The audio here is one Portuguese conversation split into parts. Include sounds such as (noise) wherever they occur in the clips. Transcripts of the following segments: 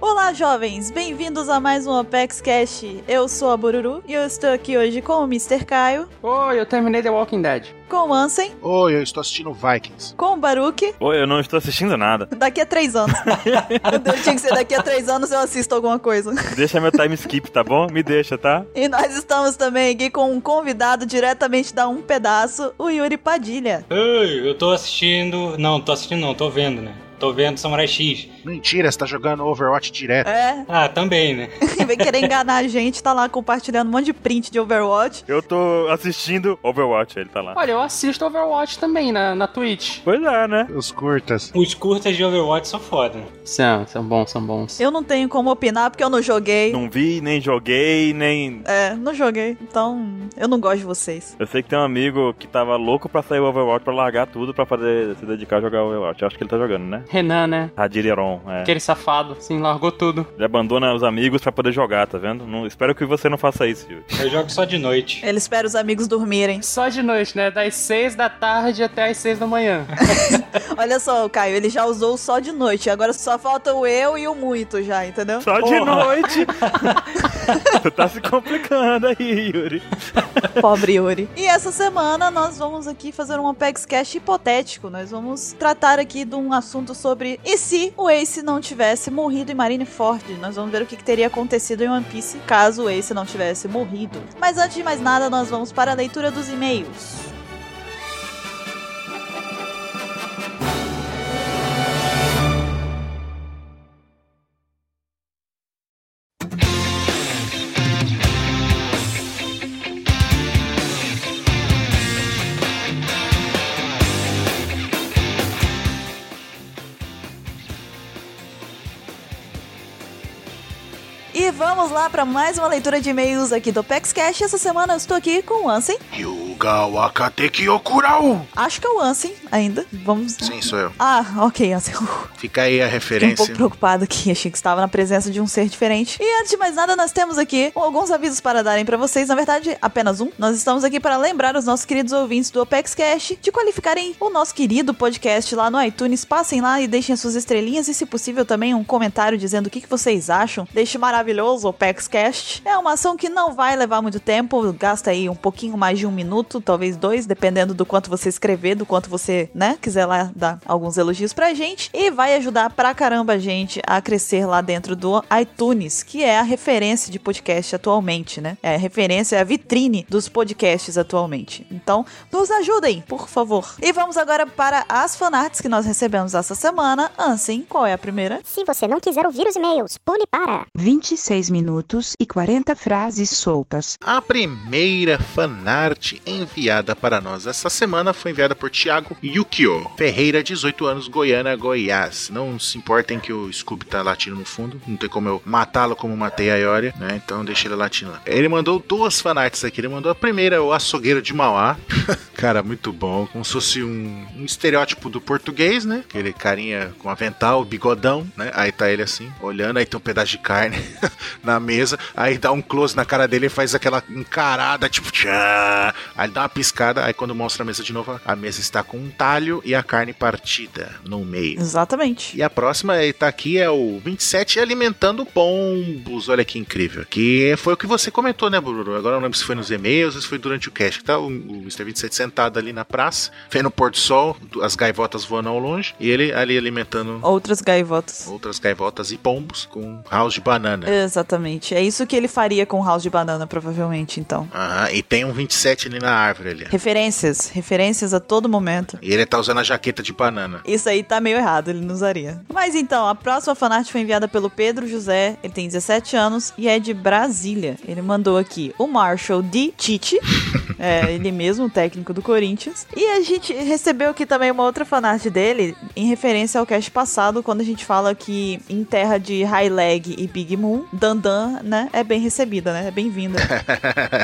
Olá, jovens! Bem-vindos a mais um Opex Cash. Eu sou a Bururu e eu estou aqui hoje com o Mr. Caio, Oi, eu terminei The Walking Dead. com o Ansem, Oi, eu estou assistindo Vikings. com o Baruque. Oi, eu não estou assistindo nada. Daqui a três anos. Eu Tinha que ser daqui a três anos eu assisto alguma coisa. Deixa meu time skip, tá bom? Me deixa, tá? E nós estamos também aqui com um convidado diretamente da Um Pedaço, o Yuri Padilha. Ei, eu tô assistindo. Não, tô assistindo não, tô vendo, né? Tô vendo Samurai X. Mentira, você tá jogando Overwatch direto. É, (laughs) Ah, também, né? quem vai querer enganar a gente, tá lá compartilhando um monte de print de Overwatch. Eu tô assistindo Overwatch, ele tá lá. Olha, eu assisto Overwatch também né, na, na Twitch. Pois é, né? Os curtas. Os curtas de Overwatch são foda. né? São, são bons, são bons. Eu não tenho como opinar porque eu não joguei. Não vi, nem joguei, nem. É, não joguei. Então, eu não gosto de vocês. Eu sei que tem um amigo que tava louco pra sair o Overwatch pra largar tudo pra poder se dedicar a jogar Overwatch. Eu acho que ele tá jogando, né? Renan, né? Radiriron, é. Aquele safado, sim, largou tudo. Ele abandona os amigos pra poder jogar, tá vendo? Não- espero que você não faça isso, Yuri. (laughs) Eu jogo só de noite. Ele espera os amigos dormirem. Só de noite, né? Das seis da tarde até as seis da manhã. Olha só, Caio, ele já usou o só de noite. Agora só falta o eu e o muito já, entendeu? Só de Porra. noite! tu tá se complicando aí, Yuri. Pobre Yuri. E essa semana nós vamos aqui fazer um Apex Cash hipotético. Nós vamos tratar aqui de um assunto sobre e se o Ace não tivesse morrido em Marineford? Nós vamos ver o que, que teria acontecido em One Piece caso o Ace não tivesse morrido. Mas antes de mais nada, nós vamos para a leitura dos e-mails. E vamos lá para mais uma leitura de e-mails aqui do Apex Cash. Essa semana eu estou aqui com o Ansem. Yuga Wakate Kyokurau! Acho que é o Ansem ainda. Vamos. Sim, sou eu. Ah, ok, Ansem. Fica aí Fiquei a um referência. pouco preocupado aqui, achei que estava na presença de um ser diferente. E antes de mais nada, nós temos aqui alguns avisos para darem para vocês, na verdade, apenas um. Nós estamos aqui para lembrar os nossos queridos ouvintes do Opex Cash de qualificarem o nosso querido podcast lá no iTunes. Passem lá e deixem as suas estrelinhas e, se possível, também um comentário dizendo o que, que vocês acham deste maravilhoso Opex Cast. É uma ação que não vai levar muito tempo, gasta aí um pouquinho mais de um minuto, talvez dois, dependendo do quanto você escrever, do quanto você, né, quiser lá dar alguns elogios pra gente. E vai ajudar pra caramba a gente a crescer lá dentro do iTunes, que é a referência de podcast atualmente, né? É a referência, é a vitrine dos podcasts atualmente. Então, nos ajudem, por favor. E vamos agora para as fanarts que nós recebemos essa semana. Ansem, qual é a primeira? Se você não quiser ouvir os e-mails, pule para. 26 minutos e 40 frases soltas. A primeira fanart enviada para nós essa semana foi enviada por Thiago Yukio, Ferreira, 18 anos, Goiânia, Goiás. Não se importem que o Scooby tá latindo no fundo, não tem como eu matá-lo como matei a Ioria, né? Então deixa ele latindo lá. Ele mandou duas fanarts aqui, ele mandou a primeira, o açougueiro de Mauá. (laughs) Cara, muito bom, como se fosse um, um estereótipo do português, né? Aquele carinha com avental, bigodão, né? Aí tá ele assim, olhando, aí tem um pedaço de carne (laughs) na mesa, aí dá um close na cara dele e faz aquela encarada, tipo, tchá. Aí dá uma piscada, aí quando mostra a mesa de novo, a mesa está com um talho e a carne partida no meio. Exatamente. E a próxima aí tá aqui é o 27 alimentando pombos. Olha que incrível. Que foi o que você comentou, né, Bururu? Agora eu não lembro se foi nos e-mails ou se foi durante o cast. que Tá o, o Mr. 27 sentado ali na praça, vendo o pôr do sol, as gaivotas voando ao longe, e ele ali alimentando Outras gaivotas. outras gaivotas e pombos com house de banana. Exatamente. É isso que ele faria com o House de Banana, provavelmente, então. Aham, e tem um 27 ali na árvore ali. Referências, referências a todo momento. E ele tá usando a jaqueta de banana. Isso aí tá meio errado, ele não usaria. Mas então, a próxima fanart foi enviada pelo Pedro José, ele tem 17 anos e é de Brasília. Ele mandou aqui o Marshall de Tite, (laughs) é, ele mesmo, o técnico do Corinthians. E a gente recebeu aqui também uma outra fanart dele, em referência ao cast passado, quando a gente fala que em terra de High Leg e Big Moon, Dandan, né, é bem recebida, né, é bem-vinda.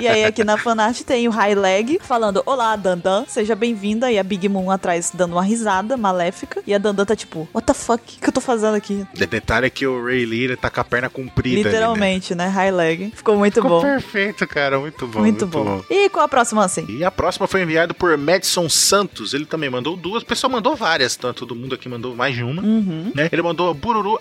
E aí aqui na fanart tem o High Leg falando: Olá, Dandan, seja bem-vinda. E a Big Moon atrás dando uma risada maléfica. E a Dandan tá tipo, what the fuck? O que que eu tô fazendo aqui? O detalhe é que o Ray Lee ele tá com a perna comprida. ali, né? Literalmente, né? High Leg. Ficou muito Ficou bom. perfeito, cara. Muito bom. Muito bom. E qual a próxima, assim? E a próxima foi enviada por Madison Santos. Ele também mandou duas. O pessoal mandou várias, tá? Todo mundo aqui mandou mais de uma. Uhum. né? Ele mandou a Bururu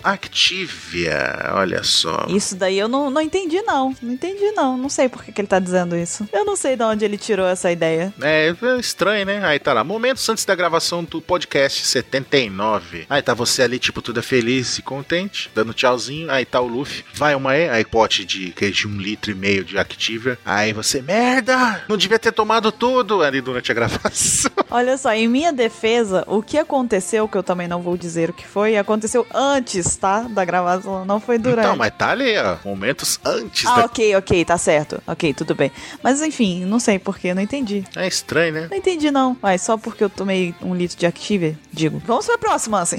Activia. Olha só. Isso daí eu não, não entendi, não. Não entendi, não. Não sei por que, que ele tá dizendo isso. Eu não sei de onde ele tirou essa ideia. É, é estranho, né? Aí tá lá. Momentos antes da gravação do podcast 79. Aí tá você ali, tipo, toda feliz e contente, dando tchauzinho. Aí tá o Luffy. Vai uma aí, aí pote de queijo de um litro e meio de Activia. Aí você, merda! Não devia ter tomado tudo ali durante a (laughs) gravação. Olha só, em minha defesa, o que aconteceu, que eu também não vou dizer o que foi, aconteceu antes, tá? Da gravação, não foi durante. Então, mas tá ali, ó. Momentos antes Ah, da. ok, ok, tá certo. Ok, tudo bem. Mas enfim, não sei porquê, não entendi. É estranho, né? Não entendi, não. Mas só porque eu tomei um litro de Active, digo. Vamos pra próxima, assim.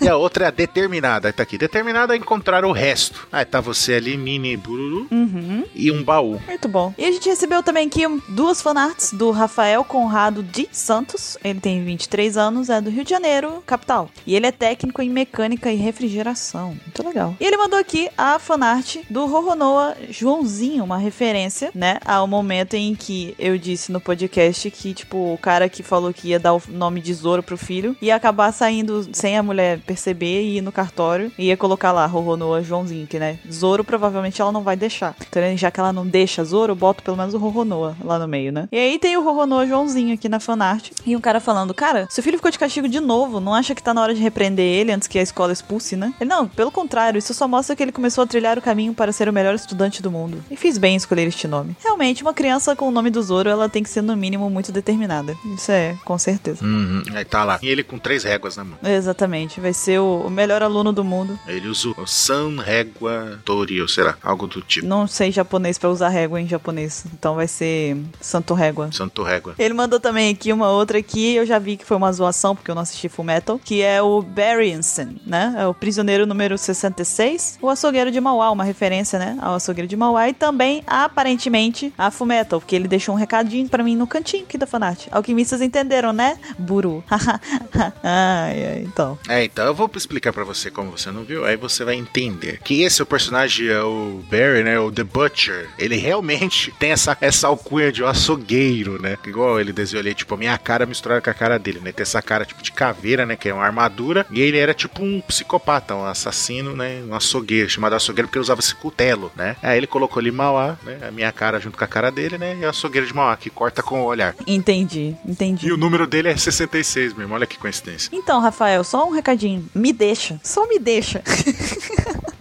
E a outra é a determinada. Aí tá aqui. Determinada a encontrar o resto. Aí tá você ali, mini bururu Uhum. e um baú. Muito bom. E a gente recebeu também aqui duas fanarts do Rafael Conrado de Santos. Ele tem 23 anos, é do Rio de Janeiro, capital. E ele é técnico em mecânica e refrigeração. Muito legal. E ele mandou aqui a fanart do Roronoa Joãozinho, uma referência, né, ao momento em que eu disse no podcast que, tipo, o cara que falou que ia dar o nome de Zoro pro filho ia acabar saindo sem a mulher perceber e ir no cartório e ia colocar lá Roronoa Joãozinho, que, né, Zoro provavelmente ela não vai deixar. Então, né, já que ela não deixa Zoro, eu boto pelo menos o Roronoa lá no meio, né? E aí tem o Roronoa Joãozinho aqui na fanart e um cara falando, cara, seu filho ficou de castigo de novo, não acha que tá na hora de repreender ele antes que a escola expulse, né? Ele, não, pelo contrário, isso só mostra que ele começou a trilhar o caminho para ser o melhor estudante do mundo. E fiz bem em escolher este nome. Realmente, uma criança com o nome do Zoro, ela tem que ser no mínimo muito determinada. Isso é, com certeza. Uhum. Aí tá lá. E ele com três réguas na mão. Exatamente, vai ser o o melhor aluno do mundo. Ele usa o San Régua Tori, ou será? Algo do tipo. Não sei japonês pra usar régua em japonês, então vai ser Santo Régua. Santo Régua. Ele mandou também aqui uma outra que eu já vi que foi uma zoação, porque eu não assisti Full Metal, que é o Berrienson, né? É o prisioneiro número 66, o açougueiro de Mauá, uma referência, né? Ao açougueiro de Mauá e também, aparentemente, a Full Metal, porque ele deixou um recadinho pra mim no cantinho aqui da fanart. Alquimistas entenderam, né? Buru. (laughs) ai, ai, então. É, então eu vou explicar pra você como você não viu, aí você vai entender. Que esse é o personagem, é o Barry, né? O The Butcher. Ele realmente tem essa, essa alcunha de um açougueiro, né? Igual ele desenhou ali, tipo, a minha cara misturada com a cara dele, né? Tem essa cara, tipo, de caveira, né? Que é uma armadura. E ele era, tipo, um psicopata, um assassino, né? Um açougueiro, chamado açougueiro porque ele usava esse cutelo, né? Aí ele colocou ali Mauá, né? A minha cara junto com a cara dele, né? E o açougueiro de Mauá, que corta com o olhar. Entendi, entendi. E o número dele é 66 mesmo, olha que coincidência. Então, Rafael, só um recadinho. Me deixa. Só me deixa.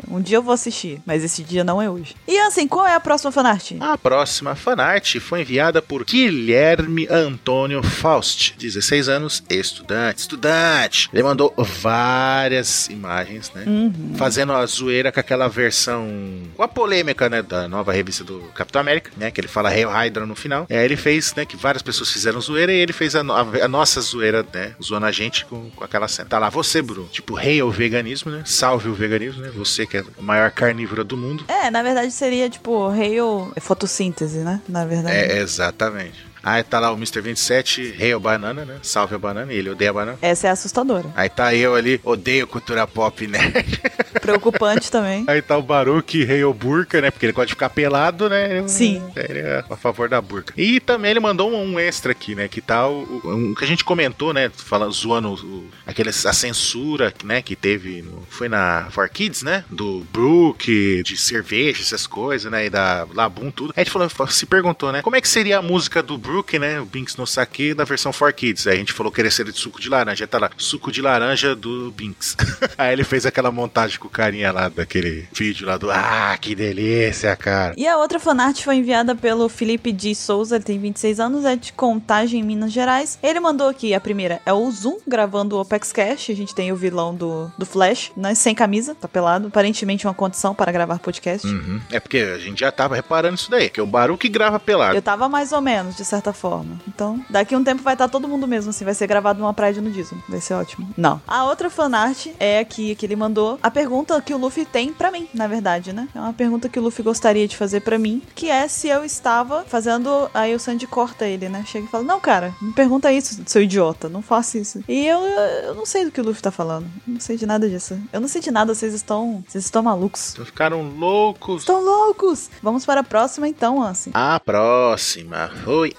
um dia eu vou assistir, mas esse dia não é hoje. E assim, qual é a próxima fanart? A próxima fanart foi enviada por Guilherme Antônio Faust, 16 anos, estudante. Estudante! Ele mandou várias imagens, né? Uhum. Fazendo a zoeira com aquela versão. com a polêmica, né? Da nova revista do Capitão América, né? Que ele fala Hail Hydra no final. É, ele fez, né? Que várias pessoas fizeram zoeira e ele fez a, no- a- a nossa zoeira, né? Zoando a gente com, com aquela cena. Tá lá, você, Bruno. Tipo, Hail o veganismo, né? Salve o veganismo, né? Você que é a maior carnívora do mundo. É, na verdade seria tipo rail é fotossíntese, né? Na verdade. É, exatamente. Aí tá lá o Mr. 27, rei o banana, né? Salve a banana, e ele odeia a banana. Essa é assustadora. Aí tá eu ali, odeio cultura pop, né? (laughs) Preocupante também. Aí tá o Baruque, rei o burca, né? Porque ele gosta de ficar pelado, né? Sim. Ele é a favor da burca. E também ele mandou um, um extra aqui, né? Que tá o, o- um que a gente comentou, né? Falando, zoando o- aqueles, a censura, né? Que teve, no- foi na For Kids, né? Do Brook, de cerveja, essas coisas, né? E da Labum, tudo. Aí a gente falou, se perguntou, né? Como é que seria a música do Brook, né? O Binks no Saque da versão For Kids. Aí a gente falou que ele seria de suco de laranja. Aí tá lá, suco de laranja do Binks. (laughs) Aí ele fez aquela montagem com o carinha lá, daquele vídeo lá do Ah, que delícia, cara. E a outra fanart foi enviada pelo Felipe de Souza, ele tem 26 anos, é de Contagem, Minas Gerais. Ele mandou aqui, a primeira é o Zoom gravando o Opex Cash, a gente tem o vilão do, do Flash, né, sem camisa, tá pelado, aparentemente uma condição para gravar podcast. Uhum. É porque a gente já tava reparando isso daí, que é o Baru que grava pelado. Eu tava mais ou menos, de certa certa forma. Então, daqui um tempo vai estar todo mundo mesmo, assim. Vai ser gravado numa praia de nudismo. Vai ser ótimo. Não. A outra fanart é aqui, que ele mandou a pergunta que o Luffy tem pra mim, na verdade, né? É uma pergunta que o Luffy gostaria de fazer pra mim, que é se eu estava fazendo. Aí o Sandy corta ele, né? Chega e fala: Não, cara, não pergunta isso, seu idiota. Não faça isso. E eu, eu não sei do que o Luffy tá falando. Não sei de nada disso. Eu não sei de nada, vocês estão. Vocês estão malucos. Então ficaram loucos. Estão loucos! Vamos para a próxima então, Ansem. A próxima foi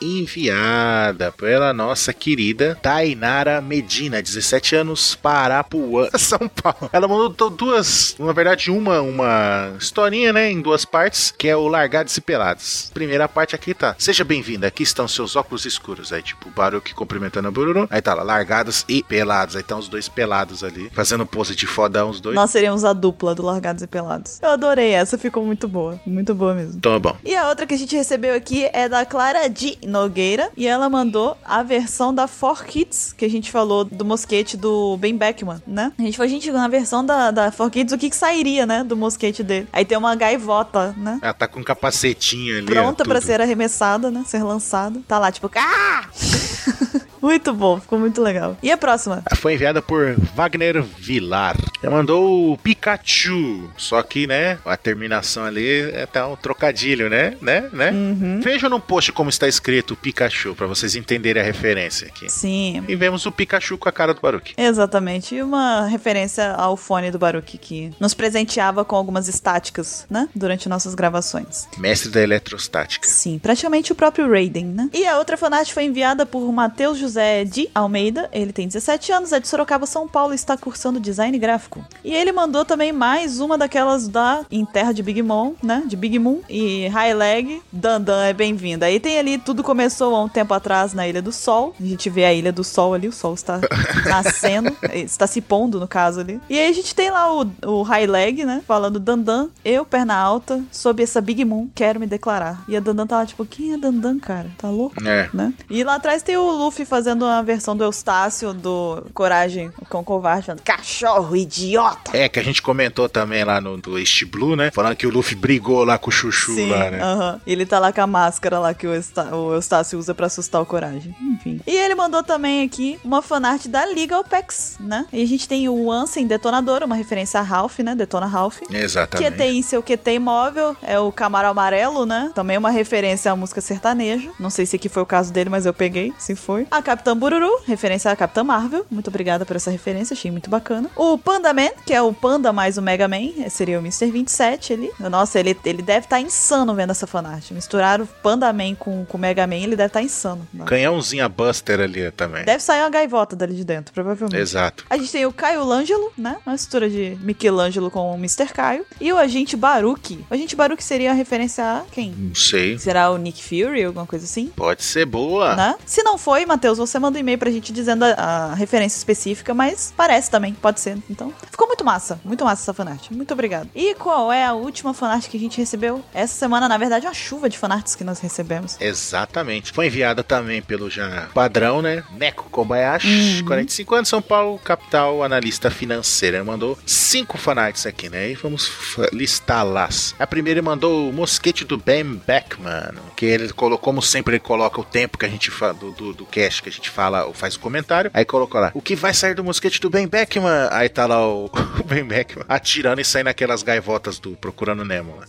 enviada pela nossa querida Tainara Medina, 17 anos, Parapuã, (laughs) São Paulo. Ela mandou du- duas, na verdade, uma, uma historinha, né, em duas partes, que é o Largados e Pelados. Primeira parte aqui tá, seja bem-vinda, aqui estão seus óculos escuros. Aí, tipo, o Baruch cumprimentando a Bururu. Aí tá lá, Largados e Pelados. Aí tá os dois pelados ali, fazendo pose de fodão os dois. Nós seríamos a dupla do Largados e Pelados. Eu adorei essa, ficou muito boa. Muito boa mesmo. Então é bom. E a outra que a gente recebeu aqui é da Clara de Nogueira. E ela mandou a versão da Four Kids, que a gente falou do mosquete do Ben Beckman, né? A gente falou, gente, na versão da, da Four Kids, o que que sairia, né? Do mosquete dele. Aí tem uma gaivota, né? Ela tá com um capacetinho ali. ó, pronta pra tudo. ser arremessada, né? Ser lançada. Tá lá, tipo, ah! (laughs) muito bom, ficou muito legal. E a próxima? Foi enviada por Wagner Vilar. Ela mandou o Pikachu. Só que, né, a terminação ali é tá um trocadilho, né? Né? Né? Uhum. Veja no post como está escrito Pikachu, pra vocês entenderem a referência aqui. Sim. E vemos o Pikachu com a cara do Baruque. Exatamente. E uma referência ao fone do Baruch que nos presenteava com algumas estáticas, né? Durante nossas gravações. Mestre da eletrostática. Sim, praticamente o próprio Raiden, né? E a outra fanart foi enviada por Matheus José de Almeida. Ele tem 17 anos, é de Sorocaba, São Paulo e está cursando design gráfico. E ele mandou também mais uma daquelas da Em Terra de Big Mom, né? De Big Moon e High Leg. Dandan é bem-vinda. Aí tem ali, tudo começou há um tempo atrás na Ilha do Sol. A gente vê a Ilha do Sol ali, o Sol está nascendo, eh, está se pondo, no caso ali. E aí a gente tem lá o, o High Leg, né? Falando Dandan, eu, perna alta, sob essa Big Moon, quero me declarar. E a Dandan tá lá, tipo, quem é Dandan, cara? Tá louco? É. Né? E lá atrás tem o Luffy fazendo a versão do Eustácio, do Coragem com Covarde, falando, cachorro, idiota! É, que a gente comentou também lá no do East Blue, né? Falando que o Luffy brigou lá com o Chuchu lá, né? aham. Ele tá lá com a máscara lá que o, Eusta- o Eustácio usa pra assustar o Coragem. Enfim. E ele mandou também aqui uma fanart da Liga Opex, né? E a gente tem o Ansem Detonador, uma referência a Ralph, né? Detona Ralph. Exatamente. QT seu QT imóvel, é o Camarão Amarelo, né? Também uma referência à música sertaneja. Não sei se aqui foi o caso dele, mas eu peguei, se foi. A Capitã Bururu, referência à Capitã Marvel. Muito obrigada por essa referência, achei muito bacana. O Panda Man, que é o Panda mais o Mega Man, é, seria o Mr. 27 ali. Nossa, ele, ele deve estar insano vendo essa fanart. Misturaram o Panda Man com com o Mega Man, ele deve estar insano. Canhãozinho a Buster ali ó, também. Deve sair uma gaivota dali de dentro, provavelmente. Exato. A gente tem o Caio Lângelo, né? Uma mistura de Michelangelo com o Mr. Caio. E o Agente Baruque. O Agente Baruque seria a referência a quem? Não sei. Será o Nick Fury, alguma coisa assim? Pode ser boa. Né? Se não foi, Matheus, você manda um e-mail pra gente dizendo a, a referência específica, mas parece também, pode ser. Então, ficou muito massa, muito massa essa fanart. Muito obrigado. E qual é a última fanart que a gente recebeu? Essa semana, na verdade, é uma chuva de fanarts que nós recebemos. Exatamente. Foi enviada também pelo já padrão, né? Neko Kobayashi, 45 anos, São Paulo, capital, analista financeira. Mandou cinco fanarts aqui, né? E vamos fa- listá-las. A primeira ele mandou o Mosquete do Ben Beckman, que ele colocou, como sempre, ele coloca o tempo que a gente fala do, do, do cast que a gente fala ou faz o comentário. Aí colocou lá, o que vai sair do mosquete do Ben Beckman? Aí tá lá o, (laughs) o Ben Beckman atirando e saindo aquelas gaivotas do Procurando Nemo, né?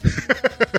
(laughs)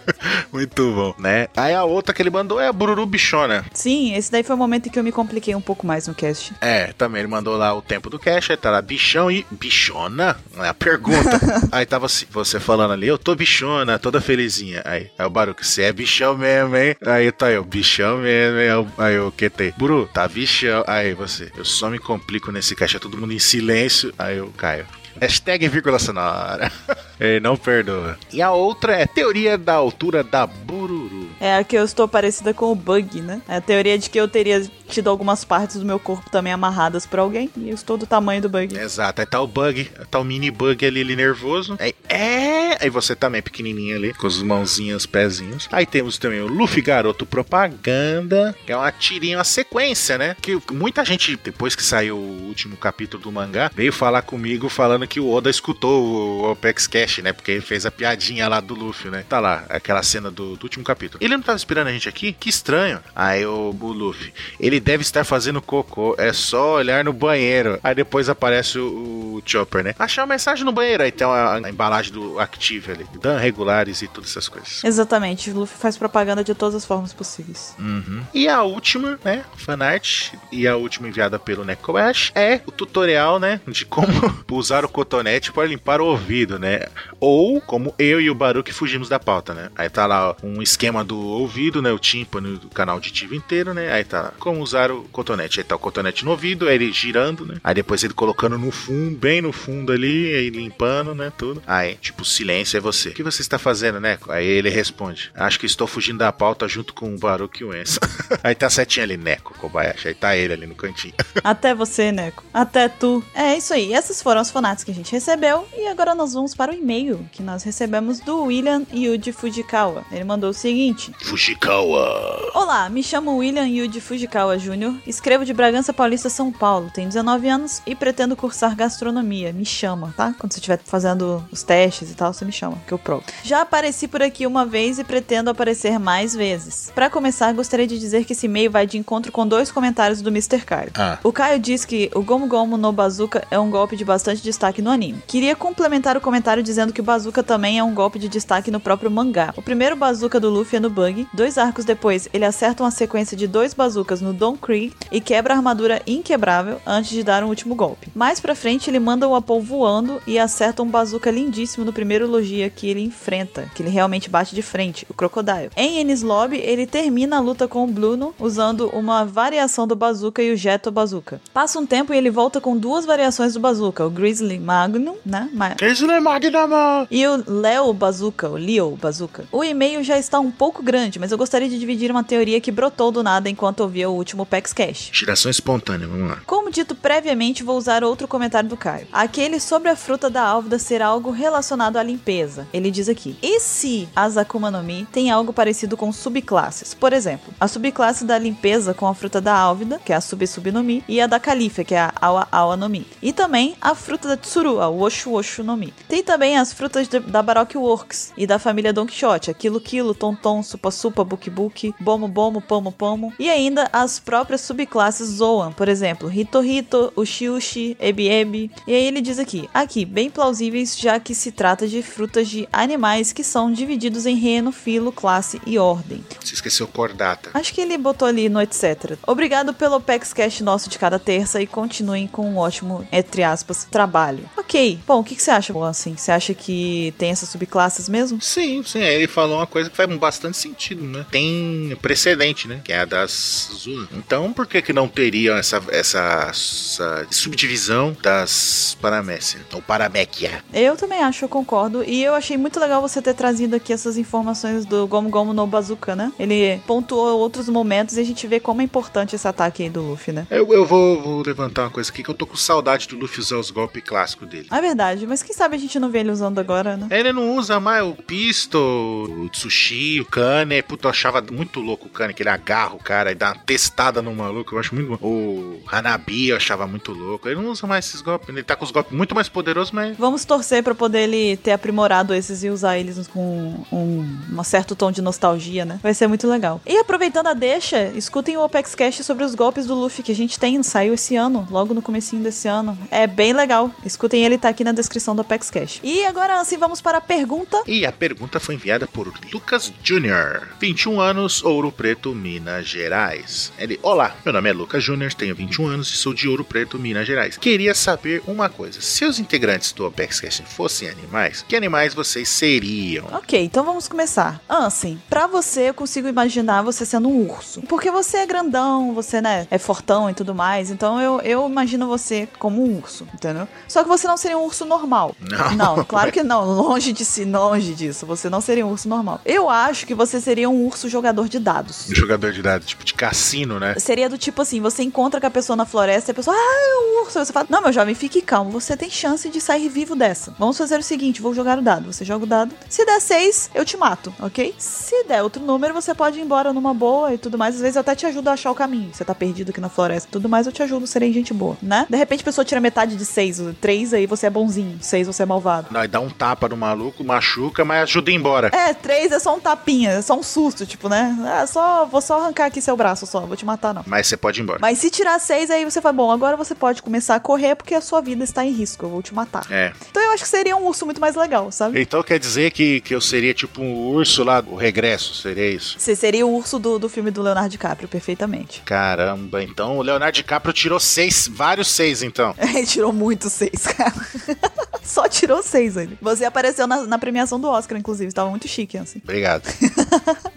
Muito bom, né? Aí a outra que ele mandou é a Bururu Bichona. Sim, esse daí foi o momento em que eu me compliquei um pouco mais no cast. É, também ele mandou lá o tempo do cash, aí tá lá bichão e bichona? É a (laughs) pergunta. aí tava assim, você falando ali, eu tô bichona, toda felizinha. Aí, aí o Baruco, você é bichão mesmo, hein? Aí tá eu, bichão mesmo, hein? Aí o- Aí o QT, Buru, tá bichão. Aí você, eu só me complico nesse caixa, todo mundo em silêncio. Aí eu caio. Hashtag vírgula sonora. (laughs) Ele não perdoa. E a outra é teoria da altura da Bururu. É a que eu estou parecida com o Bug, né? É a teoria de que eu teria tido algumas partes do meu corpo também amarradas por alguém e eu estou do tamanho do Bug. Exato, aí tá o bug, tá o mini bug ali, ele nervoso. Aí, é! Aí você também, pequenininho ali, com as mãozinhas, pezinhos. Aí temos também o Luffy Garoto Propaganda, que é uma tirinha, uma sequência, né? Que muita gente, depois que saiu o último capítulo do mangá, veio falar comigo falando que o Oda escutou o Opex Cash, né? Porque ele fez a piadinha lá do Luffy, né? Tá lá, aquela cena do, do último capítulo. Ele ele não tava esperando a gente aqui? Que estranho. Aí o Luffy, ele deve estar fazendo cocô, é só olhar no banheiro. Aí depois aparece o, o Chopper, né? Achar a mensagem no banheiro, aí tem a, a embalagem do Active ali, Dan regulares e todas essas coisas. Exatamente, o Luffy faz propaganda de todas as formas possíveis. Uhum. E a última, né, fanart, e a última enviada pelo Neko Ash, é o tutorial, né, de como (laughs) usar o cotonete para limpar o ouvido, né? Ou como eu e o Baruque fugimos da pauta, né? Aí tá lá um esquema do ouvido, né, o tímpano, o canal auditivo inteiro, né? Aí tá lá, como usar o cotonete. Aí tá o cotonete no ouvido, aí ele girando, né? Aí depois ele colocando no fundo, bem no fundo ali, aí limpando, né, tudo. Aí, tipo, silêncio é você. O que você está fazendo, né? Aí ele responde, acho que estou fugindo da pauta junto com o Baruque e o Enzo. (laughs) aí tá a setinha ali, Neko Kobayashi. Aí tá ele ali no cantinho. (laughs) Até você, Neco. Até tu. É isso aí. Essas foram as fanarts que a gente recebeu. E agora nós vamos para o e-mail que nós recebemos do William Yuji Fujikawa. Ele mandou o seguinte: Fujikawa. Olá, me chamo William Yuji Fujikawa Jr., escrevo de Bragança Paulista, São Paulo, tenho 19 anos e pretendo cursar gastronomia. Me chama, tá? Quando você estiver fazendo os testes e tal, você me chama, que eu provo. Já apareci por aqui uma vez e pretendo aparecer mais vezes. Pra começar, gostaria de dizer que esse e-mail vai de encontro com dois comentários do Mr. Caio. Ah. O Caio diz que o Gomu Gomu no Bazooka é um golpe de bastante destaque no anime. Queria complementar o comentário dizendo que o Bazooka também é um golpe de destaque no próprio mangá. O primeiro Bazooka do Luffy é no Bug, dois arcos depois ele acerta uma sequência de dois Bazookas no Don Krieg e quebra a armadura inquebrável antes de dar um último golpe. Mais pra frente ele manda o Apol voando e acerta um Bazooka lindíssimo no primeiro logia que ele enfrenta, que ele realmente bate de frente, o Crocodile. Em Ennis Lobby ele termina a luta com o Bluno usando uma variação do Bazooka e o Jeto Bazooka. Passa um tempo e ele volta com duas variações do Bazooka, o Grizzly Magnum, né? Ma- Isso não é Magnama! e o Leo Bazooka, o Leo Bazooka. O e-mail já está um pouco grande, mas eu gostaria de dividir uma teoria que brotou do nada enquanto ouvia o último PEX Cash. Giração espontânea, vamos lá. Como dito previamente, vou usar outro comentário do Caio. Aquele sobre a fruta da álvida ser algo relacionado à limpeza. Ele diz aqui: E se as Akuma no Mi têm algo parecido com subclasses? Por exemplo, a subclasse da limpeza com a fruta da álvida, que é a Sub Sub no Mi, e a da califa, que é a Awa Awa no Mi. E também a fruta da Tsuru, a Oshu Oshu no Mi. Tem também as frutas de- da Baroque Works e da família Don Quixote, a Kilo Kilo, Tom Tom, Supa Supa, Buki Buki, Bomo Bomo, Pomo Pomo, e ainda as próprias subclasses Zoan, por exemplo, Hito Hito, Ushi Ushi, Ebi Ebi. E aí ele diz aqui, aqui, bem plausíveis, já que se trata de frutas de animais que são divididos em reino, filo, classe e ordem. Você esqueceu cordata. Acho que ele botou ali no etc. Obrigado pelo Opex Cash nosso de cada terça e continuem com um ótimo, entre aspas, trabalho. Ok. Bom, o que, que você acha, Juan, assim? Você acha que tem essas subclasses mesmo? Sim, sim, aí ele falou uma coisa que faz bastante sentido, né? Tem precedente, né? Que é a das Zulu. Então, por que que não teriam essa, essa, essa subdivisão das Paramécia? Ou Paraméquia? Eu também acho, eu concordo. E eu achei muito legal você ter trazido aqui essas informações do Gomu Gomu no Bazooka, né? Ele pontuou outros momentos e a gente vê como é importante esse ataque aí do Luffy, né? Eu, eu vou, vou levantar uma coisa aqui que eu tô com saudade do Luffy usar os golpes clássicos dele. É verdade, mas quem sabe a gente não vê ele usando agora, né? Ele não usa mais o Pisto, o Tsushi, o Kane. Puta, eu achava muito louco o Kane, que ele agarra o cara e dá uma testada no maluco. Eu acho muito bom. O Hanabi eu achava muito louco. Ele não usa mais esses golpes. Ele tá com os golpes muito mais poderosos, mas. Vamos torcer pra poder ele ter aprimorado esses e usar eles com um, um certo tom de nostalgia, né? Vai ser muito legal. E aproveitando a deixa, escutem o Opex Cash sobre os golpes do Luffy que a gente tem, saiu esse ano, logo no comecinho desse ano. É bem legal. Escutem ele, tá aqui na descrição do Opex Cash. E agora assim vamos para a pergunta. E a pergunta foi enviada por Lucas Jr., 21 anos, Ouro Preto, Minas Gerais. Ele, olá, meu nome é Lucas Jr., tenho 21 anos e sou de Ouro Preto, Minas Gerais. Queria saber uma coisa: se os integrantes do Apex Cash fossem animais, que animais vocês seriam? Ok, então vamos começar. Ansem, pra você eu consigo imaginar você sendo um urso. Porque você é grandão, você, né, é fortão e tudo mais. Então eu, eu imagino você como um urso, entendeu? Só que você não seria um urso normal. Não. Não, claro que não. Longe de si, longe disso. Você não seria um urso normal. Eu acho que você seria um urso jogador de dados. Um jogador de dados, tipo de cassino, né? Seria do tipo assim, você encontra com a pessoa na floresta e a pessoa, ah, é um urso. Aí você fala, não, meu jovem, fique calmo, você tem chance de sair vivo dessa. Vamos fazer o seguinte, vou jogar o dado. Você joga o dado. Se der seis, eu te mato, ok? Se der outro número, você pode ir embora numa boa e tudo mais. Às vezes eu até te ajudo a achar o caminho. Você tá perdido aqui na floresta e tudo mais, eu te ajudo, serei gente boa, né? De repente a pessoa tira metade de seis, três, aí você é bonzinho, seis você é malvado. Não, e dá um tapa no maluco, machuca, mas ajuda a ir embora. É, três é só um tapinha. é só um susto, tipo, né? Ah, só, vou só arrancar aqui seu braço só, vou te matar não. Mas você pode ir embora. Mas se tirar seis, aí você fala, bom, agora você pode começar a correr porque a sua vida está em risco, eu vou te matar. É. Então eu acho que seria um urso muito mais legal, sabe? Então quer dizer que, que eu seria tipo um urso lá, o regresso, seria isso? Você seria o urso do, do filme do Leonardo DiCaprio, perfeitamente. (laughs) Caramba, então o Leonardo DiCaprio tirou seis, vários seis então. Ele tirou muito seis, cara. (laughs) Só tirou seis ele. Você apareceu na, na premiação do Oscar, inclusive. Tava muito chique, assim. Obrigado. (laughs)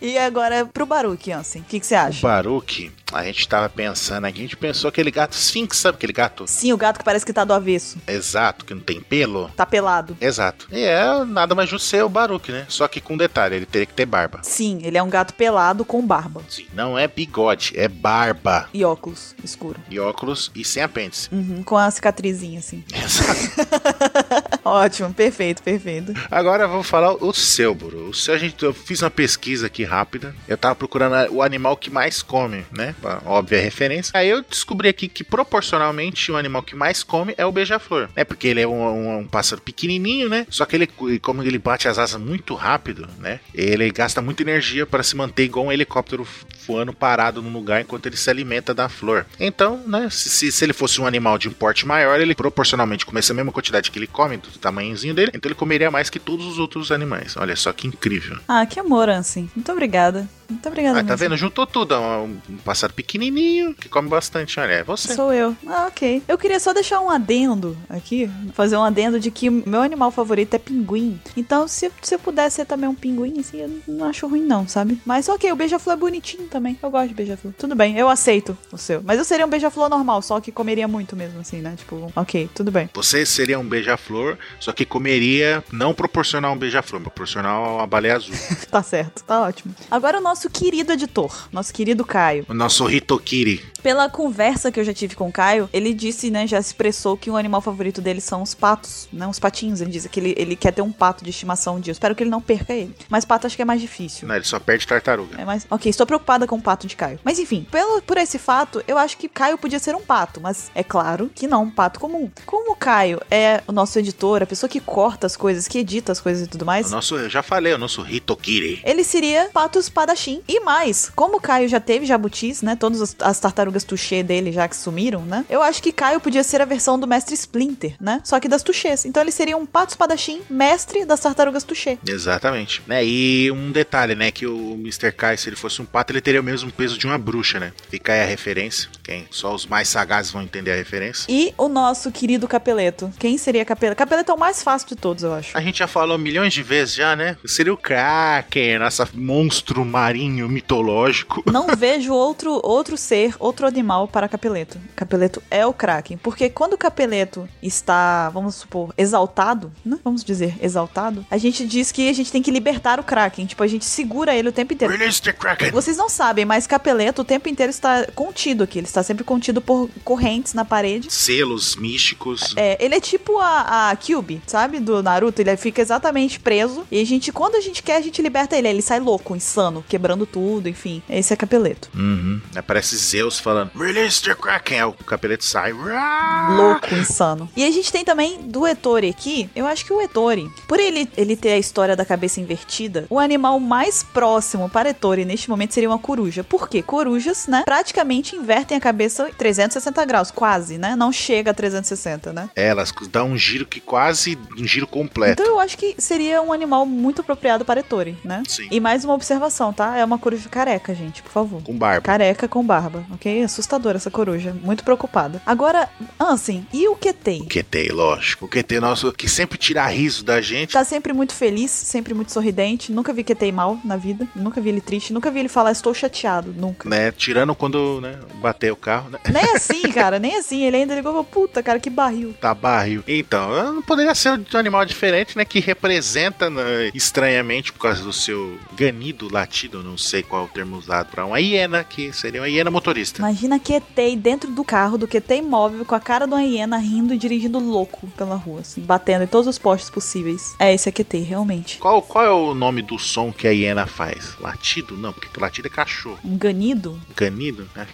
E agora pro Baruque, assim. O que que você O acha? Baruque, a gente tava pensando aqui, a gente pensou aquele gato Sphinx, sabe aquele gato Sim, o gato que parece que tá do avesso. exato, que não tem pelo? Tá pelado. Exato. E é nada mais justo ser o Baruque, né? Só que com detalhe, ele teria que ter barba. Sim, ele é um gato pelado com barba Sim, não é bigode, é barba. e óculos escuro. E óculos e sem apêndice. (laughs) Uhum, com a cicatrizinha, assim. Exato. (laughs) Ótimo, perfeito, perfeito. Agora vamos falar o seu, Buru. O seu, a gente, eu fiz uma pesquisa aqui rápida. Eu tava procurando o animal que mais come, né? Uma Óbvia referência. Aí eu descobri aqui que proporcionalmente o animal que mais come é o beija-flor. É porque ele é um, um- um pássaro pequenininho, né? Só que ele, como ele bate as asas muito rápido, né? Ele gasta muita energia para se manter igual um helicóptero voando parado num lugar enquanto ele se alimenta da flor. Então, né, se, se- se ele fosse um animal de um porte maior, ele proporcionalmente comesse a mesma quantidade que ele come, do tamanhozinho dele, então ele comeria mais que todos os outros animais. Olha só que incrível. Ah, que amor, assim. Muito obrigada. Muito obrigada Ah, tá mesmo. vendo? Juntou tudo. Um, um pássaro pequenininho que come bastante. Olha, é você. Sou eu. Ah, ok. Eu queria só deixar um adendo aqui, fazer um adendo de que meu animal favorito é pinguim. Então, se, se eu pudesse ser também um pinguim, assim, eu não acho ruim não, sabe? Mas ok, o beija-flor é bonitinho também. Eu gosto de beija-flor. Tudo bem, eu aceito o seu. Mas eu seria um beija-flor normal, só que comeria muito mesmo, assim, né? Tipo, ok, tudo bem. Você seria um beija-flor, só que comeria não proporcional a um beija-flor, mas proporcional a uma baleia azul. (laughs) Tá certo, tá ótimo. Agora o nosso querido editor, nosso querido Caio. o nosso Hitokiri. Pela conversa que eu já tive com o Caio, ele disse, né, já expressou que o animal favorito dele são os patos, né, os patinhos. Ele diz que ele, ele quer ter um pato de estimação um dia. Eu espero que ele não perca ele. Mas pato acho que é mais difícil. Não, ele só perde tartaruga. É mais... Ok, estou preocupada com o pato de Caio. Mas enfim, pelo, por esse fato, eu acho que Caio podia ser um pato, mas é claro que não um pato comum. Como o Caio é o nosso editor, a pessoa que corta as coisas, que edita as coisas e tudo mais, É O nosso, eu já falei, o nosso Hitokiri. ele seria Pato Espadachim. E mais, como o Caio já teve jabutis, né? Todas as, as tartarugas touché dele já que sumiram, né? Eu acho que Caio podia ser a versão do Mestre Splinter, né? Só que das touchês. Então ele seria um Pato Espadachim, mestre das tartarugas touché. Exatamente. Né, E um detalhe, né? Que o Mr. Kai, se ele fosse um pato, ele teria o mesmo peso de uma bruxa, né? Fica aí a referência. Quem? Só os mais sagazes vão entender a referência. E o nosso querido Capeleto. Quem seria Capeleto? Capeleto é o mais fácil de todos, eu acho. A gente já falou milhões de vezes já, né? Seria o Kraken, nossa monstro marinho mitológico. Não vejo outro outro ser, outro animal para Capeleto. Capeleto é o Kraken. Porque quando o Capeleto está, vamos supor, exaltado, né? Vamos dizer, exaltado, a gente diz que a gente tem que libertar o Kraken. Tipo, a gente segura ele o tempo inteiro. Release the Kraken! Vocês não sabem, mas Capeleto o tempo inteiro está contido aqui. Ele está sempre contido por correntes na parede. Selos místicos. É, ele é tipo a, a Kyuubi, sabe? Do Naruto. Ele fica exatamente preso. E a gente, quando a gente quer, a gente liberta ele. Aí Ele sai louco, insano, quebrando tudo, enfim. Esse é Capeleto. Uhum. Aparece Zeus falando: Release the Kraken! Aí O capeleto sai. Uá! Louco, insano. Ah. E a gente tem também do Ettore aqui. Eu acho que o Ettore, por ele, ele ter a história da cabeça invertida, o animal mais próximo para Ettore neste momento seria uma coruja. Por quê? Corujas, né, praticamente invertem a cabeça 360 graus, quase, né? Não chega a 360, né? Elas dão um giro que quase. um giro completo. Então eu acho que seria um animal muito apropriado para Ettore, né? Sim. E mais uma observação, tá? É uma coruja careca, gente, por favor. Com barba. Careca com barba, ok? É Assustadora essa coruja, muito preocupada. Agora, Ansem, e o Ketei? O QT, é lógico. O QT nosso que sempre tira riso da gente. Tá sempre muito feliz, sempre muito sorridente. Nunca vi Ketei mal na vida. Nunca vi ele triste. Nunca vi ele falar, estou chateado. Nunca. Né, tirando quando né, bateu o carro, né? Nem assim, cara. Nem assim. Ele ainda ligou e falou, puta, cara, que barril. Tá barril. Então, eu não poderia ser um animal diferente, né? Que representa né, estranhamente por causa do seu ganido latido, não sei qual o termo usado pra uma hiena, que seria uma hiena motorista. Imagina Ketei dentro do carro do Ketei móvel com a cara de uma hiena rindo e dirigindo louco pela rua, assim, batendo em todos os postes possíveis. É, esse é Ketei, realmente. Qual, qual é o nome do som que a hiena faz? Latido? Não, porque latido é cachorro. Um ganido? Ganido? né?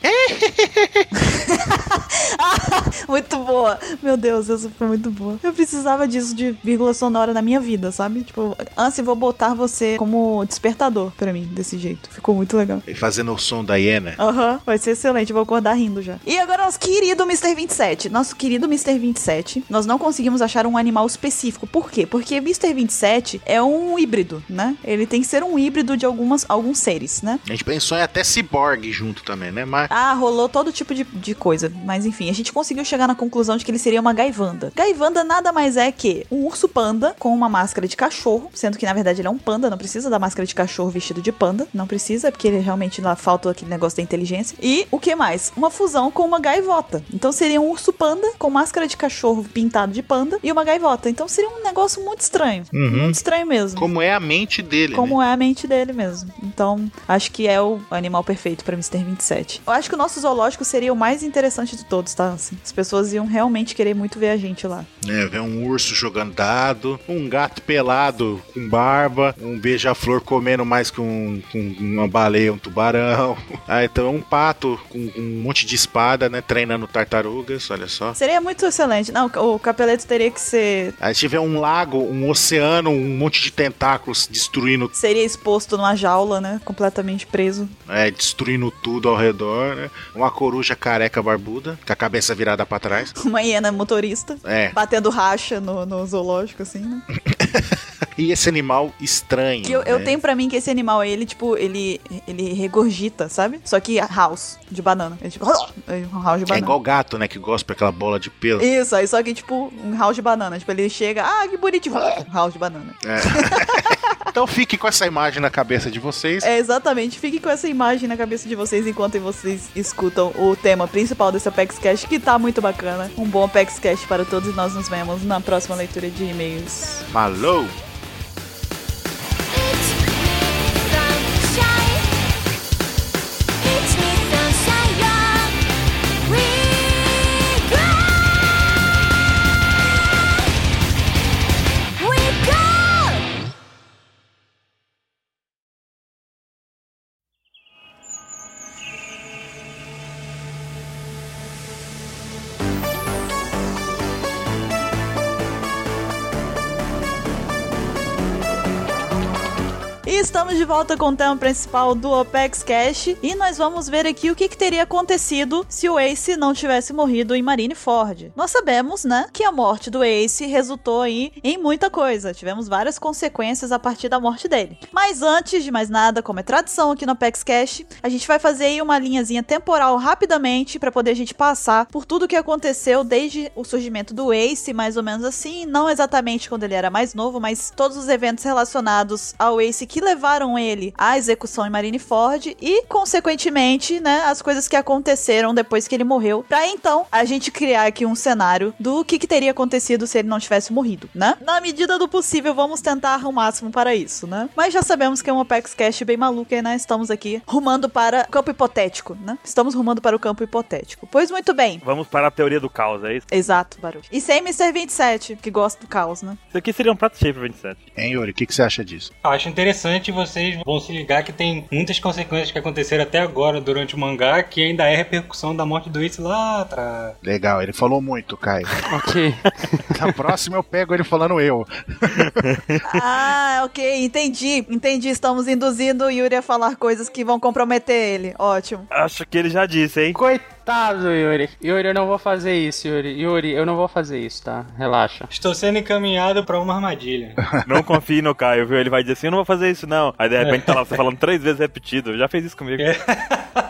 (laughs) muito boa. Meu Deus, essa foi muito boa. Eu precisava disso de vírgula sonora na minha vida, sabe? Tipo, Ansi, vou botar você como despertador pra mim, desse jeito. Ficou muito legal. É, E fazendo o som da hiena. Aham, vai ser excelente, vou acordar rindo já. E agora, nosso querido Mr. 27. Nosso querido Mr. 27, nós não conseguimos achar um animal específico. Por quê? Porque Mr. 27 é um híbrido, né? Ele tem que ser um híbrido de algumas, alguns seres, né? A gente pensou em até ciborgue junto também, né, Marco? Ah, rolou todo tipo de, de coisa. Mas enfim, a gente conseguiu chegar na conclusão de que ele seria uma gaivanda. Gaivanda nada mais é que um urso panda com uma máscara de cachorro, sendo que na verdade ele é um panda, não precisa da máscara de cachorro vestido de panda, não precisa, porque ele realmente lá falta aquele negócio da inteligência. E o que mais? Uma fusão com uma gaivota. Então seria um urso panda com máscara de cachorro pintado de panda e uma gaivota. Então seria um negócio muito estranho. Uhum. Muito estranho mesmo. Como é a mente dele, né? Como é a mente dele mesmo. Então, acho que é o animal perfeito pra Mr. 27. Eu acho que o nosso zoológico seria o mais interessante de todos, tá? Assim, as pessoas iam realmente querer muito ver a gente lá. É, vê um urso jogando dado, um gato pelado com barba, um beija-flor comendo mais que um, com uma baleia, um tubarão. (laughs) Ah, então um pato com, com um monte de espada, né? Treinando tartarugas, olha só. Seria muito excelente. Não, o capeleto teria que ser. Aí tiver um lago, um oceano, um monte de tentáculos destruindo, Seria exposto numa jaula, né? Completamente preso. (laughs) é, destruindo tudo ao redor, né? Uma coruja careca barbuda, com a cabeça virada pra trás. (laughs) Uma hiena motorista. É, Batendo racha no, no zoológico, assim, né? e esse animal estranho. Que eu, eu né? tenho pra mim que esse animal aí, ele, tipo, ele, ele regurgita, sabe? Só que house de banana. Ele, tipo, (laughs) um house de É banana. igual gato, né? Que gosta daquela bola de pelo. Isso, aí só que, tipo, um house de banana. Tipo, ele chega, ah, que bonitinho. House de banana. É. então fique com essa imagem na cabeça de vocês. É, exatamente. Fiquem com essa imagem na cabeça de vocês enquanto vocês escutam o tema principal desse Apex Cash, que tá muito bacana. Um bom Apex Cash para todos e nós nos vemos na próxima leitura de e-mails. Falou! sunshine. Each me sunshine, yeah. We grow. We grow. E estamos de volta com o tema principal do Opex Cash e nós vamos ver aqui o que, que teria acontecido se o Ace não tivesse morrido em Marineford. Nós sabemos, né, que a morte do Ace resultou aí em muita coisa. Tivemos várias consequências a partir da morte dele. Mas antes de mais nada, como é tradição aqui no Opex Cash, a gente vai fazer aí uma linhazinha temporal rapidamente para poder a gente passar por tudo que aconteceu desde o surgimento do Ace, mais ou menos assim, não exatamente quando ele era mais novo, mas todos os eventos relacionados ao Ace que levaram ele à execução em Marineford e, consequentemente, né, as coisas que aconteceram depois que ele morreu, pra então a gente criar aqui um cenário do que, que teria acontecido se ele não tivesse morrido, né? Na medida do possível, vamos tentar o máximo para isso, né? Mas já sabemos que é um Apex Cash bem maluco e, né, estamos aqui rumando para o campo hipotético, né? Estamos rumando para o campo hipotético. Pois muito bem. Vamos para a teoria do caos, é isso? Exato, Baru. E sem Mr. 27, que gosta do caos, né? Isso aqui seria um prato cheio pra 27. Hein, Yuri, o que, que você acha disso? Eu Acho interessante vocês vão se ligar que tem muitas consequências que aconteceram até agora durante o mangá que ainda é repercussão da morte do Ace lá atrás. Legal, ele falou muito, Caio. Ok. Na próxima eu pego ele falando eu. Ah, ok, entendi. Entendi. Estamos induzindo o Yuri a falar coisas que vão comprometer ele. Ótimo. Acho que ele já disse, (laughs) hein? Coitado, Yuri. Yuri, eu não vou fazer isso, Yuri. Yuri, eu não vou fazer isso, tá? Relaxa. Estou sendo encaminhado pra uma armadilha. Não confie no Caio, viu? Ele vai dizer assim, eu não vou fazer isso não. Aí de repente tá lá você falando três vezes repetido. Já fez isso comigo.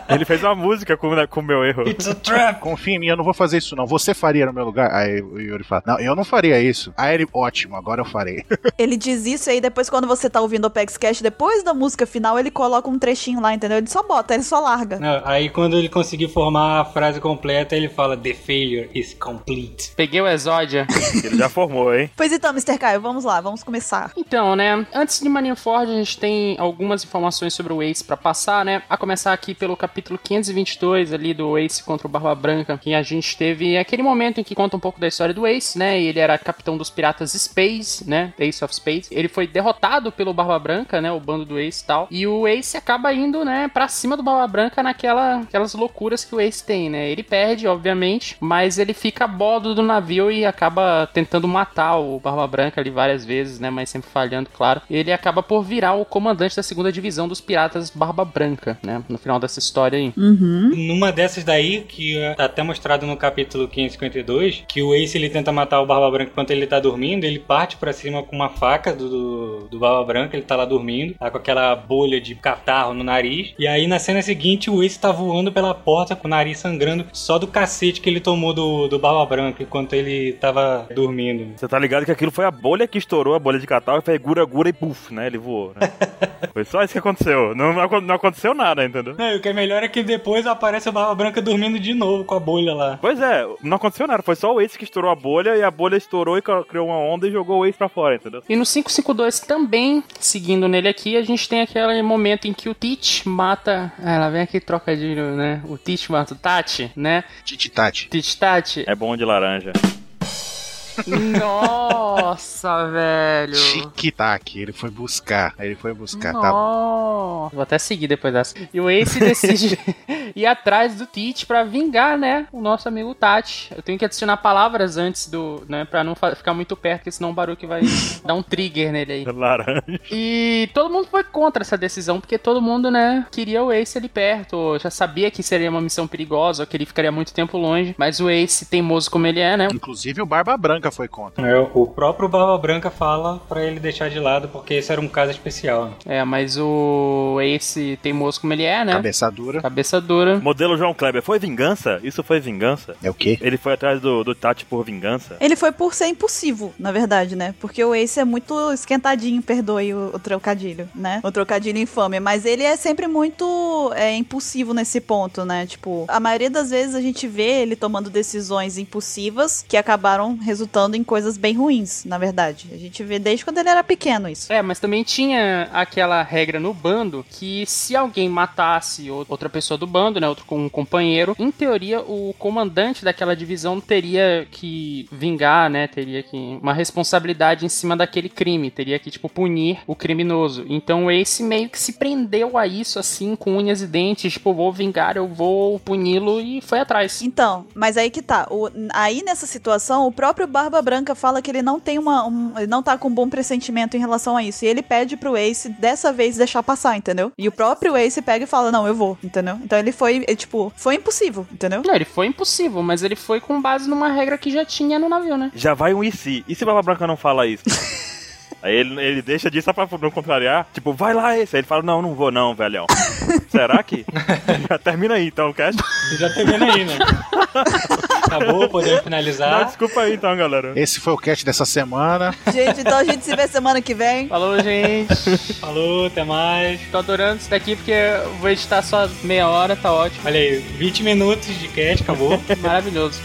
Ele fez uma música com né, com o meu erro. (laughs) It's a trap! Confia em mim, eu não vou fazer isso não. Você faria no meu lugar? Aí o Yuri fala, não, eu não faria isso. Aí ele, ótimo, agora eu farei. (laughs) Ele diz isso e aí depois, quando você tá ouvindo o Opex Cash, depois da música final, ele coloca um trechinho lá, entendeu? Ele só bota, ele só larga. Não, aí quando ele conseguir formar a frase completa, ele fala The failure is complete. Peguei o Exódia. Ele já formou, hein? Pois então, Mr. Caio, vamos lá, vamos começar. Então, né? Antes de Marineford, a gente tem algumas informações sobre o Ace pra passar, né? A começar aqui pelo cap capítulo 522 ali do Ace contra o Barba Branca, que a gente teve aquele momento em que conta um pouco da história do Ace, né? Ele era capitão dos piratas Space, né? Ace of Space. Ele foi derrotado pelo Barba Branca, né? O bando do Ace e tal. E o Ace acaba indo, né, pra cima do Barba Branca naquela aquelas loucuras que o Ace tem, né? Ele perde, obviamente, mas ele fica a bordo do navio e acaba tentando matar o Barba Branca ali várias vezes, né? Mas sempre falhando, claro. Ele acaba por virar o comandante da segunda divisão dos piratas Barba Branca, né? No final dessa história aí. Uhum. Numa dessas daí, que é, tá até mostrado no capítulo 552, que o Ace ele tenta matar o Barba Branca enquanto ele tá dormindo, ele parte pra cima com uma faca do, do, do Barba Branca, ele tá lá dormindo, tá com aquela bolha de catarro no nariz, e aí na cena seguinte o Ace tá voando pela porta com o nariz sangrando só do cacete que ele tomou do, do Barba Branca enquanto ele tava dormindo. Você tá ligado que aquilo foi a bolha que estourou, a bolha de catarro, e foi gura, gura e puff, né? Ele (laughs) voou, né? foi só isso que aconteceu. Não, não acon- não aconteceu nada, entendeu? Não, e o que é melhor é que depois aparece o Barba Branca dormindo de novo com a bolha lá. Pois é, não aconteceu nada. Foi só o Ace que estourou a bolha e a bolha estourou e cri- criou uma onda e jogou o Ace pra fora, entendeu? E no 552 também, seguindo nele aqui, a gente tem aquele momento em que o Teach mata. Ah, Ela vem aqui trocadilho, né? O Teach mata o Tati, né? Tititati. Teach Tati. É bom de laranja. Nossa, velho. Tic-tac. Ele foi buscar. Ele foi buscar. Tá Nossa. Vou até seguir depois dessa. E o Ace decide (laughs) ir atrás do Teach pra vingar, né? O nosso amigo Tati. Eu tenho que adicionar palavras antes do. né? Pra não fa- ficar muito perto, porque senão o Baruque vai dar um trigger nele aí. (laughs) (laughs) Laranja. E todo mundo foi contra essa decisão, porque todo mundo, né, queria o Ace ali perto, ou já sabia que seria uma missão perigosa, ou que ele ficaria muito tempo longe, mas o Ace, teimoso como ele é, né, Inclusive o Barba Branca foi contra. É, o próprio Barba Branca fala pra ele deixar de lado, porque esse era um caso especial. né? é, mas o Ace, teimoso como ele é, né, cabeça, Cabeça dura. dura, Modelo João Kleber. Foi vingança? Isso foi vingança? É o quê? Ele foi atrás do, do Tati por vingança? Ele foi por ser impulsivo, na verdade, né? Porque o Ace é muito esquentadinho, perdoe o, o trocadilho, né? O trocadilho infame. Mas ele é sempre muito é, impulsivo nesse ponto, né? Tipo, a maioria das vezes a gente vê ele tomando decisões impulsivas que acabaram resultando em coisas bem ruins, na verdade. A gente vê desde quando ele era pequeno isso. É, mas também tinha aquela regra no bando que se alguém matasse ou- outra pessoa do bando, né, outro com um companheiro, em teoria o comandante daquela divisão teria que vingar, né, teria que uma responsabilidade em cima daquele crime, teria que tipo punir o criminoso. Então o Ace meio que se prendeu a isso assim com unhas e dentes, tipo, vou vingar, eu vou puni-lo e foi atrás. Então, mas aí que tá. O- aí nessa situação, o próprio Barba Branca fala que ele não tem uma. um- ele não tá com um bom pressentimento em relação a isso. E ele pede pro Ace, dessa vez, deixar passar, entendeu? E o próprio Ace pega e fala: Não, eu vou, entendeu? Então ele foi, ele, tipo, foi impossível, entendeu? Não, ele foi impossível, mas ele foi com base numa regra que já tinha no navio, né? Já vai um e se? E se Baba Branca não fala (laughs) isso? Aí ele, ele deixa disso só pra não contrariar. Tipo, vai lá esse. Aí ele fala, não, não vou não, (laughs) velhão. Será que? Já termina aí então, cast. Já termina aí, né? Acabou, podemos Dá finalizar. desculpa aí então, galera. Esse foi o cast dessa semana. Gente, então a gente se vê semana que vem. Falou, gente. Falou, até mais. Tô adorando isso daqui porque eu vou editar só meia hora, tá ótimo. (laughs) Olha aí, 20 minutos de cast, acabou. Maravilhoso.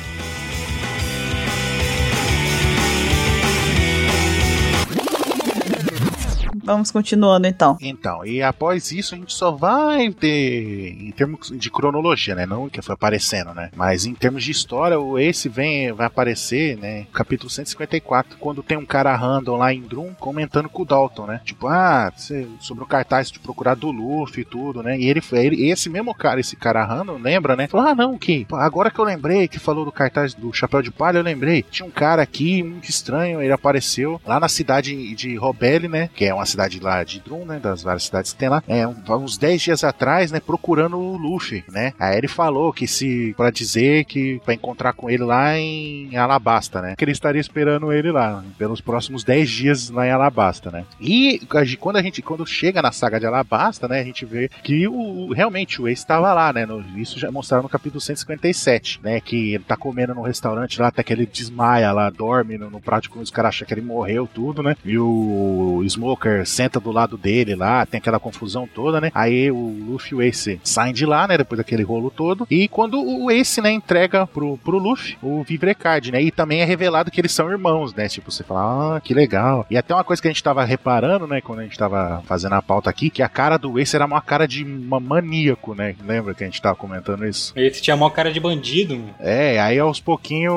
Vamos continuando então. Então, e após isso a gente só vai ter, em termos de cronologia, né? Não que foi aparecendo, né? Mas em termos de história, o Ace vem, vai aparecer, né? no Capítulo 154, quando tem um cara random lá em Drum comentando com o Dalton, né? Tipo, ah, você- sobre o cartaz de procurar do Luffy e tudo, né? E ele, foi- ele esse mesmo cara, esse cara random, lembra, né? Falou, ah, não, que pô, agora que eu lembrei que falou do cartaz do Chapéu de Palha, eu lembrei. Tinha um cara aqui, muito estranho, ele apareceu lá na cidade de Robele, né? Que é uma cidade lá de Drum, né? Das várias cidades que tem lá. É, um- uns 10 dias atrás, né? Procurando o Luffy, né? Aí ele falou que se. pra dizer que. pra encontrar com ele lá em Alabasta, né? Que ele estaria esperando ele lá pelos próximos 10 dias lá em Alabasta, né? E a gente- quando a gente. quando chega na saga de Alabasta, né? A gente vê que o, realmente o Ace estava lá, né? no- isso já mostraram no capítulo 157, né? Que ele tá comendo num restaurante lá, até que ele desmaia lá, dorme no, no prato, quando os caras acham que ele morreu, tudo, né? E o Smoker senta do lado dele lá, tem aquela confusão toda, né? Aí o Luffy e o Ace saem de lá, né? Depois daquele rolo todo. E quando o Ace, né, entrega pro, pro Luffy o Vivrecard, né? E também é revelado que eles são irmãos, né? Tipo, você fala, ah, que legal. E até uma coisa que a gente tava reparando, né? Quando a gente tava fazendo a pauta aqui, que a cara do Ace era uma cara de uma maníaco, né? Lembra que a gente tava comentando isso? Esse tinha mó cara de bandido, mano. É, aí aos pouquinhos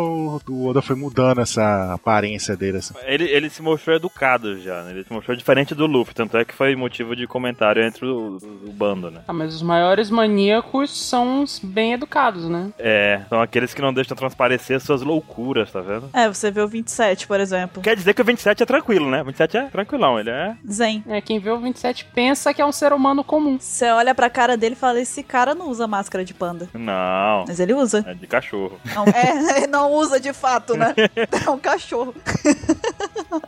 o Oda foi mudando essa aparência dele, assim. Ele, ele se mostrou educado já, né? Ele se mostrou diferente do Luffy, tanto é que foi motivo de comentário entre o, o- o bando, né? Ah, mas os maiores maníacos são os bem educados, né? É, são aqueles que não deixam transparecer suas loucuras, tá vendo? É, você vê o 27, por exemplo. Quer dizer que o 27 é tranquilo, né? O 27 é tranquilão, ele é. Zen. É, quem vê o 27 pensa que é um ser humano comum. Você olha pra cara dele e fala: esse cara não usa máscara de panda. Não, Mas ele usa. é de cachorro. Não, é, (laughs) ele não usa de fato, né? (laughs) É um cachorro.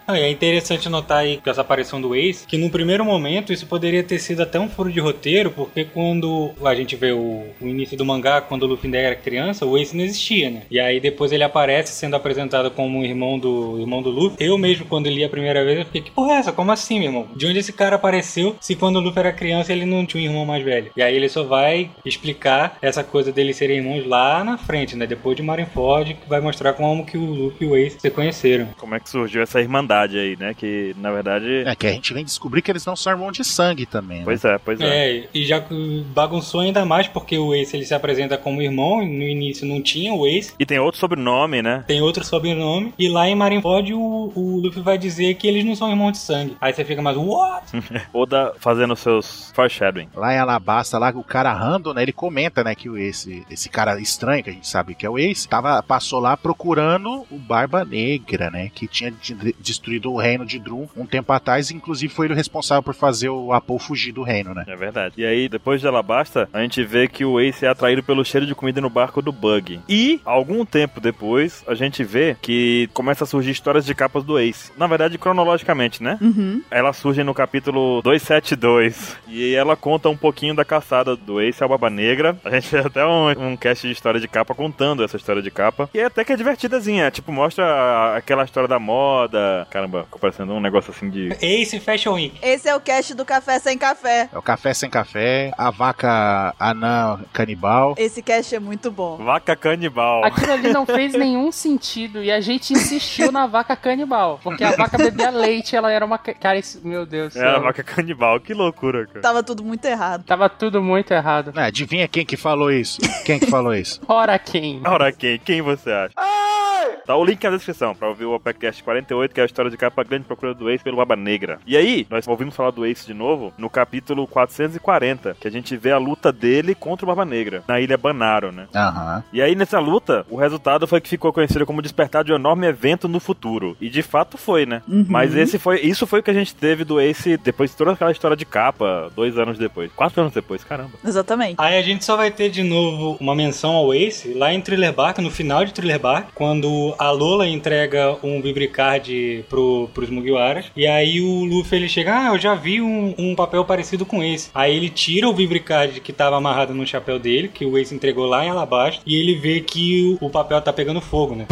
Ah, e é interessante notar aí com essa aparição do Ace que no primeiro momento isso poderia ter sido até um furo de roteiro, porque quando a gente vê o, o início do mangá, quando o Luffy ainda era criança, o Ace não existia, né? E aí depois ele aparece sendo apresentado como um irmão do irmão do Luffy. Eu mesmo, quando li a primeira vez, eu fiquei, que porra é essa? Como assim, meu irmão? De onde esse cara apareceu se quando o Luffy era criança ele não tinha um irmão mais velho? E aí ele só vai explicar essa coisa deles serem irmãos lá na frente, né? Depois de Marineford, que vai mostrar como que o Luffy e o Ace se conheceram. Como é que surgiu essa irmandade aí, né? Que na verdade. É que a gente vem descobrir que eles não são irmãos de sangue também. né? Pois é, pois é. É, e já que bagunçou ainda mais porque o Ace ele se apresenta como irmão, e no início não tinha o Ace, E tem outro sobrenome, né? tem outro sobrenome, e lá em Marineford o, o Luffy vai dizer que eles não são irmãos de sangue. Aí você fica mais, what? Oda fazendo seus foreshadowing. Lá em Alabasta, lá o cara Randall, né, ele comenta, né, que o- esse, esse cara estranho, que a gente sabe que é o Ace, tava, passou lá procurando o Barba Negra, né, que tinha de- destruído o reino de Drum um tempo atrás, e inclusive foi ele o responsável por fazer o Apol fugir do reino, né. É verdade. E aí, depois de Alabasta, a gente vê que o Ace é atraído pelo cheiro de comida no barco do Bug. E, algum tempo depois, a gente vê que começa a surgir histórias de capas do Ace. Na verdade, cronologicamente, né? Uhum. Ela surge no capítulo 272. E ela conta um pouquinho da caçada do Ace ao Baba Negra. A gente fez até um, um cast de história de capa contando essa história de capa. E até que é divertidazinha. Tipo, mostra aquela história da moda. Caramba, ficou parecendo um negócio assim de. Ace Fashion Week. Esse é o cast do Café Sem Café. É o café sem café, a vaca anã canibal. Esse cast é muito bom. Vaca canibal. Aquilo ali não fez nenhum sentido e a gente insistiu na vaca canibal. Porque a vaca bebia leite, ela era uma. ca- Cara, isso... meu Deus. do É, a céu. vaca canibal. Que loucura, cara. Tava tudo muito errado. Tava tudo muito errado. Ah, adivinha quem que falou isso? Quem que (laughs) falou isso? Ora quem? Ora, quem? Quem você acha? Tá o link na descrição pra ouvir o Opecast 48, que é a história de capa grande procura do Ace pelo Baba Negra. E aí, nós ouvimos falar do Ace de novo no capítulo 440, que a gente vê a luta dele contra o Baba Negra, na ilha Banaro, né? Aham. E aí, nessa luta, o resultado foi que ficou conhecido como despertar de um enorme evento no futuro. E de fato foi, né? Mas esse foi, isso foi o que a gente teve do Ace depois de toda aquela história de capa, dois anos depois. Quatro anos depois, caramba. (laughs) Exatamente. Aí a gente só vai ter de novo uma menção ao Ace lá em Thriller Bark, no final de Thriller Bark, quando a Lola entrega um Vibricard pro, pros Mugiwaras. E aí o Luffy ele chega, ah, eu já vi um, um papel parecido com esse. Aí ele tira o Vibricard que tava amarrado no chapéu dele, que o Ace entregou lá em Alabasta, e ele vê que o, o papel tá pegando fogo, né?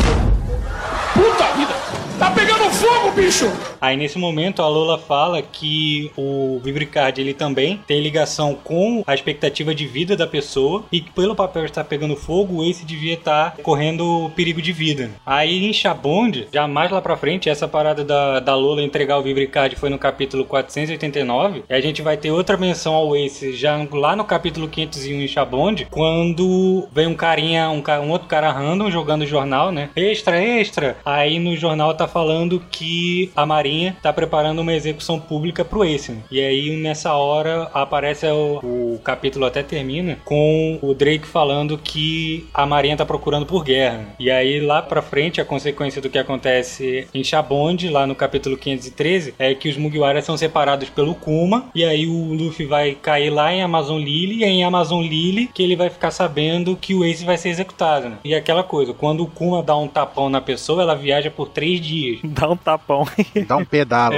Aí nesse momento a Lola fala que o Vibricard ele também tem ligação com a expectativa de vida da pessoa e que pelo papel estar pegando fogo, o Ace devia estar correndo perigo de vida. Aí em Shabond, já mais lá pra frente, essa parada da, da Lola entregar o Vibricard foi no capítulo 489 e a gente vai ter outra menção ao Ace já lá no capítulo 501 em Shabond, quando vem um carinha, um, ca- um outro cara random jogando jornal, né? Extra, extra! Aí no jornal tá falando que a Marinha tá preparando uma execução pública pro Ace. né? E aí nessa hora aparece o, o capítulo até termina com o Drake falando que a Marinha tá procurando por guerra. né? E aí lá pra frente a consequência do que acontece em Shabond, lá no capítulo 513, é que os Mugiwaras são separados pelo Kuma e aí o Luffy vai cair lá em Amazon Lily e é em Amazon Lily que ele vai ficar sabendo que o Ace vai ser executado, né? E aquela coisa, quando o Kuma dá um tapão na pessoa, ela viaja por três dias. Dá um tapão. (laughs) Dá um pedala.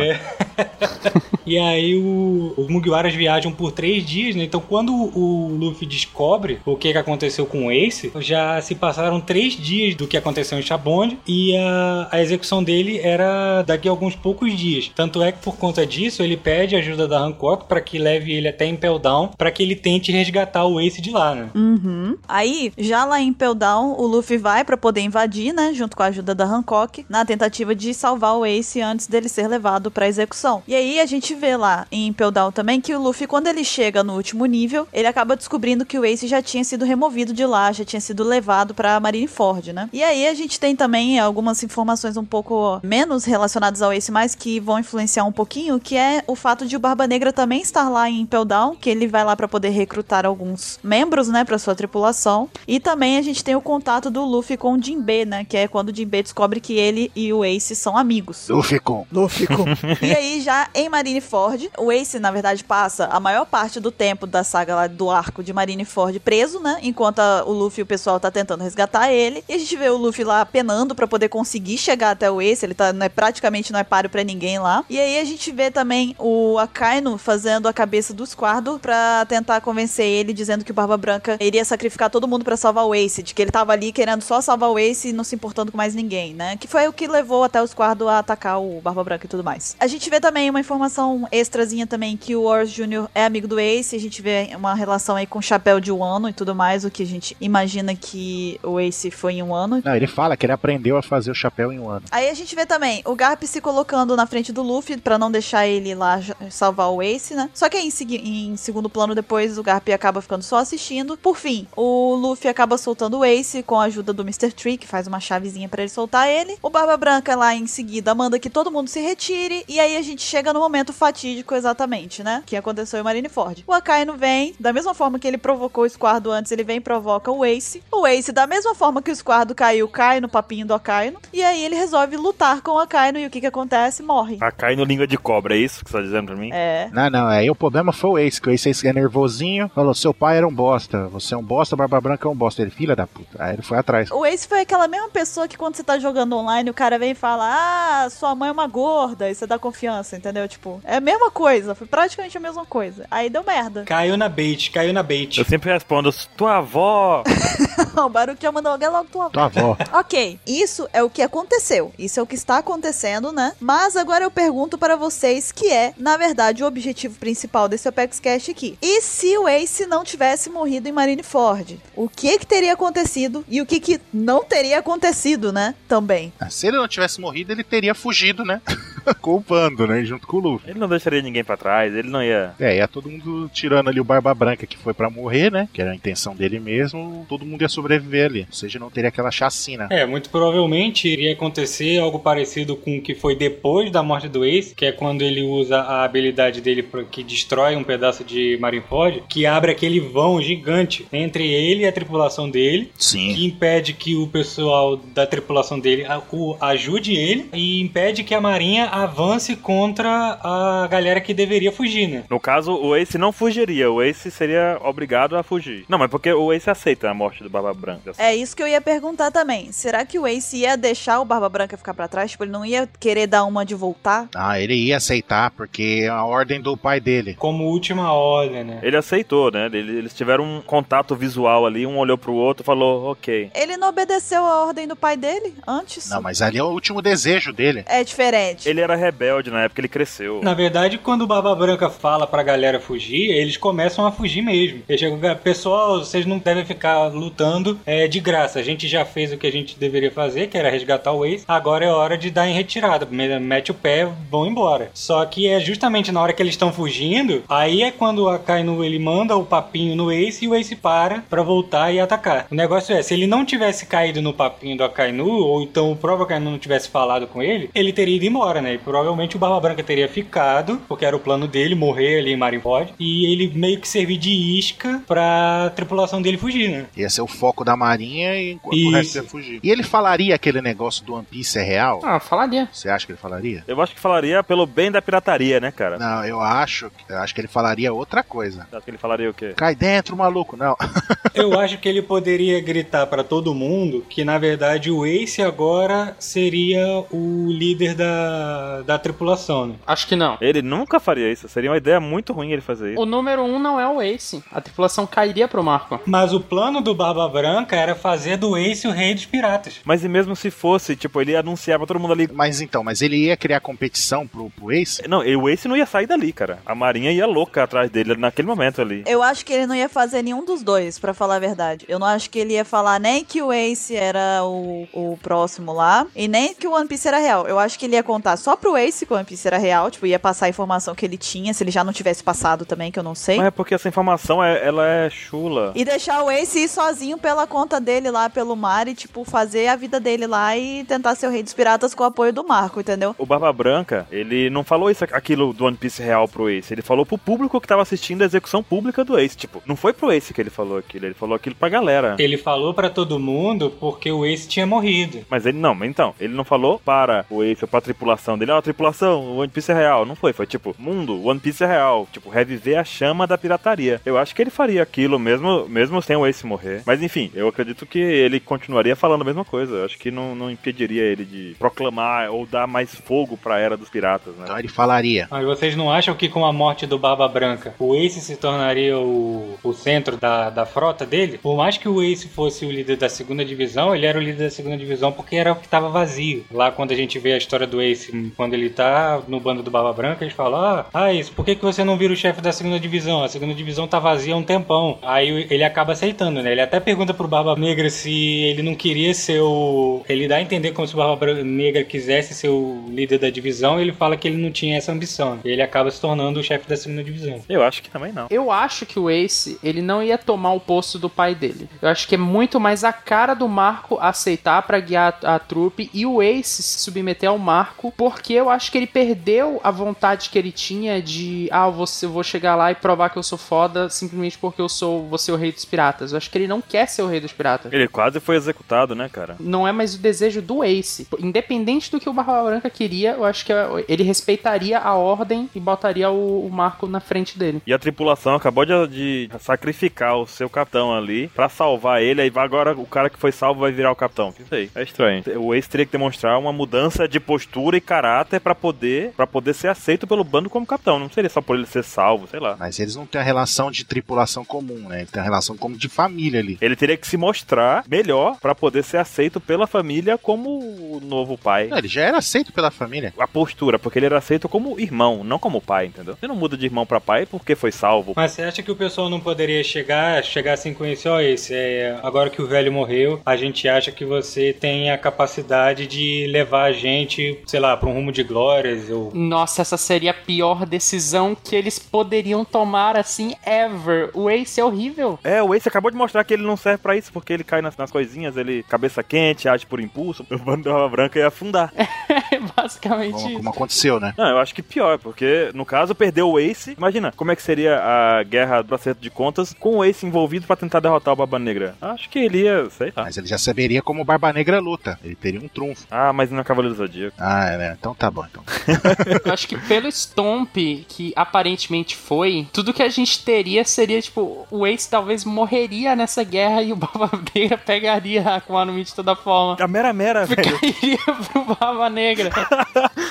E aí o, os Mugiwaras viajam por três dias, né? Então quando o, o Luffy descobre o que, que aconteceu com o Ace, já se passaram três dias do que aconteceu em Shabond e a, a execução dele era daqui a alguns poucos dias. Tanto é que por conta disso ele pede ajuda da Hancock para que leve ele até Impel Down para que ele tente resgatar o Ace de lá, né? Uhum. Aí, já lá em Pell Down, o Luffy vai pra poder invadir, né? Junto com a ajuda da Hancock, na tentativa de salvar o Ace antes dele ser levado pra execução. E aí a gente vê lá em Pell Down também que o Luffy, quando ele chega no último nível, ele acaba descobrindo que o Ace já tinha sido removido de lá, já tinha sido levado pra Marineford, né? E aí a gente tem também algumas informações um pouco menos relacionadas ao Ace, mas que vão influenciar um pouquinho, que é o fato de o Barba Negra também estar lá em Pell Down, que ele vai lá pra poder recrutar alguns membros, né, pra sua tripulação. E também a gente tem o contato do Luffy com o Jinbe, né? Que é quando o Jinbe descobre que ele e o Ace são amigos. Luffy com. Luffy com. e aí, já em Marineford, o Ace, na verdade, passa a maior parte do tempo da saga lá do arco de Marineford preso, né? Enquanto a- o Luffy e o pessoal tá tentando resgatar ele. E a gente vê o Luffy lá penando pra poder conseguir chegar até o Ace. Ele tá, não é, praticamente não é páreo pra ninguém lá. E aí a gente vê também o Akainu fazendo a cabeça do Squardo pra tentar convencer ele, dizendo que o Barba Branca iria sacrificar todo mundo pra salvar o Ace, de que ele tava ali querendo só salvar o Ace e não se importando com mais ninguém, né? Que foi o que levou até o Squardo a atacar o Barba Branca e tudo mais. A gente vê também uma informação extrazinha também que o Orange Jr. é amigo do Ace, a gente vê uma relação aí com o chapéu de um ano e tudo mais, o que a gente imagina que o Ace foi em um ano, Não, ele fala que ele aprendeu a fazer o chapéu em um ano. Aí a gente vê também o Garp se colocando na frente do Luffy pra não deixar ele lá j- salvar o Ace, né? Só que aí em, segui- em segundo plano depois o Garp acaba ficando só assistindo. Por fim, o Luffy acaba soltando o Ace com a ajuda do Mr. Tree, que faz uma chavezinha pra ele soltar ele. O Barba Branca lá em seguida manda que todo mundo se retire e aí a gente chega no momento fatídico exatamente, né? Que aconteceu em Marineford. O Akainu vem, da mesma forma que ele provocou o Squardo antes, ele vem e provoca o Ace. O Ace, da mesma forma que o Squardo caiu, cai no papinho do Akainu. E aí ele resolve lutar com o Akainu e o que que acontece? Morre. Tá caindo língua de cobra, é isso que você tá dizendo pra mim? É. Não, não, aí o problema foi o Ace, que o Ace é nervosinho, falou, seu pai era um bosta, você é um bosta, Barba Branca é um bosta, ele, filha da puta. Aí ele foi atrás. O Ace foi aquela mesma pessoa que quando você tá jogando online, o cara vem e fala: Ah, sua mãe é uma gorda, e você dá confiança, entendeu? Tipo, é a mesma coisa, foi praticamente a mesma coisa. Aí deu merda. (laughs) Caiu na bait, caiu na bait. Eu sempre respondo, tua avó! o Baruch já mandou alguém logo tua Tua avó. Ok, isso é o que aconteceu. Isso é o que está acontecendo, né? Mas agora eu pergunto para vocês que é, na verdade, o objetivo principal desse Apex Cash aqui. E se o Ace não tivesse morrido em Marineford? O que que teria acontecido e o que que não teria acontecido, né? Também. (laughs) Se ele não tivesse morrido, ele teria (laughs) fugido, né? com o bando, né? Junto com o Luffy. Ele não deixaria ninguém pra trás, ele não ia. É, ia todo mundo tirando ali o Barba Branca que foi pra morrer, né? Que era a intenção dele mesmo, todo mundo ia sobreviver ali. Ou seja, não teria aquela chacina. É, muito provavelmente iria acontecer algo parecido com o que foi depois da morte do Ace, que é quando ele usa a habilidade dele pro- que destrói um pedaço de Marineford, que abre aquele vão gigante entre ele e a tripulação dele, Sim. que impede que o pessoal da tripulação dele a- o ajude ele e impede que a marinha avance contra a galera que deveria fugir, né? No caso, o Ace não fugiria, o Ace seria obrigado a fugir. Não, mas porque o Ace aceita a morte do Barba Branca. assim. É isso que eu ia perguntar também. Será que o Ace ia deixar o Barba Branca ficar pra trás? Tipo, ele não ia querer dar uma de voltar? Ah, ele ia aceitar, porque é a ordem do pai dele. Como última ordem, né? Ele aceitou, né? Ele- Eles tiveram um contato visual ali, um olhou pro outro e falou, ok. Ele não obedeceu a ordem do pai dele antes? Não, mas ali é o último desejo dele. É diferente. Ele era rebelde na época, ele cresceu. Na verdade, quando o Barba Branca fala pra galera fugir, eles começam a fugir mesmo. Eles chegam, "Ga- pessoal, vocês não devem ficar lutando é, de graça. A gente já fez o que a gente deveria fazer, que era resgatar o Ace. Agora é hora de dar em retirada. Me- Mete o pé, vão embora. Só que é justamente na hora que eles estão fugindo, aí é quando a Kainu ele manda o papinho no Ace e o Ace para pra voltar e atacar. O negócio é, se ele não tivesse caído no papinho do Akainu, ou então o próprio Akainu não tivesse falado com ele, ele teria ido embora, né? E provavelmente o Barba Branca teria ficado, porque era o plano dele, morrer ali em Marineford, e ele meio que servir de isca pra tripulação dele fugir, né? Ia ser é o foco da marinha e enquanto o resto Isso. ia fugir. E ele falaria aquele negócio do One Piece é real? Ah, falaria. Você acha que ele falaria? Eu acho que falaria pelo bem da pirataria, né, cara? Não, eu acho, que- eu acho que ele falaria outra coisa. Acho que ele falaria o quê? Cai dentro, maluco. Não, (laughs) Eu acho que ele poderia gritar pra todo mundo que, na verdade, o Ace agora seria o líder da da, da tripulação, né? Acho que não. Ele nunca faria isso. Seria uma ideia muito ruim ele fazer isso. O número um não é o Ace. A tripulação cairia pro Marco. Mas o plano do Barba Branca era fazer do Ace o rei dos piratas. Mas e mesmo se fosse, tipo, ele anunciava todo mundo ali. Mas então, mas ele ia criar competição pro, pro Ace? Não, e o Ace não ia sair dali, cara. A marinha ia louca atrás dele naquele momento ali. Eu acho que ele não ia fazer nenhum dos dois, pra falar a verdade. Eu não acho que ele ia falar nem que o Ace era o, o próximo lá, e nem que o One Piece era real. Eu acho que ele ia contar só pro Ace que o One Piece era real, tipo, ia passar a informação que ele tinha, se ele já não tivesse passado também, que eu não sei. Mas é porque essa informação, é- ela é chula. E deixar o Ace ir sozinho pela conta dele lá pelo mar e, tipo, fazer a vida dele lá e tentar ser o rei dos piratas com o apoio do Marco, entendeu? O Barba Branca, ele não falou isso, aquilo do One Piece real pro Ace. Ele falou pro público que tava assistindo a execução pública do Ace. Tipo, não foi pro Ace que ele falou aquilo. Ele falou aquilo pra galera. Ele falou pra todo mundo porque o Ace tinha morrido. Mas ele não, mas então, ele não falou para o Ace ou pra tripulação dele, ó, tripulação, o One Piece é real. Não foi, foi tipo, mundo, o One Piece é real. Tipo, reviver a chama da pirataria. Eu acho que ele faria aquilo mesmo, mesmo sem o Ace morrer. Mas enfim, eu acredito que ele continuaria falando a mesma coisa. Eu acho que não, não impediria ele de proclamar ou dar mais fogo pra era dos piratas, né? Tá. Então ele falaria. Mas vocês não acham que com a morte do Barba Branca, o Ace se tornaria o, o centro da, da frota dele? Por mais que o Ace fosse o líder da segunda divisão, ele era o líder da segunda divisão porque era o que tava vazio. Lá quando a gente vê a história do Ace, quando ele tá no bando do Barba Branca, eles falam, ah, ah Ace, por que, que você não vira o chefe da segunda divisão? A segunda divisão tá vazia há um tempão. Aí ele acaba aceitando, né? Ele até pergunta pro Barba Negra se ele não queria ser o... Ele dá a entender como se o Barba Bran- Negra quisesse ser o líder da divisão e ele fala que ele não tinha essa ambição. E ele acaba se tornando o chefe da segunda divisão. Eu acho que também não. Eu acho que o Ace, ele não ia tomar o posto do pai dele. Eu acho que é muito mais a cara do Marco aceitar pra guiar a, a trupe e o Ace se submeter ao Marco, porque eu acho que ele perdeu a vontade que ele tinha de, ah, eu vou, ser- eu vou chegar lá e provar que eu sou foda simplesmente porque eu sou, vou ser o rei dos piratas. Eu acho que ele não quer ser o rei dos piratas. Ele quase foi executado, né, cara? Não é mais o desejo do Ace. Independente do que o Barba Branca queria, eu acho que é, ele respeitaria a ordem e botaria o- o Marco na frente dele. E a tripulação acabou de, de sacrificar o seu capitão ali pra salvar ele. Aí vai- agora o cara que foi salvo vai virar o capitão. Isso aí. É estranho. O Ace teria que demonstrar uma mudança de postura e caráter pra poder para poder ser aceito pelo bando como capitão. Não seria só por ele ser salvo, sei lá. Mas eles não têm a relação de tripulação comum, né? Ele tem a relação como de família ali. Ele teria que se mostrar melhor pra poder ser aceito pela família como o novo pai. Não, ele já era aceito pela família. A postura, porque ele era aceito como irmão, não como pai, entendeu? Você não muda de irmão pra pai porque foi salvo. Mas você acha que o pessoal não poderia chegar, chegar sem conhecer, ó, esse, é, agora que o velho morreu, a gente acha que você tem a capacidade de levar a gente, sei lá, pra um rumo de glórias ou... Nossa, essa seria a pior decisão que eles poderiam tomar assim ever. O Ace é horrível. (laughs) É, o Ace acabou de mostrar que ele não serve pra isso, porque ele cai nas, nas coisinhas, ele cabeça quente, age por impulso, (laughs) o bando da Barba branca ia afundar. É basicamente Como, isso. como aconteceu, né? Não, eu acho que pior, porque no caso perdeu o Ace. Imagina, como é que seria a guerra do acerto de contas com o Ace envolvido pra tentar derrotar o Baba Negra? Acho que ele ia, sei lá. Mas ele já saberia como o Barba Negra luta. Ele teria um trunfo. Ah, mas não é Cavaleiro do Zodíaco. Ah, é, né? Então tá bom. Então. Eu acho que pelo Stomp, que aparentemente foi, tudo que a gente teria seria, tipo, o Ace talvez morreria nessa guerra e o Barba (laughs) Negra pegaria a Akuma no Mi de toda (laughs) forma. A mera mera, (laughs) velho. Iria pro Barba Negra.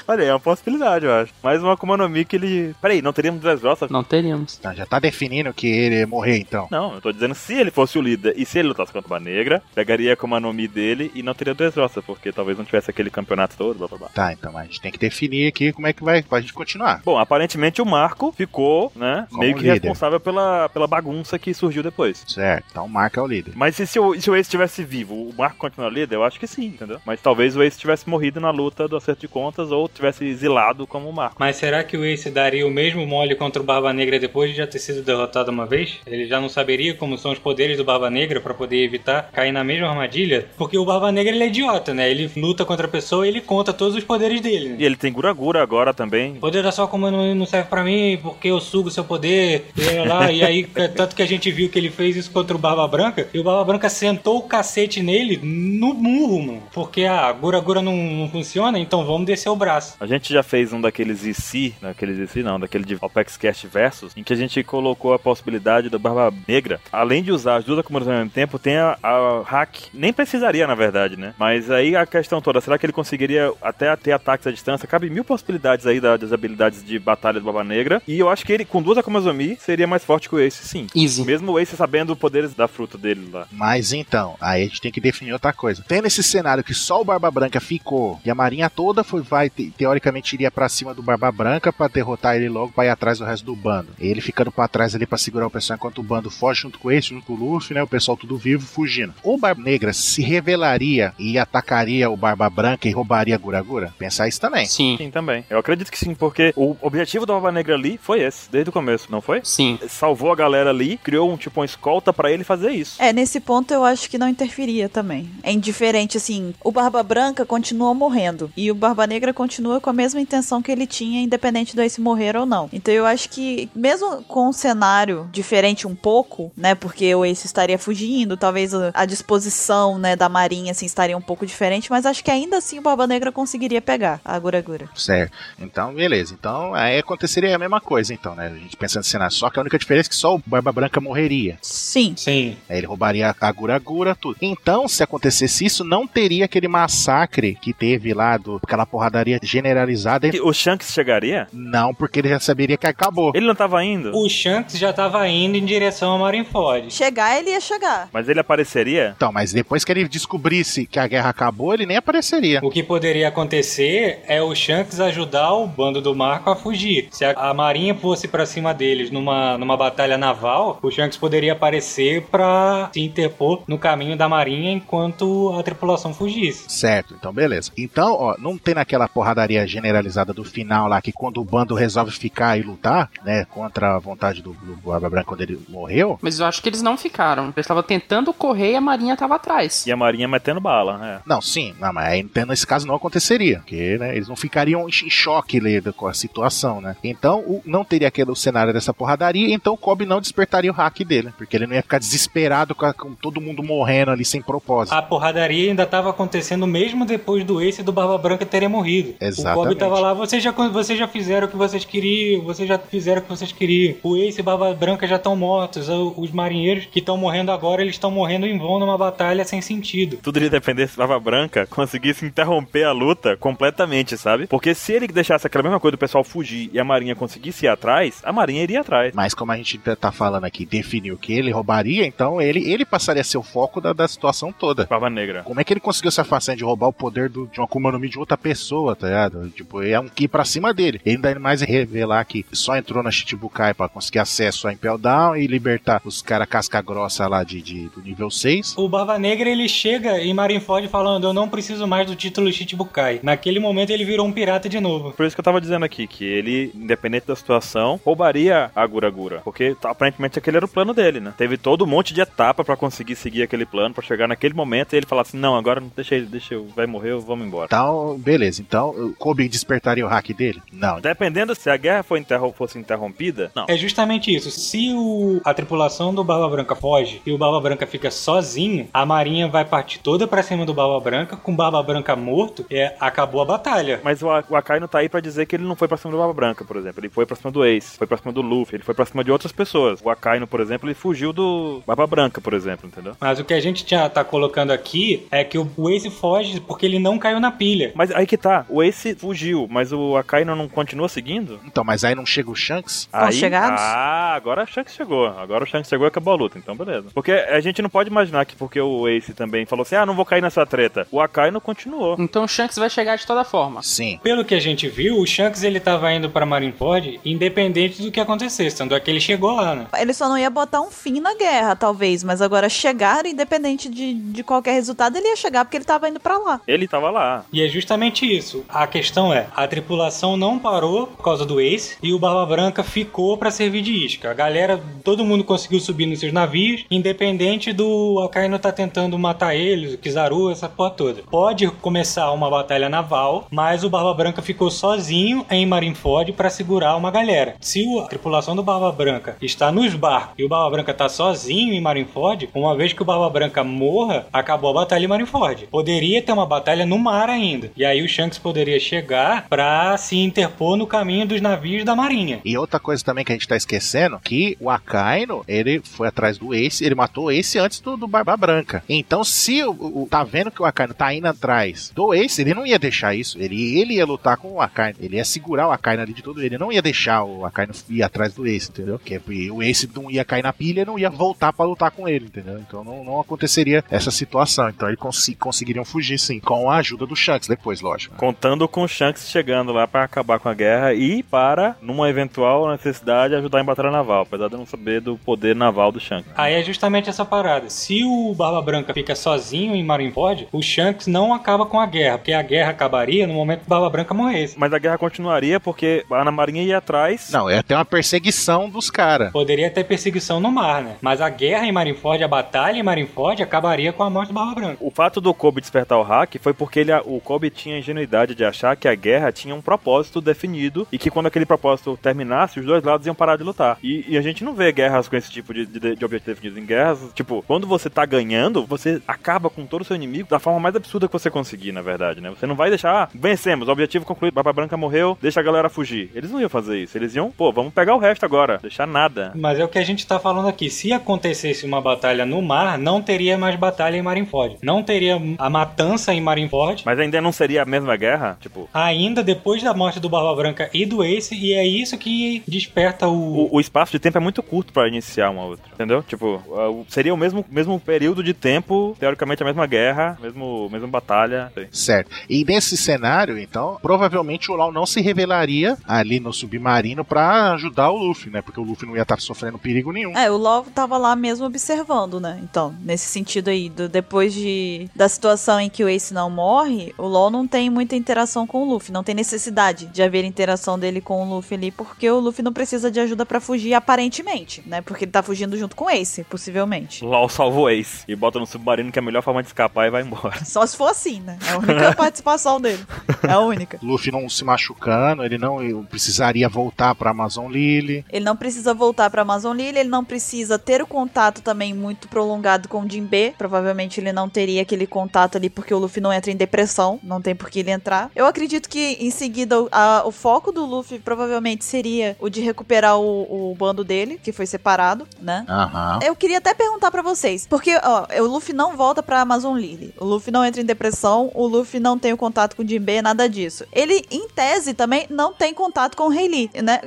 Olha aí, é uma possibilidade, eu acho. Mais uma Akuma no Mi que ele. Peraí, não teríamos Dressrosa? Não teríamos. Então, Tá, já tá definindo que ele ia morrer, então. Não, eu tô dizendo se ele fosse o líder e se ele lutasse contra a Barba Negra, pegaria a Akuma no Mi dele e não teria Dressrosa, porque talvez não tivesse aquele campeonato todo, blá blá blá. Tá, então mas a gente tem que definir aqui como é que vai pra gente continuar. Bom, aparentemente o Marco ficou, né, Como meio que líder. responsável pela, pela bagunça que surgiu depois. Certo, então o Marco é o líder. Mas e se o, se o Ace estivesse vivo, o Marco continua líder? Eu acho que sim, entendeu? Mas talvez o Ace tivesse morrido na luta do acerto de contas ou tivesse exilado como o Marco. Mas será que o Ace daria o mesmo mole contra o Barba Negra depois de já ter sido derrotado uma vez? Ele já não saberia como são os poderes do Barba Negra pra poder evitar cair na mesma armadilha? Porque o Barba Negra ele é idiota, né? Ele luta contra a pessoa e ele conta todos os poderes dele, né? E ele tem Guragura agora também. O poder da sua comando não serve pra mim porque eu sugo seu poder. E, olha lá, e aí, é tanto que a gente viu que ele fez isso contra o Barba Branca. E o Barba Branca sentou o ah, cacete nele no murro, mano. Porque a Gura Gura não, não funciona, então vamos descer o braço. fácil. A gente já fez um daqueles IC, daqueles IC não, daquele de Opex Cast Versus, em que a gente colocou a possibilidade da Barba Negra, além de usar as duas acumulações ao mesmo tempo, tem a, a hack. Nem precisaria, na verdade, né? Mas aí a questão toda, será que ele conseguiria até ter ataques à distância? Cabe mil possibilidades aí da- das habilidades de batalha do Barba Negra. E eu acho que ele, com duas Akumazumi, seria mais forte que o Ace, sim. Easy. Mesmo o Ace sabendo os poderes da fruta dele lá. Mas então, aí a gente tem que definir outra coisa. Tendo esse cenário que só o Barba Branca ficou e a marinha toda foi, vai, te- teoricamente iria pra cima do Barba Branca pra derrotar ele logo pra ir atrás do resto do bando. Ele ficando pra trás ali pra segurar o pessoal enquanto o bando foge junto com esse, junto com o Luffy, né? O pessoal tudo vivo fugindo. O Barba Negra se revelaria e atacaria o Barba Branca e roubaria a Guragura? Pensar isso também. Sim. Sim, também. Eu acredito que sim, porque o objetivo da Barba Negra ali foi esse, desde o começo, não foi? Sim. Salvou a galera ali, criou um tipo uma escolta pra ele fazer isso. É, nesse ponto eu acho que não interferia também. É indiferente, assim, o Barba Branca continua morrendo. E o Barba Negra continua com a mesma intenção que ele tinha, independente do Ace morrer ou não. Então eu acho que, mesmo com um cenário diferente um pouco, né? Porque o Ace estaria fugindo, talvez a a disposição, né, da marinha, assim, estaria um pouco diferente. Mas acho que ainda assim o Barba Negra conseguiria pegar a Gura Gura. Certo. Então, beleza. Então, aí aconteceria a mesma coisa, então, né? A gente pensando no cenário. Só que a única diferença é que só o Barba Branca morreria. Sim. Sim. Aí ele roubaria a Guragura, tudo. Então, se acontecesse isso, não teria aquele massacre que teve lá, do, aquela porradaria generalizada. Que O Shanks chegaria? Não, porque ele já saberia que acabou. Ele não tava indo? O Shanks já tava indo em direção a Marineford. Chegar, ele ia chegar. Mas ele apareceria? Então, mas depois que ele descobrisse que a guerra acabou, ele nem apareceria. O que poderia acontecer é o Shanks ajudar o bando do Marco a fugir. Se a, a marinha fosse pra cima deles numa, numa batalha naval, o Shanks poderia aparecer pra se interpor no caminho da marinha enquanto a tripulação fugisse. Certo, então beleza. Então, ó, não tem naquela porradaria generalizada do final lá que quando o bando resolve ficar e lutar, né, contra a vontade do, do Barba Branca quando ele morreu, Mas eu acho que eles não ficaram. Eles estavam tentando correr e a marinha tava atrás. E a Marinha metendo bala, é. Não, sim, não, mas aí, então, nesse caso não aconteceria, porque né, eles não ficariam em choque Leda, com a situação, né? Então o- não teria aquele o cenário dessa porradaria, então o Kobe não despertaria o hack dele, porque ele não ia ficar desesperado com, a- com todo mundo morrendo ali sem propósito. A porradaria ainda estava acontecendo mesmo depois do Ace e do Barba Branca terem morrido. Exatamente. O Bob tava lá, vocês já, vocês já fizeram o que vocês queriam, vocês já fizeram o que vocês queriam. O Ace e Barba Branca já estão mortos. o- Os marinheiros que estão morrendo agora, eles estão morrendo em vão numa batalha sem sentido. Tudo iria depender se Barba Branca (laughs) conseguisse interromper a luta completamente, sabe? Porque se ele deixasse aquela mesma coisa do pessoal fugir e a Marinha conseguisse ir atrás, a Marinha iria atrás. Mas como a gente tá- tá falando aqui, definiu que ele roubaria, então ele, ele passaria a ser o foco da, da situação toda. Barba Negra. Como é que ele conseguiu essa façanha de roubar o poder do, de uma Akuma no Mi de outra pessoa, tá ligado? Tipo, é um Ki pra cima dele. E ainda mais revelar que só entrou na Shichibukai pra conseguir acesso a Impel Down e libertar os caras casca grossa lá de, de- do nível 6. O Barba Negra ele chega em Marineford falando: Eu não preciso mais do título Chichibukai. Naquele momento ele virou um pirata de novo. Por isso que eu tava dizendo aqui, que ele, independente da situação, roubaria a Gura Gura. Porque tá, aparentemente aquele era o plano dele, né? Teve todo um monte de etapa pra conseguir seguir aquele plano, pra chegar naquele momento e ele falar assim: não, agora não deixa ele, deixa eu, vai morrer, eu- vamos embora. Então, beleza. Então, o Kobe despertaria o hack dele? Não. Dependendo se a guerra for interrom- fosse interrompida, não. É justamente isso. Se o- a tripulação do Barba Branca foge e o Barba Branca fica sozinho, a marinha vai partir toda pra cima do Barba Branca. Com o Barba Branca morto, é, acabou a batalha. Mas o, A- o Akai não tá aí pra dizer que ele não foi pra cima do Barba Branca, por exemplo. Ele foi pra cima do Ace, foi pra cima do Luffy, ele foi pra cima de outras pessoas. O Akainu, por exemplo, ele fugiu do Barba Branca, por exemplo, entendeu? Mas o que a gente já tá colocando aqui é que o Ace foge porque ele não caiu na pilha. Mas aí que tá, o Ace fugiu, mas o Akainu não continua seguindo? Então, mas aí não chega o Shanks? Estão chegados? Ah, agora o Shanks chegou. Agora o Shanks chegou e acabou a luta, então beleza. Porque a gente não pode imaginar que porque o Ace também falou assim, ah, não vou cair nessa treta. O Akainu continuou. Então o Shanks vai chegar de toda forma. Sim. Pelo que a gente viu, o Shanks ele tava indo pra Marineford independente do que acontecesse, tanto é que ele chegou lá, né? Ele só não ia botar um fim na guerra, talvez, mas agora chegar, independente de, de qualquer resultado, ele ia chegar porque ele tava indo pra lá. Ele tava lá. E é justamente isso. A questão é, a tripulação não parou por causa do Ace e o Barba Branca ficou pra servir de isca. A galera, todo mundo conseguiu subir nos seus navios, independente do Akainu tá tentando matar eles, o Kizaru, essa porra toda. Pode começar uma batalha naval, mas o Barba Branca ficou sozinho em Marineford pra segurar uma galera. Se o- a tripulação do Barba Branca está nos barcos e o Barba Branca tá sozinho em Marineford, uma vez que o Barba Branca morra, acabou a batalha em Marineford. Poderia ter uma batalha no mar ainda. E aí o Shanks poderia poderia chegar pra se interpor no caminho dos navios da marinha. E outra coisa também que a gente tá esquecendo, que o Akaino, ele foi atrás do Ace, ele matou o Ace antes do, do Barba Branca. Então, se o, o- tá vendo que o Akaino tá indo atrás do Ace, ele não ia deixar isso. Ele, ele ia lutar com o Akaino. Ele ia segurar o Akaino ali de todo ele. Não ia deixar o Akaino ir atrás do Ace, entendeu? Porque o Ace não ia cair na pilha, não ia voltar pra lutar com ele, entendeu? Então não, não aconteceria essa situação. Então eles consi- conseguiriam fugir, sim, com a ajuda do Shanks depois, lógico. Contando com o Shanks chegando lá pra acabar com a guerra e para, numa eventual necessidade, ajudar em batalha naval, apesar de eu não saber do poder naval do Shanks. Aí é justamente essa parada. Se o Barba Branca fica sozinho em Marineford, o Shanks não acaba com a guerra, porque a guerra acabaria no momento que o Barba Branca morresse. Mas a guerra continuaria porque a Ana Marinha ia atrás. Não, é até uma perseguição dos caras. Poderia ter perseguição no mar, né? Mas a guerra em Marineford, a batalha em Marineford, acabaria com a morte do Barba Branca. O fato do Kobe despertar o hack foi porque ele, o Kobe tinha a ingenuidade de achar que a guerra tinha um propósito definido e que quando aquele propósito terminasse, os dois lados iam parar de lutar. E, e a gente não vê guerras com esse tipo de, de, de objetivo definido em guerras. Tipo, quando você tá ganhando, você acaba com todo o seu inimigo da forma mais absurda que você conseguir, na verdade, né? Você não vai deixar, ah, vencemos, objetivo concluído, Barba Branca morreu, deixa a galera fugir. Eles não iam fazer isso. Eles iam, pô, vamos pegar o resto agora, deixar nada. Mas é o que a gente tá falando aqui. Se acontecesse uma batalha no mar, não teria mais batalha em Marineford. Não teria a matança em Marineford. Mas ainda não seria a mesma guerra? Tipo, Ainda depois da morte do Barba Branca e do Ace, e é isso que desperta o. o, o espaço de tempo é muito curto pra iniciar uma outra, entendeu? Tipo, a- o- seria o mesmo, mesmo período de tempo, teoricamente a mesma guerra, mesmo mesma batalha. não sei. Certo. E nesse cenário, então, provavelmente o Lau não se revelaria ali no submarino pra ajudar o Luffy, né? Porque o Luffy não ia estar sofrendo perigo nenhum. É, o Law tava lá mesmo observando, né? Então, nesse sentido aí, do- depois de, da situação em que o Ace não morre, o Law não tem muita interação com o Luffy, não tem necessidade de haver interação dele com o Luffy ali, porque o Luffy não precisa de ajuda pra fugir aparentemente, né? Porque ele tá fugindo junto com o Ace, possivelmente. LOL salva o Ace e bota no submarino que é a melhor forma de escapar e vai embora. (laughs) Só se for assim, né? É a única (laughs) participação dele. É a única. Luffy não se machucando, ele não ele precisaria voltar pra Amazon Lily. Ele não precisa voltar pra Amazon Lily, ele não precisa ter o contato também muito prolongado com o Jinbe. Provavelmente ele não teria aquele contato ali porque o Luffy não entra em depressão, não tem por que ele entrar. Eu acredito que em seguida o- a- o foco do Luffy provavelmente seria o de recuperar o, o bando dele, que foi separado, né? Aham. Eu queria até perguntar pra vocês, porque ó, o Luffy não volta pra Amazon Lily, o Luffy não entra em depressão, o Luffy não tem o contato com o Jinbei, nada disso. Ele, em tese, também não tem contato com o Rayleigh, né?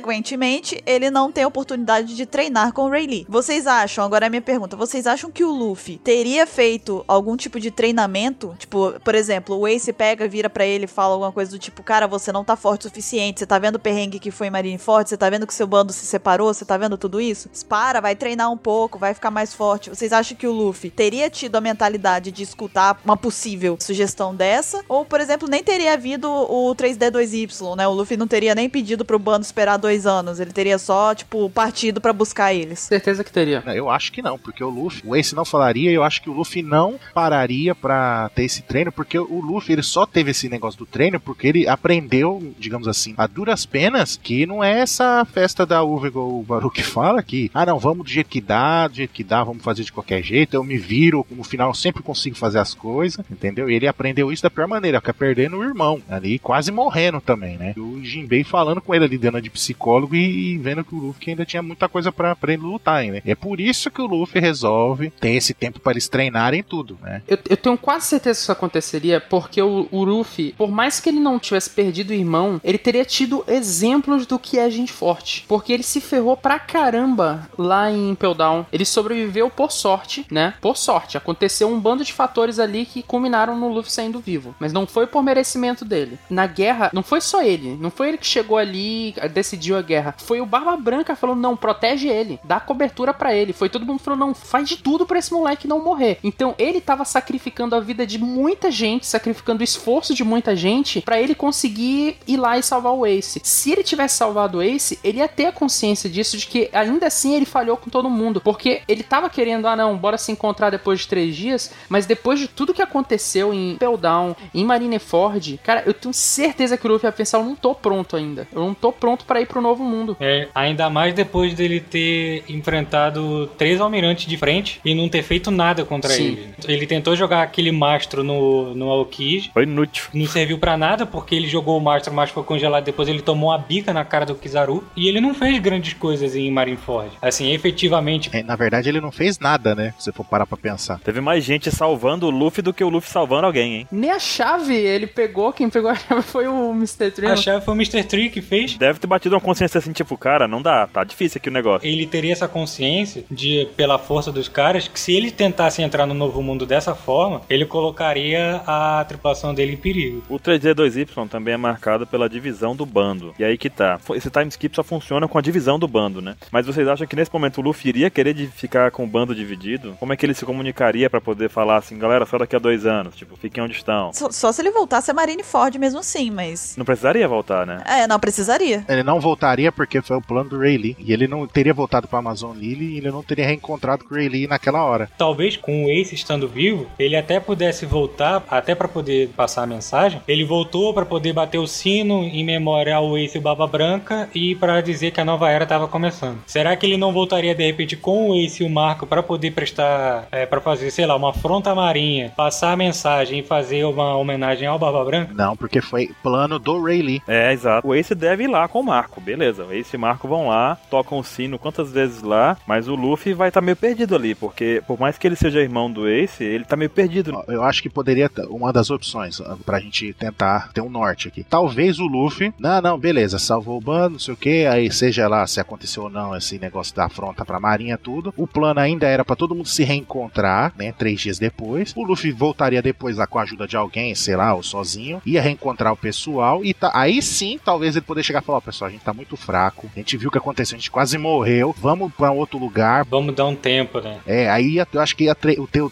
Consequentemente, ele não tem oportunidade de treinar com o Rayleigh. Vocês acham, agora é a minha pergunta, vocês acham que o Luffy teria feito algum tipo de treinamento? Tipo, por exemplo, o Ace pega, vira pra ele e fala alguma coisa do tipo, cara, você não tá forte o suficiente, você tá vendo o perrengue que foi em Marineford, você tá vendo que seu bando se separou, você tá vendo tudo isso? Para, vai treinar um pouco, vai ficar mais forte. Vocês acham que o Luffy teria tido a mentalidade de escutar uma possível sugestão dessa? Ou, por exemplo, nem teria havido o 3D2Y, né? O Luffy não teria nem pedido pro bando esperar dois anos, ele teria só, tipo, partido pra buscar eles. Certeza que teria. Não, Eu acho que não, porque o Luffy, o Ace não falaria, eu acho que o Luffy não pararia pra ter esse treino, porque o Luffy ele só teve esse negócio do treino porque ele aprendeu, digamos assim, a duras penas, que não é essa festa da uva igual o Baruch fala que, ah não, vamos do jeito que dá, do jeito que dá, vamos fazer de qualquer jeito, eu me viro, no final eu sempre consigo fazer as coisas, entendeu? E ele aprendeu isso da pior maneira, que é perdendo o irmão ali, quase morrendo também, né? E o Jinbei falando com ele ali, dando de psicólogo e, e vendo que o Luffy ainda tinha muita coisa pra pra ele lutar ainda. E é por isso que o Luffy resolve ter esse tempo pra eles treinarem tudo, né? Eu, eu tenho quase certeza que isso aconteceria, porque o, o Luffy, por mais que ele não tivesse perdido o irmão, ele teria tido exemplos do que é gente forte. Porque ele se ferrou pra caramba lá em Impel Down. Ele sobreviveu por sorte, né? Por sorte. Aconteceu um bando de fatores ali que culminaram no Luffy saindo vivo. Mas não foi por merecimento dele. Na guerra, não foi só ele. Não foi ele que chegou ali, decidiu a guerra. Foi o Barba Branca falando: não, protege ele, dá cobertura pra ele. Foi todo mundo falando: não, faz de tudo pra esse moleque não morrer. Então ele tava sacrificando a vida de muita gente, sacrificando o esforço de muita gente pra ele conseguir ir lá e salvar o Ace. Se ele tivesse salvado o Ace, ele ia ter a consciência disso, de que ainda assim ele falhou com todo mundo. Porque ele tava querendo, ah não, bora se encontrar depois de três dias, mas depois de tudo que aconteceu em Peldown, em Marineford, cara, eu tenho certeza que o Luffy ia pensar, eu não tô pronto ainda. Eu não tô pronto pra ir pro novo mundo. É, ainda mais depois dele ter enfrentado três almirantes de frente e não ter feito nada contra Sim. ele. Ele tentou jogar aquele mastro no, no Aokiji, Foi inútil. no serviu pra nada, porque ele jogou o Mastro, o Mastro foi congelado, depois ele tomou a bica na cara do Kizaru, e ele não fez grandes coisas em Marineford. Assim, efetivamente, É, na verdade, ele não fez nada, né? Se você for parar pra pensar. Teve mais gente salvando o Luffy do que o Luffy salvando alguém, hein? Nem a chave ele pegou, quem pegou a chave foi o Mr. Trio. a chave foi o Mr. Tree que fez. Deve ter batido uma consciência assim, tipo, cara, não dá, tá difícil aqui o negócio. Ele teria essa consciência de, pela força dos caras, que se ele tentasse entrar no novo mundo dessa forma, ele colocaria a tripulação dele em perigo. O 3D2Y também é marcado pela divisão do bando. E aí que tá. Fo- Esse time skip só funciona com a divisão do bando, né? Mas vocês acham que nesse momento o Luffy iria querer de ficar com o bando dividido? Como é que ele se comunicaria pra poder falar assim, galera, só daqui a dois anos? Tipo, fiquem onde estão. Só, só se ele voltasse a Marineford mesmo assim, mas. Não precisaria voltar, né? É, não precisaria. Ele não voltaria porque foi o plano do Rayleigh. E ele não teria voltado pra Amazon Lily e ele não teria reencontrado com o Rayleigh naquela hora. Talvez com o Ace estando vivo, ele até pudesse voltar, até pra poder passar a mensagem. Ele voltou pra poder bater o sino em memória ao Ace e Baba Branca e pra dizer que a nova era tava começando. Será que ele não voltaria de repente com o Ace e o Marco pra poder prestar, é, para fazer, sei lá, uma afronta à marinha, passar a mensagem e fazer uma homenagem ao Baba Branca? Não, porque foi plano do Rayleigh. É, exato. O Ace deve ir lá com o Marco, beleza. O Ace e o Marco vão lá, tocam o sino quantas vezes lá, mas o Luffy vai estar meio perdido ali, porque por mais que ele seja irmão do Ace, ele tá meio perdido. Ó, Eu acho que poderia t- uma das opções ó, pra gente tentar ter um norte aqui. Talvez o Luffy. Não, não, beleza, salvou o bando, não sei o que. Aí seja lá se aconteceu ou não esse negócio da afronta pra marinha, tudo. O plano ainda era pra todo mundo se reencontrar, né? Três dias depois. O Luffy voltaria depois lá com a ajuda de alguém, sei lá, ou sozinho. Ia reencontrar o pessoal. E tá, aí sim, talvez ele poderia chegar e falar: Ó, pessoal, a gente tá muito fraco. A gente viu o que aconteceu, a gente quase morreu. Vamos pra um outro lugar. Vamos dar um tempo, né? É, aí ia- eu acho que ia tre- o teu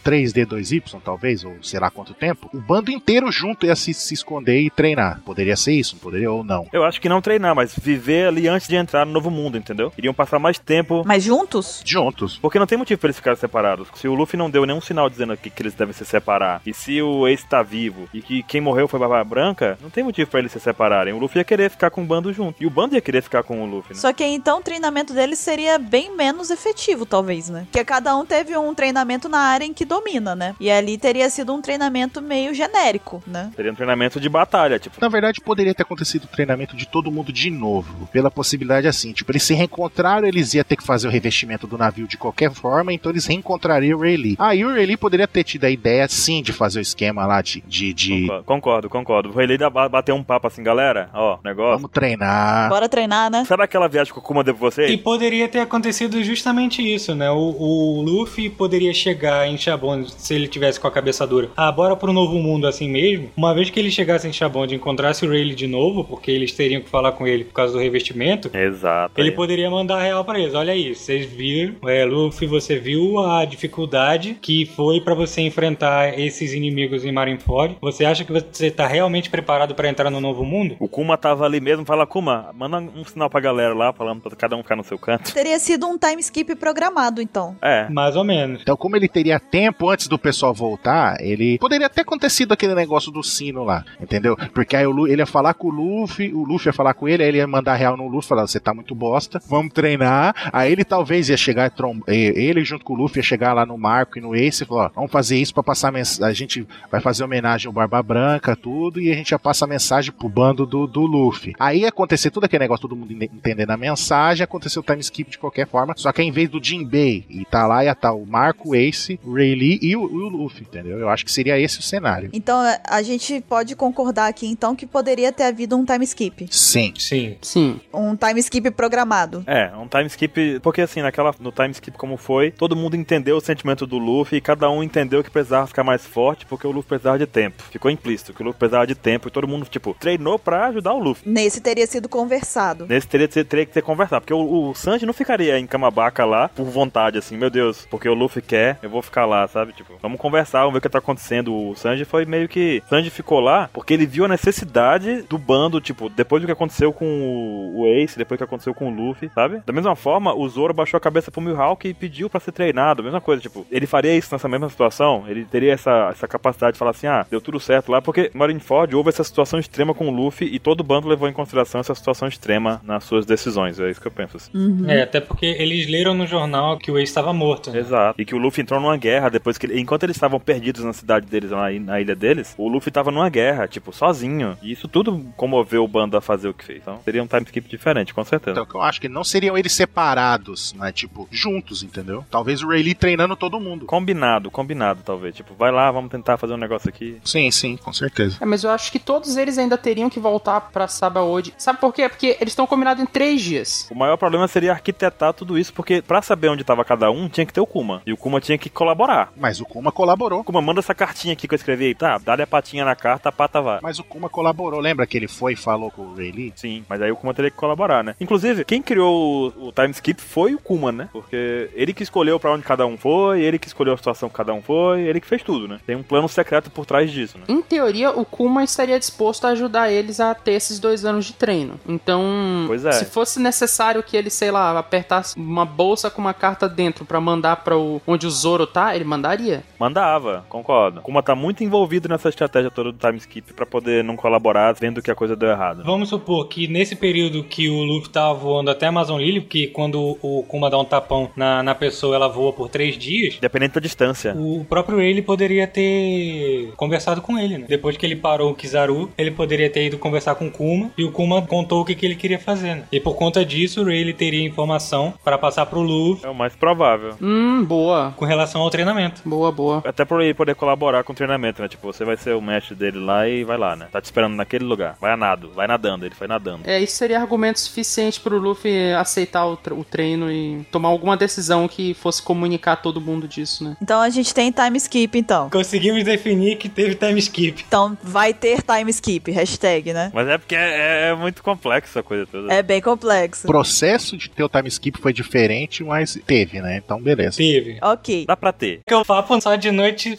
3D2Y, talvez, ou sei lá quanto tempo, o bando inteiro junto ia se, se esconder e treinar. Poderia ser isso, não poderia ou não. Eu acho que não treinar, mas viver ali antes de entrar no novo mundo, entendeu? Iriam passar mais tempo. Mas juntos? Juntos. Porque não tem motivo pra eles ficarem separados. Se o Luffy não deu nenhum sinal dizendo que, que eles devem se separar, e se o Ace tá vivo, e que quem morreu foi Barba Branca, não tem motivo pra eles se separarem. O Luffy ia querer ficar com o bando junto. E o bando ia querer ficar com o Luffy, né? Só que aí, então o treinamento deles seria bem menos efetivo, talvez, né? Porque cada um teve um treinamento na área em que domina, né? E ali teria sido um treinamento meio genérico, né? Seria um treinamento de batalha, tipo. Na verdade, poderia ter acontecido o treinamento de todo mundo de novo. Pela possibilidade assim, tipo, eles se reencontraram, eles iam ter que fazer o revestimento do navio de qualquer forma, então eles reencontrariam o Rayleigh. Aí o Rayleigh poderia ter tido a ideia, sim, de fazer o esquema lá de. de, de- Concordo, Concordo, concordo. O Rayleigh dá- bater um papo assim, galera. Ó, negócio. Vamos treinar. Bora treinar, né? Sabe aquela viagem que o Kuma deu pra E você? poderia ter acontecido justamente isso, né? O, o Luffy poderia chegar em Shabond se ele tivesse com a cabeça dura. Ah, bora pro novo mundo assim mesmo. Uma vez que ele chegasse em Shabond e encontrasse o Rayleigh de novo, porque eles teriam que falar com ele por causa do revestimento. Exato. Ele aí. poderia mandar a real pra eles. Olha aí, vocês viram, é, Luffy, você viu a dificuldade que foi pra você enfrentar esses inimigos em Marineford? Você acha que você tá realmente preparado pra entrar no novo mundo? O Kuma tava ali mesmo, fala, Kuma, manda um sinal pra galera lá, falando pra cada um ficar no seu canto. Teria sido um time skip programado, então. É. Mais ou menos. Então, como ele teria tempo antes do pessoal voltar, ele poderia ter acontecido aquele negócio do sino lá, entendeu? Porque aí o Lu- ele ia falar com o Luffy, o Luffy ia falar com ele, aí ele ia mandar real no Luffy, falar: você tá muito bosta, vamos treinar. Aí ele talvez ia chegar e trom- eh, ele junto com o Luffy ia chegar lá no Marco e no Ace e falar: ó, vamos fazer isso pra passar mens- a gente vai fazer homenagem ao Barba Branca, tudo, e a gente já passa a mensagem pro bando do, do Luffy. Aí ia acontecer tudo aquele negócio, todo mundo ente- entendendo a mensagem, aconteceu o time skip de qualquer forma, só que em vez do Jinbei e tá lá, ia tá o Marco, o Ace, o Rayleigh e o, e o Luffy, entendeu? Eu acho que seria esse o cenário. Então a- a gente pode concordar aqui, então, que poderia ter havido um time skip. Sim. Sim. Sim. Um time skip programado. É, um time skip, porque assim, naquela, no time skip como foi, todo mundo entendeu o sentimento do Luffy e cada um entendeu que precisava ficar mais forte porque o Luffy precisava de tempo. Ficou implícito que o Luffy precisava de tempo e todo mundo, tipo, treinou pra ajudar o Luffy. Nesse teria sido conversado. Nesse teria, que ser- teria que ter conversado, porque o, o Sanji não ficaria em Camabaca lá por vontade, assim, meu Deus, porque o Luffy quer, eu vou ficar lá, sabe? Tipo, vamos conversar, vamos ver o que tá acontecendo. O Sanji foi meio que. Sanji ficou lá porque ele viu a necessidade do bando, tipo, depois do que aconteceu com o, o Ace, depois do que aconteceu com o Luffy, sabe? Da mesma forma, o Zoro baixou a cabeça pro Mihawk e pediu pra ser treinado, a mesma coisa, tipo, ele faria isso nessa mesma situação, ele teria essa, essa capacidade de falar assim, ah, deu tudo certo lá, porque Marineford houve essa situação extrema com o Luffy e todo o bando levou em consideração essa situação extrema nas suas decisões, é isso que eu penso. assim. É, até porque eles leram no jornal que o Ace estava morto. né? Exato. E que o Luffy entrou numa guerra depois que. ele- Enquanto eles estavam perdidos na cidade deles, lá na ilha deles, o Luffy tava numa uma guerra, tipo, sozinho. E isso tudo comoveu o bando a fazer o que fez. Então seria um time skip diferente, com certeza. Então, que eu acho que não seriam eles separados, né? Tipo, juntos, entendeu? Talvez o Ray Lee treinando todo mundo. Combinado, combinado, talvez. Tipo, vai lá, vamos tentar fazer um negócio aqui. Sim, sim, com certeza. É, mas eu acho que todos eles ainda teriam que voltar pra Sabaody. Sabe por quê? Porque eles estão combinados em três dias. O maior problema seria arquitetar tudo isso, porque pra saber onde tava cada um, tinha que ter o Kuma. E o Kuma tinha que colaborar. Mas o Kuma colaborou. Kuma, manda essa cartinha aqui que eu escrevi aí. Tá, dá-lhe a patinha na carta, a pata vai. Mas o Kuma colaborou. Lembra que ele foi e falou com o Ray Lee? Sim, mas aí o Kuma teria que colaborar, né? Inclusive, quem criou o, o time skip foi o Kuma, né? Porque ele que escolheu pra onde cada um foi, ele que escolheu a situação que cada um foi, ele que fez tudo, né? Tem um plano secreto por trás disso, né? Em teoria, o Kuma estaria disposto a ajudar eles a ter esses dois anos de treino. Então, Pois é. se fosse necessário que ele, sei lá, apertasse uma bolsa com uma carta dentro pra mandar para o onde o Zoro tá, ele mandaria. Mandava, concordo. O Kuma tá muito envolvido nessa estratégia toda do time skip pra poder não colaborar, vendo que a coisa deu errado. Vamos supor que nesse período que o Luffy tava voando até a Amazon Lily, porque quando o Kuma dá um tapão na, na pessoa, ela voa por três dias. Independente da distância. O próprio ele poderia ter conversado com ele, né? Depois que ele parou o Kizaru, ele poderia ter ido conversar com o Kuma e o Kuma contou o que, que ele queria fazer, né? E por conta disso, o Rayleigh teria informação pra passar pro Luffy É o mais provável. Hum, boa. com relação ao treinamento. Boa, boa. Até por ele poder colaborar com o treinamento, né? Tipo, você vai ser o mestre dele lá e vai lá, né? Tá te esperando naquele lugar. Vai a nado, vai nadando, ele foi nadando. É, isso seria argumento suficiente pro Luffy aceitar o, tre- o treino e tomar alguma decisão que fosse comunicar a todo mundo disso, né? Então a gente tem time skip, então. Conseguimos definir que teve time skip. Então vai ter time skip, hashtag, né? Mas é porque é, é muito complexa a coisa toda. É bem complexo. O processo de ter o time skip foi diferente, mas teve, né? Então, beleza. Teve. É Ok. Dá pra ter. Que eu papo só de noite.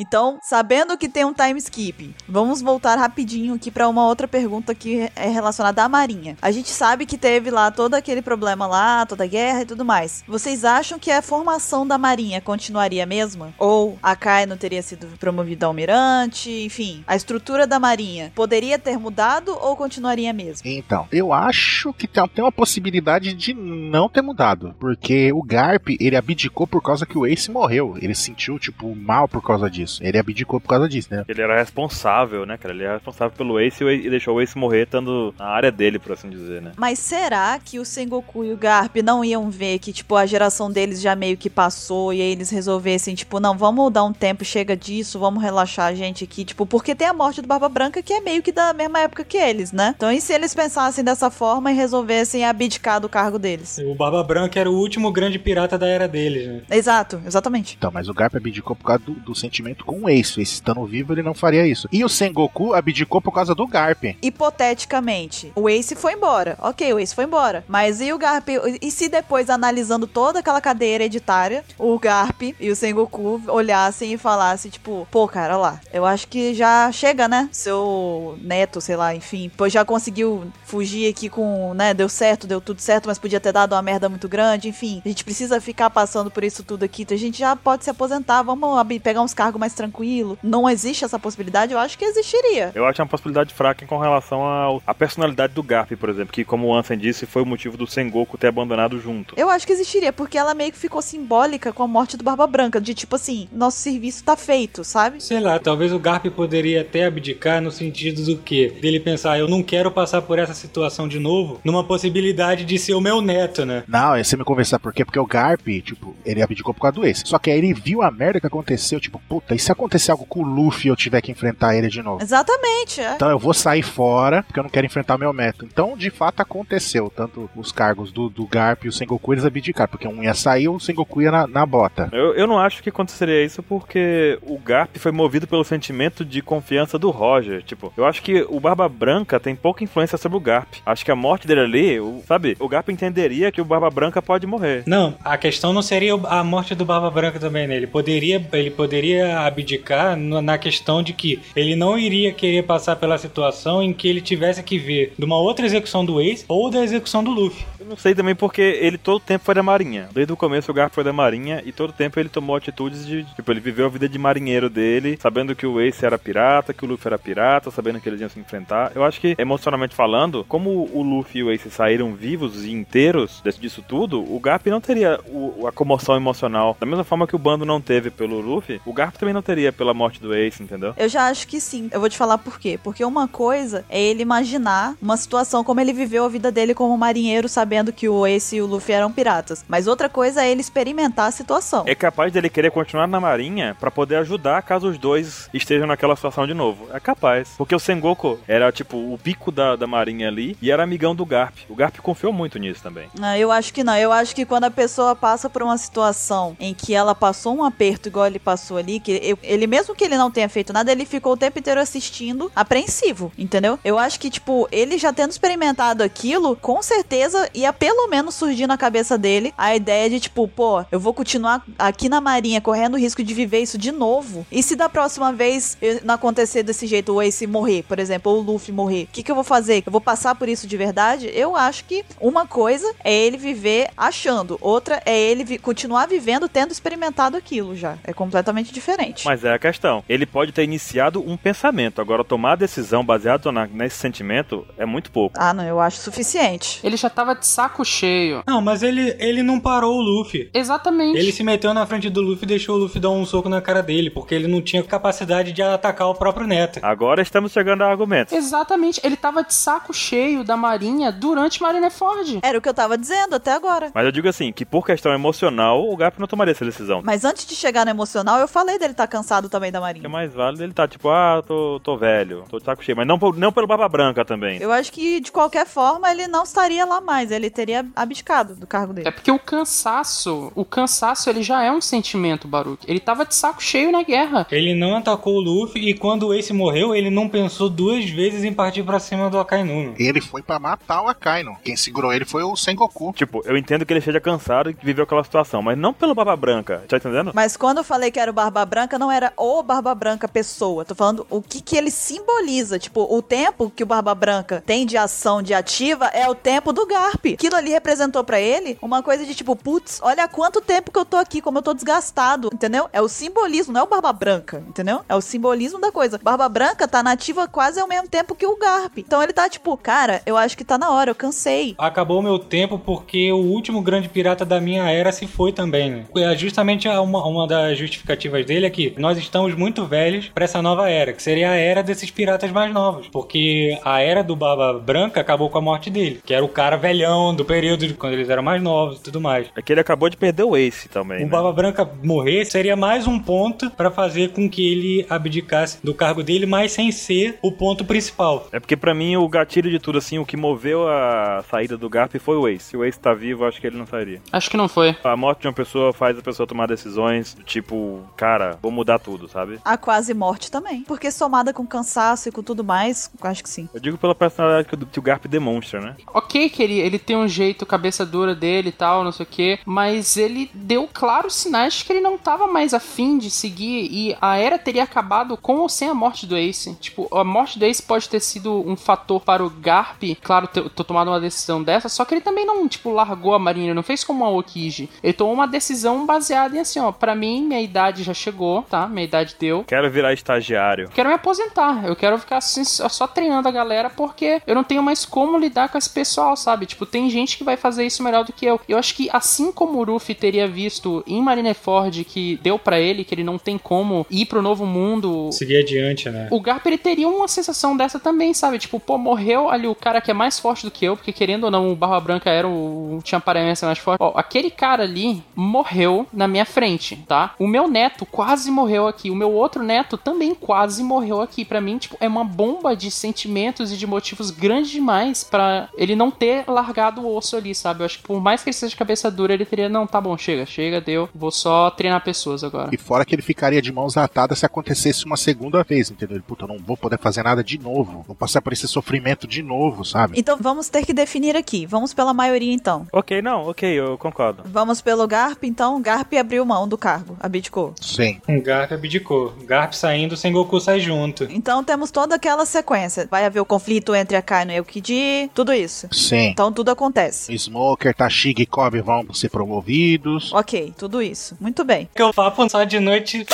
Então, sabendo que tem um time skip, vamos voltar rapidinho aqui pra uma outra pergunta que é relacionada à Marinha. A gente sabe que teve lá todo aquele problema lá, toda a guerra e tudo mais. Vocês acham que a formação da Marinha continuaria a mesma? Ou a Kai não teria sido promovida a almirante? Enfim, a estrutura da Marinha poderia ter mudado ou continuaria a mesma? Então, eu acho que tem tem uma possibilidade de não ter mudado, porque o Garp, ele abdicou por causa que o Ace morreu. Ele sentiu, tipo, mal por causa disso. Ele abdicou por causa disso, né? Ele era responsável, né, cara? Ele era responsável pelo Ace e o Ace- e deixou o Ace morrer estando na área dele, por assim dizer, né? Mas será que o Sengoku e o Garp não iam ver que, tipo, a geração deles já meio que passou e aí eles resolvessem, tipo, não, vamos dar um tempo, chega disso, vamos relaxar a gente aqui, tipo, porque tem a morte do Barba Branca que é meio que da mesma época que eles, né? Então e se eles pensassem dessa forma e resolvessem abdicar do cargo deles? O Barba Branca era o último grande pirata da era deles, né? Exato, exatamente. Então, mas o Garp abdicou por causa do, do sentimento com o Ace. O Ace estando vivo, ele não faria isso. E o Sengoku abdicou por causa do Garp. Hipoteticamente, o Ace foi embora. Ok, o Ace foi embora. Mas e o Garp? E se depois, analisando toda aquela cadeia hereditária, o Garp e o Sengoku olhassem e falassem, tipo, pô, cara, olha lá, eu acho que já chega, né? Seu neto, sei lá, enfim, pois já conseguiu fugir aqui com, né? Deu certo, deu tudo certo, mas podia ter dado uma merda muito grande, enfim. A gente precisa ficar passando por isso tudo aqui. então A gente já pode se aposentar, vamos abrir- pegar uns cargos mais tranquilo. Não existe essa possibilidade, eu acho que existiria. Eu acho uma possibilidade fraca com relação ao- à personalidade do Garp, por exemplo, que, como o Ansem disse, foi o motivo do Sengoku ter abandonado junto. Eu acho que existiria, porque ela meio que ficou simbólica com a morte do Barba Branca, de tipo assim, nosso serviço tá feito, sabe? Sei lá, talvez o Garp poderia até abdicar no sentido do quê? Dele pensar, eu não quero passar por essa situação de novo, numa possibilidade de ser o meu neto, né? Não, é você me conversar por quê? Porque o Garp, tipo, ele abdicou por causa do Ace. Só que aí ele viu a merda que aconteceu, tipo, puta, e se acontecer algo com o Luffy e eu tiver que enfrentar ele de novo? Exatamente, é. Então eu vou sair fora, porque eu não quero enfrentar meu meta. Então, de fato, aconteceu. Tanto os cargos do, do Garp e o Sengoku, eles abdicaram. Porque um ia sair, o Sengoku ia na, na bota. Eu, eu não acho que aconteceria isso porque o Garp foi movido pelo sentimento de confiança do Roger. Tipo, eu acho que o Barba Branca tem pouca influência sobre o Garp. Acho que a morte dele ali, o- sabe? O Garp entenderia que o Barba Branca pode morrer. Não, a questão não seria a morte do Barba Branca também, né? Ele poderia, ele poderia abdicar no- na questão de que ele não iria querer passar pela situação em que ele tivesse que ver de uma outra execução do Ace ou da execução do Luffy. não sei também porque ele todo tempo foi da marinha. Desde o começo o Garp foi da marinha e todo tempo ele tomou atitudes de... Tipo, ele viveu a vida de marinheiro dele, sabendo que o Ace era pirata, que o Luffy era pirata, sabendo que eles iam se enfrentar. Eu acho que, emocionalmente falando, como o Luffy e o Ace saíram vivos e inteiros desse- disso tudo, o Garp não teria o- a comoção emocional. Da mesma forma que o bando não teve pelo Luffy, o Garp também não teria pela morte do Ace, entendeu? Eu já acho que sim. Eu vou te falar por quê. Porque uma coisa é ele imaginar uma situação como ele viveu a vida dele como marinheiro, sabendo que o Ace e o Luffy eram piratas. Mas outra coisa é ele experimentar a situação. É capaz dele querer continuar na marinha pra poder ajudar caso os dois estejam naquela situação de novo. É capaz. Porque o Sengoku era, tipo, o bico da, da marinha ali e era amigão do Garp. O Garp confiou muito nisso também. Não, eu acho que não. Eu acho que quando a pessoa passa por uma situação em que ela passou um aperto igual ele passou ali, que eu- ele mesmo que ele não tenha feito nada, ele ficou o tempo inteiro assistindo, apreensivo, entendeu? Eu acho que tipo, ele já tendo experimentado aquilo, com certeza ia pelo menos surgir na cabeça dele a ideia de tipo, pô, eu vou continuar aqui na marinha correndo o risco de viver isso de novo. E se da próxima vez eu- não acontecer desse jeito, o Ace morrer, por exemplo, ou o Luffy morrer, o que, que eu vou fazer? Eu vou passar por isso de verdade? Eu acho que uma coisa é ele viver achando, outra é ele vi- continuar vivendo tendo experimentado aquilo já. É completamente diferente. Mas é a questão. Ele pode ter iniciado um pensamento. Agora, tomar a decisão baseado na- nesse sentimento é muito pouco. Ah, não, eu acho suficiente. Ele já tava de saco cheio. Não, mas ele, ele não parou o Luffy. Exatamente. Ele se meteu na frente do Luffy e deixou o Luffy dar um soco na cara dele, porque ele não tinha capacidade de atacar o próprio Neto. Agora estamos chegando a argumentos. Exatamente. Ele tava de saco cheio da marinha durante Marineford. Era o que eu tava dizendo até agora. Mas eu digo assim, que por questão emocional, o Garp não tomaria essa decisão. Mas antes de chegar no emocional, eu falei dele tá cansado também da O que é marinha. mais válido ele tá tipo, ah, tô, tô velho, tô de saco cheio. Mas não, por- não pelo Barba Branca também. Eu acho que, de qualquer forma, ele não estaria lá mais. Ele teria abdicado do cargo dele. É porque o cansaço, o cansaço ele já é um sentimento, Baruch. Ele tava de saco cheio na guerra. Ele não atacou o Luffy e quando o Ace morreu, ele não pensou duas vezes em partir pra cima do Akainu. Ele foi pra matar o Akainu. Quem segurou ele foi o Sengoku. Tipo, eu entendo que ele esteja cansado e que viveu aquela situação, mas não pelo Barba Branca. Tá entendendo? Mas quando eu falei que era o Barba Branca, não era o Barba Branca pessoa. Tô falando o que, que ele simboliza. Tipo, o tempo que o Barba Branca tem de ação, de ativa, é o tempo do Garp. Aquilo ali representou pra ele uma coisa de tipo, putz, olha há quanto tempo que eu tô aqui, como eu tô desgastado, entendeu? É o simbolismo, não é o Barba Branca, entendeu? É o simbolismo da coisa. Barba Branca tá nativa quase ao mesmo tempo que o Garp. Então ele tá tipo, cara, eu acho que tá na hora, eu cansei. Acabou meu tempo porque o último grande pirata da minha era se foi também, né? É justamente a- uma, uma das justificativas dele é que nós estamos muito velhos pra essa nova era, que seria a era desses piratas mais novos. Porque a era do Barba Branca acabou com a morte dele, que era o cara velhão do período de quando eles eram mais novos e tudo mais. É que ele acabou de perder o Ace também. O né? Um Barba Branca morrer seria mais um ponto pra fazer com que ele abdicasse do cargo dele, mas sem ser o ponto principal. É porque pra mim o gatilho de tudo, assim, o que moveu a saída do Garp foi o Ace. Se o Ace tá vivo, eu acho que ele não sairia. Acho que não foi. A morte de uma pessoa faz a pessoa tomar decisões, do tipo, cara, vou mudar tudo, sabe? A quase morte também. Porque somada com cansaço e com tudo mais, eu acho que sim. Eu digo pela personalidade que o- que o Garp demonstra, né? Ok, que ele, ele tem um jeito, cabeça dura dele e tal, não sei o que, mas ele deu claros sinais que ele não tava mais afim de seguir e a era teria acabado com ou sem a morte do Ace. Tipo, a morte do Ace pode ter sido um fator para o Garp, claro, ter, ter tomado uma decisão dessa, só que ele também não, tipo, largou a marinha, ele não fez como a Okiji. Ele tomou uma decisão baseada em assim, ó, pra mim, minha idade já chegou, tá? Minha idade deu. Quero virar estagiário. Eu quero me aposentar. Eu quero ficar assim, só só treinando a galera porque eu não tenho mais como lidar com esse pessoal, sabe? Tipo, tem gente que vai fazer isso melhor do que eu. Eu acho que assim como o Ruffy teria visto em Marineford que deu pra ele que ele não tem como ir pro novo mundo, Seguir adiante, né? o Garp ele teria uma sensação dessa também, sabe? Tipo, pô, morreu ali o cara que é mais forte do que eu, porque querendo ou não, o Barba Branca era o tinha aparência mais forte. Ó, aquele cara ali morreu na minha frente, tá? O meu neto quase morreu aqui, o meu outro neto também quase morreu aqui. Pra mim, tipo, é uma bomba de sentimentos e de motivos grande demais pra ele não ter largado o osso ali, sabe? Eu acho que por mais que ele seja cabeça dura, ele teria, não, tá bom, chega, chega, deu, vou só treinar pessoas agora. E fora que ele ficaria de mãos atadas se acontecesse uma segunda vez, entendeu? Ele, puta, eu não vou poder fazer nada de novo. Vou passar por esse sofrimento de novo, sabe? Então vamos ter que definir aqui. Vamos pela maioria então. Ok, não, ok, eu concordo. Vamos pelo Garp, então. Garp abriu mão do cargo, abdicou. Sim. Um Garp abdicou. Garp saindo, Sengoku sai junto. Então temos toda aquela sequência. Vai haver o conflito entre a Kaino e o Kid, tudo isso. Sim. Então tudo acontece. Smoker, Tashig e Kobe vão ser promovidos. Ok, tudo isso. Muito bem. Porque o papo só de noite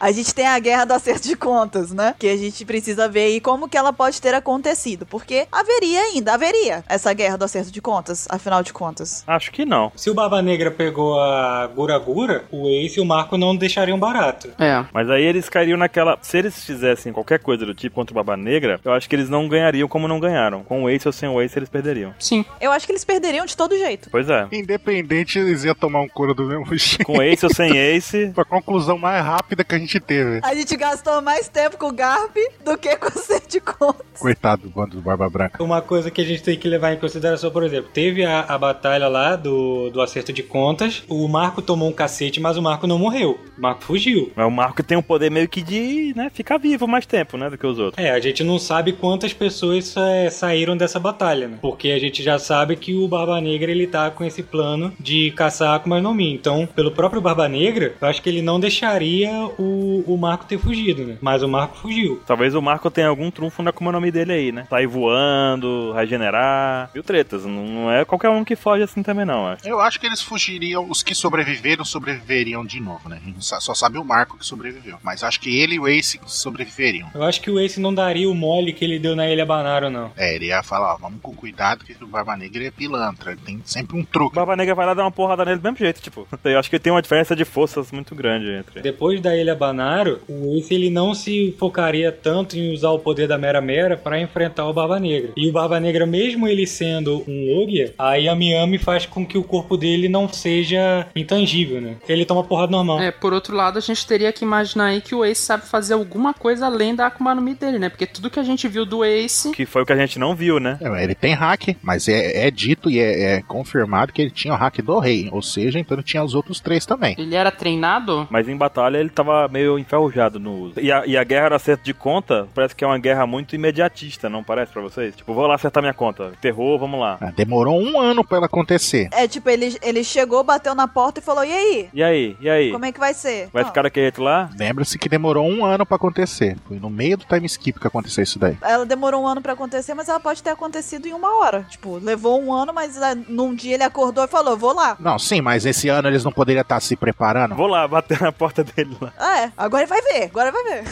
A gente tem a guerra do acerto de contas, né? Que a gente precisa ver aí como que ela pode ter acontecido. Porque haveria ainda, haveria essa guerra do acerto de contas, afinal de contas. Acho que não. Se o Barba Negra pegou a Gura Gura, o Ace e o Marco não deixariam barato. É. Mas aí eles cairiam naquela. Se eles fizessem qualquer coisa do tipo contra o Baba Negra, eu acho que eles não ganhariam como não ganharam. Com o Ace ou sem o Ace, eles perderiam. Sim. Eu acho que eles perderiam de todo jeito. Pois é. Independente, eles iam tomar um couro do mesmo (laughs) jeito. Com Ace ou sem Ace. Foi a conclusão mais rápida que a gente teve. A gente gastou mais tempo com o Garp do que com o acerto de contas. Coitado do bando do Barba Branca. Uma coisa que a gente tem que levar em consideração, por exemplo, teve a, a batalha lá do, do acerto de contas. O Marco tomou um cacete, mas o Marco não morreu. O Marco fugiu. Mas o Marco tem um poder meio que de, né, ficar vivo mais tempo, né, do que os outros. É, a gente não sabe quantas pessoas é, saíram dessa batalha, né? Porque a gente já sabe que o Barba Negra ele tá com esse plano de caçar Akuma no Mi. Então, pelo próprio Barba Negra, eu acho que ele não deixaria o, o Marco ter fugido, né? Mas o Marco fugiu. Talvez o Marco tenha algum trunfo na como é o nome dele aí, né? Sair voando, regenerar. Viu tretas? Não- Não é qualquer um que foge assim também, não, acho. Eu acho que eles fugiriam, os que sobreviveram, sobreviveriam de novo, né? A gente não sa- só sabe o Marco que sobreviveu. Mas acho que ele e o Ace sobreviveriam. Eu acho que o Ace não daria o mole que ele deu na Ilha Banaro, não. É, ele ia falar, ó, vamos com cuidado que o Barba Negra é pilantra. Ele tem sempre um truque. O Barba Negra vai lá dar uma porrada nele do mesmo jeito, tipo. (laughs) Eu acho que tem uma diferença de forças muito grande entre. Depois da Ilha Banaro, o Ace ele não se focaria tanto em usar o poder da Mera Mera para enfrentar o Barba Negra. E o Barba Negra, mesmo ele sendo um Logia, a Yami Yami faz com que o corpo dele não seja intangível, né? Ele toma porrada normal. É, por outro lado, a gente teria que imaginar aí que o Ace sabe fazer alguma coisa além da Akuma no Mi dele, né? Porque tudo que a gente viu do Ace. Que foi o que a gente não viu, né? É, mas ele tem hack, mas é, é dito e é, é confirmado que ele tinha o hack do rei. Ou seja, então ele tinha os outros três também. Ele era treinado? Mas em batalha ele tava meio enferrujado no uso. E a, e a guerra do acerto de conta parece que é uma guerra muito imediatista, não parece pra vocês? Tipo, vou lá acertar minha conta. Terror, vamos lá. Ah, Demorou um ano pra ela acontecer. É tipo, ele, ele chegou, bateu na porta e falou: e aí? E aí? E aí? Como é que vai ser? Vai Não. ficar daquele jeito lá? Lembra-se que demorou um ano pra acontecer. Foi no meio do time skip que aconteceu isso daí. Ela demorou um ano pra acontecer, mas ela pode ter acontecido em uma hora. Tipo, levou um ano, mas ah, num dia ele acordou e falou: vou lá. Não, sim, mas esse ano eles não poderiam estar se preparando. Vou lá bater na porta dele lá. Ah, é, agora ele vai ver, agora vai ver.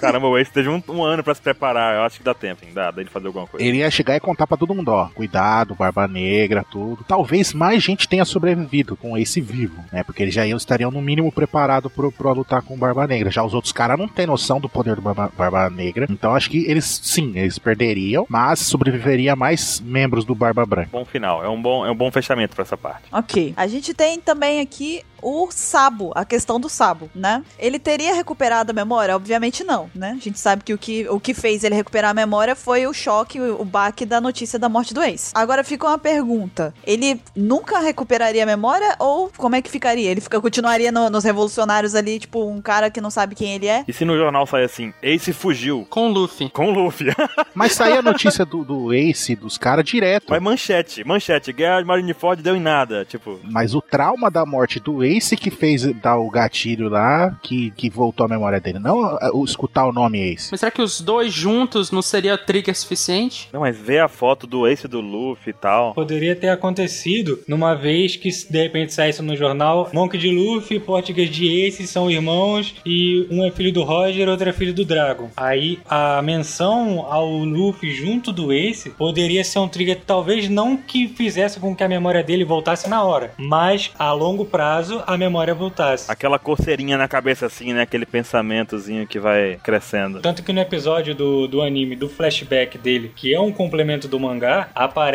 Caramba, o Ace teve um, um ano pra se preparar. Eu acho que dá tempo, hein? Dá, dá ele fazer alguma coisa. Ele ia chegar e contar pra todo mundo, ó, cuidado, barba negra, tudo. Talvez mais gente tenha sobrevivido com esse vivo, né? Porque eles já iam- estariam no mínimo preparados pro, pra lutar com o barba negra. Já os outros caras não têm noção do poder do barba, Barba negra. Então acho que eles, sim, eles perderiam, mas sobreviveria mais membros do barba branca. Bom final. É um bom, é um bom fechamento pra essa parte. Ok. A gente tem também aqui o Sabo, a questão do Sabo, né? Ele teria recuperado a memória? Obviamente não, né? A gente sabe que o que, o que fez ele recuperar a memória foi o choque, o, o baque da notícia da morte do ex. Agora fica uma pergunta: ele nunca recuperaria a memória ou como é que ficaria? Ele fica, continuaria no- nos revolucionários ali, tipo, um cara que não sabe quem ele é? E se no jornal sair assim, Ace fugiu Com o Luffy. com o Luffy? (laughs) Mas saía a notícia do, do Ace, dos caras, direto. Mas manchete, manchete. Guerra de Marineford deu em nada. Tipo, Mas o trauma da morte do Ace que fez dar o gatilho lá, que, que voltou à memória dele. Não ah, o- escutar o nome Ace. Mas será que os dois juntos não seria trigger suficiente? não, mas ver a foto do Ace e do Luffy e tal. Poderia ter acontecido numa vez que de repente saísse no jornal Monk de Luffy, Português de Ace são irmãos e um é filho do Roger, outro é filho do Dragon. Aí a menção ao Luffy junto do Ace poderia ser um trigger talvez não que fizesse com que a memória dele voltasse na hora, mas a longo prazo a memória voltasse. Aquela coceirinha na cabeça assim, né? Aquele pensamentozinho que vai crescendo. Tanto que no episódio do, do anime, do flashback dele, que é um complemento do mangá,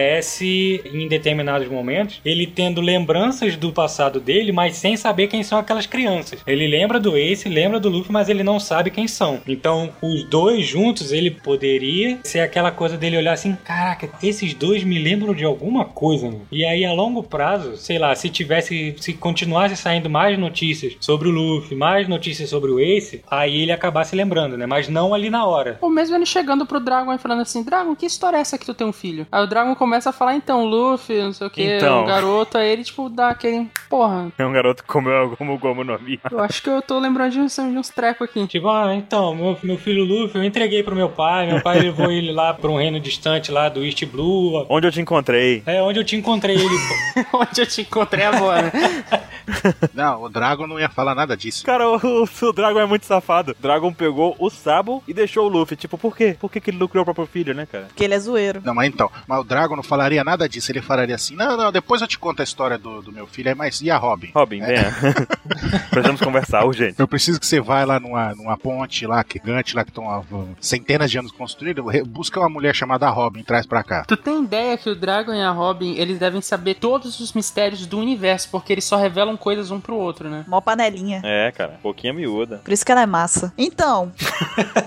aparece em determinados momentos ele tendo lembranças do passado dele, mas sem saber quem são aquelas crianças. Ele lembra do Ace, lembra do Luffy, mas ele não sabe quem são. Então, os dois juntos, ele poderia ser aquela coisa dele olhar assim: caraca, esses dois me lembram de alguma coisa. Meu. E aí, a longo prazo, sei lá, se tivesse, se continuasse saindo mais notícias sobre o Luffy, mais notícias sobre o Ace, aí ele acabasse lembrando lembrando, né? Mas não ali na hora. Ou mesmo ele chegando pro Dragon e falando assim: Dragon, que história é essa que tu tem um filho? Aí o Dragon começa a falar: então, Luffy, não sei o que, Então. um garoto. Aí ele, tipo, dá aquele. Porra, É um garoto que comeu algum gomo no Mi. eu acho que eu tô lembrando de uns, de uns trecos aqui. Tipo, ah, então, meu, meu filho Luffy, eu entreguei pro meu pai, meu pai levou ele lá pra um reino distante lá do East Blue. Onde eu te encontrei? É onde eu te encontrei ele. pô. Onde eu te encontrei agora? (laughs) Não, o Dragon não ia falar nada disso. Cara, o, o, o Dragon é muito safado. Dragon pegou o Sabo e deixou o Luffy. Tipo, por quê? Por que, que ele lucrou o próprio filho, né, cara? Porque ele é zoeiro. Não, mas então, mas o Dragon não falaria nada disso. Ele falaria assim: não, não, depois eu te conto a história do, do meu filho, aí, mas e a Robin? Robin, venha. (laughs) Precisamos conversar, urgente. Eu preciso que você vá lá numa, numa ponte lá, gigante lá que estão há hum, centenas de anos construída, re- busca uma mulher chamada Robin e traz pra cá. Tu tem ideia que o Dragon e a Robin, eles devem saber todos os mistérios do universo, porque eles só revelam coisas um pro outro, né? Mó panelinha. É, cara. Pouquinha miúda. Por isso que ela é massa. Então,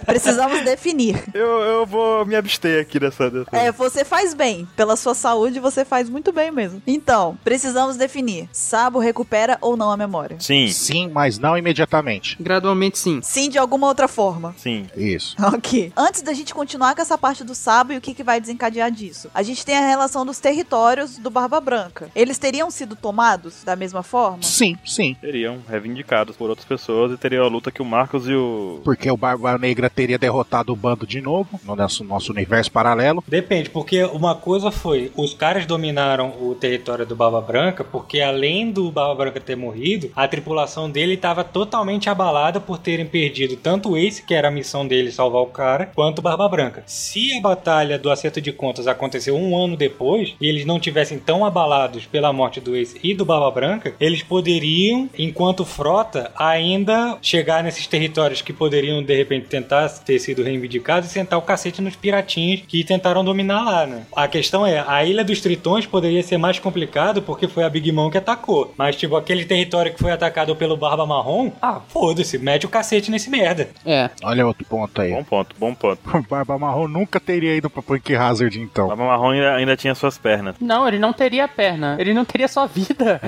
precisamos definir. Eu, eu vou me abster aqui dessa. dessa- É, você faz bem. Pela sua saúde, você faz muito bem mesmo. Então, precisamos definir. Sabo recupera ou não a memória? Sim, Sim, mas não imediatamente. Gradualmente sim. Sim, de alguma outra forma. (laughs) sim. Isso. Ok. Antes da gente continuar com essa parte do Sabo e o que, que vai desencadear disso, a gente tem a relação dos territórios do Barba Branca. Eles teriam sido tomados da mesma forma? Sim, sim. Seriam reivindicados por outras pessoas e teria a luta que o Marcos e o. Porque o Barba Negra teria derrotado o bando de novo, no nosso, nosso universo paralelo. Depende, porque uma coisa foi, os caras dominaram o território do Barba Branca, porque além do Barba Branca ter morrido, a tripulação dele estava totalmente abalada por terem perdido tanto o Ace, que era a missão dele salvar o cara, quanto o Barba Branca. Se a batalha do acerto de contas aconteceu um ano depois, e eles não tivessem tão abalados pela morte do Ace e do Barba Branca, eles poderiam, enquanto frota, ainda chegar nesses territórios que poderiam de repente tentar ter sido reivindicados e sentar o cacete nos piratinhos que tentaram dominar lá, né? A questão é, a Ilha dos Tritões poderia ser mais complicado porque foi a Big Mom que atacou. Mas, tipo, aquele território que foi atacado pelo Barba Marrom, ah, foda-se, mete o cacete nesse merda. É. Olha outro ponto aí. Bom ponto, bom ponto. O Barba Marrom nunca teria ido pra Punk Hazard, O então. Barba Marrom ainda, ainda tinha suas pernas. Não, ele não teria a perna. Ele não teria sua (laughs) vida.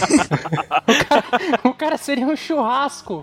o, cara, o cara seria um churrasco.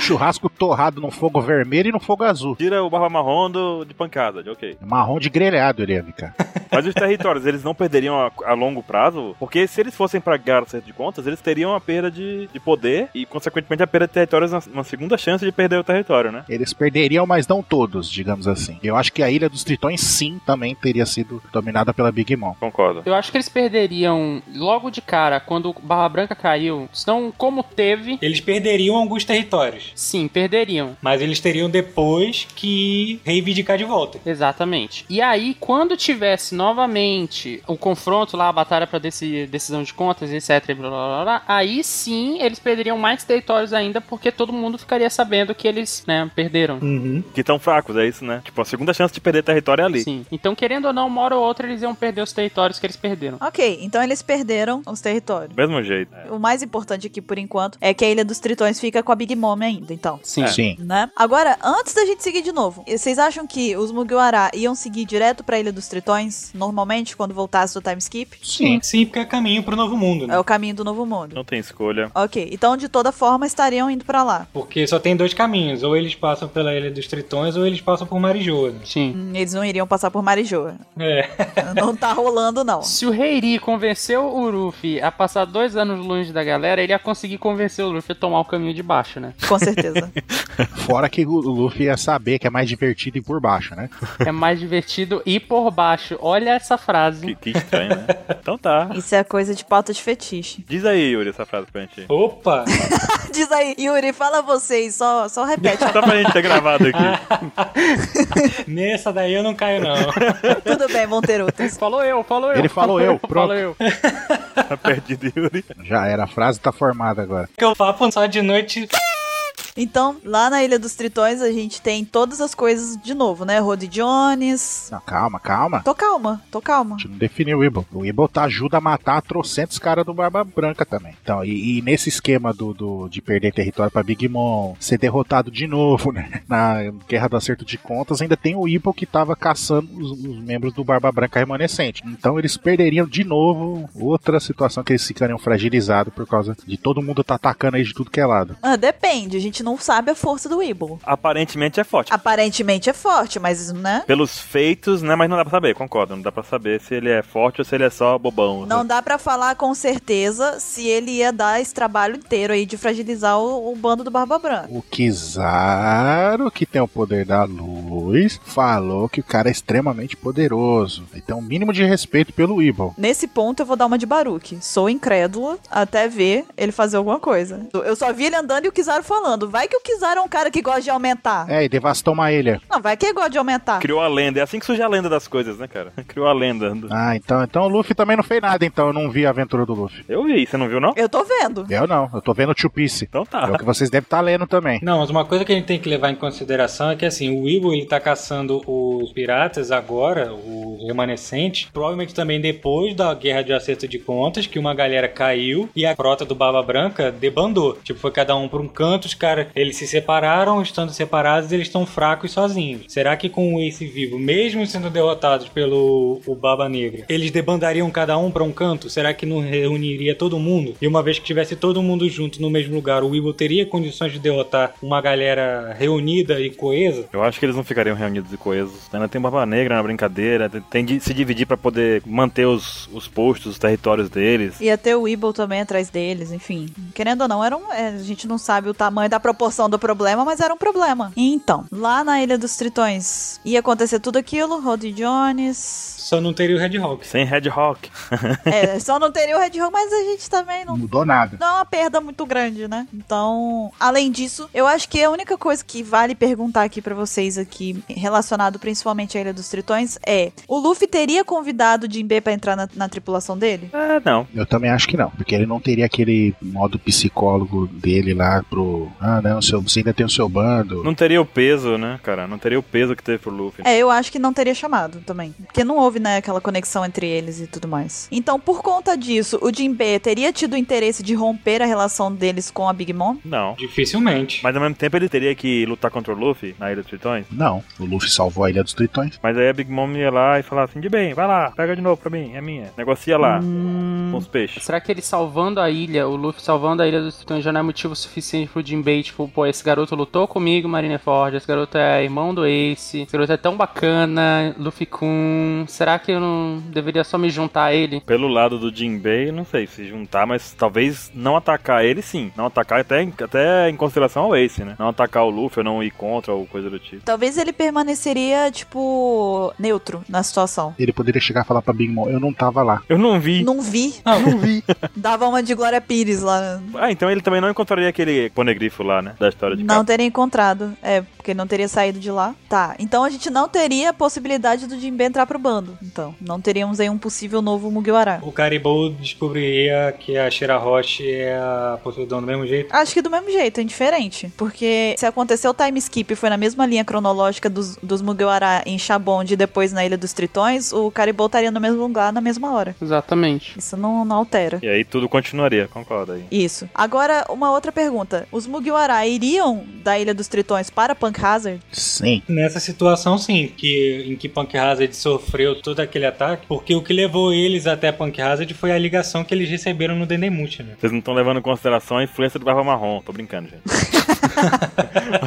Churrasco torrado no fogo vermelho e no fogo azul. Tira o Barba Marrom do, de pancada, de ok. Marrom de grelhado, ele ia ficar. Mas os territórios, eles não perderiam a, a longo prazo? Porque se eles fossem pra guerra certo de contas, eles teriam a perda de, de poder e, consequentemente, a perda de territórios, na- uma segunda chance de perder o território, né? Eles perderiam, mas não todos, digamos assim. Eu acho que a Ilha dos Tritões, sim, também teria sido dominada pela Big Mom. Concordo. Eu acho que eles perderiam logo de cara, quando o Barra Branca caiu. Senão, como teve, Eles perderiam alguns territórios. sim, perderiam. Mas eles teriam depois que reivindicar de volta. Exatamente. E aí, quando tivesse novamente o confronto lá, a batalha pra deci- decisão de contas, etc, e blá, blá, blá, blá, aí sim eles perderiam mais territórios ainda, porque todo mundo ficaria sabendo que eles, né, perderam. Hum. Que tão fracos, é isso, né? Tipo, a segunda chance de perder território é ali. Sim. Então, querendo ou não, uma hora ou outra eles iam perder os territórios que eles perderam. Ok, então eles perderam os territórios. Do mesmo jeito. É. O mais importante aqui, por enquanto, é que a Ilha dos Tritões fica com a Big Mom ainda, então. Sim. Sim. Né? Agora, antes da gente seguir de novo, vocês acham que os Mugiwara iam seguir direto pra Ilha dos Tritões, normalmente, quando voltasse do time skip? Sim. Sim, porque é caminho pro novo mundo, né? É o caminho do Novo Mundo. Não tem escolha. Ok, então de toda forma estariam indo pra lá. Porque só tem dois caminhos, ou eles passam pela Ilha dos Tritões ou eles passam por Marijoa. né? Sim. Hum, Eles não iriam passar por Marijoa. (laughs) É. Não tá rolando, não. Se o Reiri convenceu o Luffy a passar dois anos longe da galera, ele ia conseguir convencer o Luffy a tomar o caminho de baixo, (laughs) né? Com certeza. Fora que o Luffy ia saber que é mais divertido ir por baixo, né? É mais divertido ir por baixo. Olha essa frase. Que, que estranho, né? então tá. (laughs) Isso é coisa de pauta de fetiche. Diz aí, Yuri, essa frase pra gente. Opa! (laughs) Diz aí, Yuri, fala vocês, só, só repete. Só pra gente ter gravado aqui. Nessa daí eu não caio, não. (laughs) tá Tudo bem, vão ter outros. Falou eu, falou eu. Ele falou eu, (laughs) pronto. Falou eu. Tá perdido, Yuri. Já era, a frase tá formada agora. Porque eu papo só de noite. Então, lá na Ilha dos Tritões, a gente tem todas as coisas de novo, né? Rod Jones. Não, calma, calma. Tô calma, tô calma. A gente não definiu o Ibo. O Ibo tá, ajuda a matar trocentos caras do Barba Branca também. Então, e, e nesse esquema do, do- de perder território pra Big Mom, ser derrotado de novo, (laughs) né? Na Guerra do Acerto de Contas, ainda tem o Ibo que tava caçando os, os membros do Barba Branca remanescente. Então eles perderiam de novo outra situação que eles ficariam fragilizados por causa de todo mundo tá atacando aí de tudo que é lado. Ah, depende, a gente não sabe a força do Weeble. Aparentemente é forte. Aparentemente é forte, mas, né? Pelos feitos, né? Mas não dá pra saber, concordo. Não dá pra saber se ele é forte ou se ele é só bobão. Não dá pra falar com certeza se ele ia dar esse trabalho inteiro aí de fragilizar o, o bando do Barba Branca. O Kizaru, que tem o poder da luz, falou que o cara é extremamente poderoso. E tem um mínimo de respeito pelo Weeble. Nesse ponto eu vou dar uma de Baruque. Sou incrédula até ver ele fazer alguma coisa. Eu só vi ele andando e o Kizaru falando. Vai que o Kizaru é um cara que gosta de aumentar. É, e devastou uma ilha. Não, vai que ele gosta de aumentar. Criou a lenda. É assim que surge a lenda das coisas, né, cara? (laughs) Criou a lenda. Ah, então, então o Luffy também não fez nada, então eu não vi a aventura do Luffy. Eu vi, você não viu, não? Eu tô vendo. Eu não, eu tô vendo o Two Piece. Então tá. É o que vocês devem estar lendo também. Não, mas uma coisa que a gente tem que levar em consideração é que assim, o Weevil ele tá caçando os piratas agora, os remanescentes, provavelmente também depois da guerra de acerto de contas, que uma galera caiu e a frota do Barba Branca debandou. Tipo, foi cada um pra um canto, os caras, eles se separaram, estando separados, eles estão fracos sozinhos. Será que com o Ace vivo, mesmo sendo derrotados pelo o Baba Negra, eles debandariam cada um pra um canto? Será que não reuniria todo mundo? E uma vez que tivesse todo mundo junto no mesmo lugar, o Weevil teria condições de derrotar uma galera reunida e coesa? Eu acho que eles não ficariam reunidos e coesos. Ainda tem Barba Negra na brincadeira, tem- tem de se dividir pra poder manter os, os postos, os territórios deles. Ia ter o Weeble também atrás deles, enfim. Querendo ou não, era um, é, a gente não sabe o tamanho da proporção do problema, mas era um problema. Então, lá na Ilha dos Tritões, ia acontecer tudo aquilo, Roddy Jones. Só não teria o Red Hawk. Sem Red Hawk. É, só não teria o Red Hawk, mas a gente também Não não. mudou nada. Não é uma perda muito grande, né? Então, além disso, eu acho que a única coisa que vale perguntar aqui pra vocês aqui, relacionado principalmente à Ilha dos Tritões, é: o Luffy teria convidado o Jinbe pra entrar na- na tripulação dele? É, não. Eu também acho que não, porque ele não teria aquele modo psicólogo dele lá pro. Ah, não, seu, você ainda tem o seu bando. Não teria o peso, né, cara? Não teria o peso que teve pro Luffy. É, eu acho que não teria chamado também. Porque não houve, né, aquela conexão entre eles e tudo mais. Então, por conta disso, o Jinbe teria tido interesse de romper a relação deles com a Big Mom? Não. Dificilmente. Mas ao mesmo tempo ele teria que lutar contra o Luffy na Ilha dos Tritões. Não, o Luffy salvou a Ilha dos Tritões. Mas aí a Big Mom ia lá e falava assim: de bem, vai lá, pega de novo pra mim, é minha. Negocia lá com os peixes. Será que ele salvando a ilha, o Luffy salvando a ilha dos tritões já não é motivo suficiente pro Jinbei, tipo, pô, esse garoto lutou comigo, Marineford, esse garoto é irmão do Ace, esse garoto é tão bacana, Luffy-kun, será que eu não deveria só me juntar a ele? Pelo lado do Jinbei, não sei se juntar, mas talvez não atacar ele sim. Não atacar até, em- até em consideração ao Ace, né? Não atacar o Luffy ou não ir contra ou coisa do tipo. Talvez ele permaneceria, tipo, neutro na situação. Ele poderia chegar e falar pra Big Mom: Eu não tava lá. Eu não vi. Não vi. Ah, Não vi. (laughs) Dava uma de Glória Pires lá. Ah, então ele também não encontraria aquele ponegrifo lá, né? Da história de Não capa. teria encontrado. É, porque não teria saído de lá. Tá. Então a gente não teria a possibilidade do Jinbe entrar pro bando. Então, não teríamos aí um possível novo Mugiwara. O Caribou descobriria que a Shirahoshi é a Poseidon do mesmo jeito. Acho que do mesmo jeito, é indiferente. Porque se aconteceu o time skip e foi na mesma linha cronológica dos, dos Mugiwara em Shabond e depois na Ilha dos Tritões, o Caribou estaria no mesmo lugar na mesma hora. Exatamente. Isso não, não altera. E aí tudo continuaria, concorda aí. Isso. Agora, uma outra pergunta. Os Mugiwara iriam da Ilha dos Tritões para Punk Hazard? Sim. Nessa situação, sim, que, em que Punk Hazard sofreu todo aquele ataque, porque o que levou eles até Punk Hazard foi a ligação que eles receberam no Dendemuth, né? Vocês não estão levando em consideração a influência do Barba Marrom, tô brincando, (laughs) gente.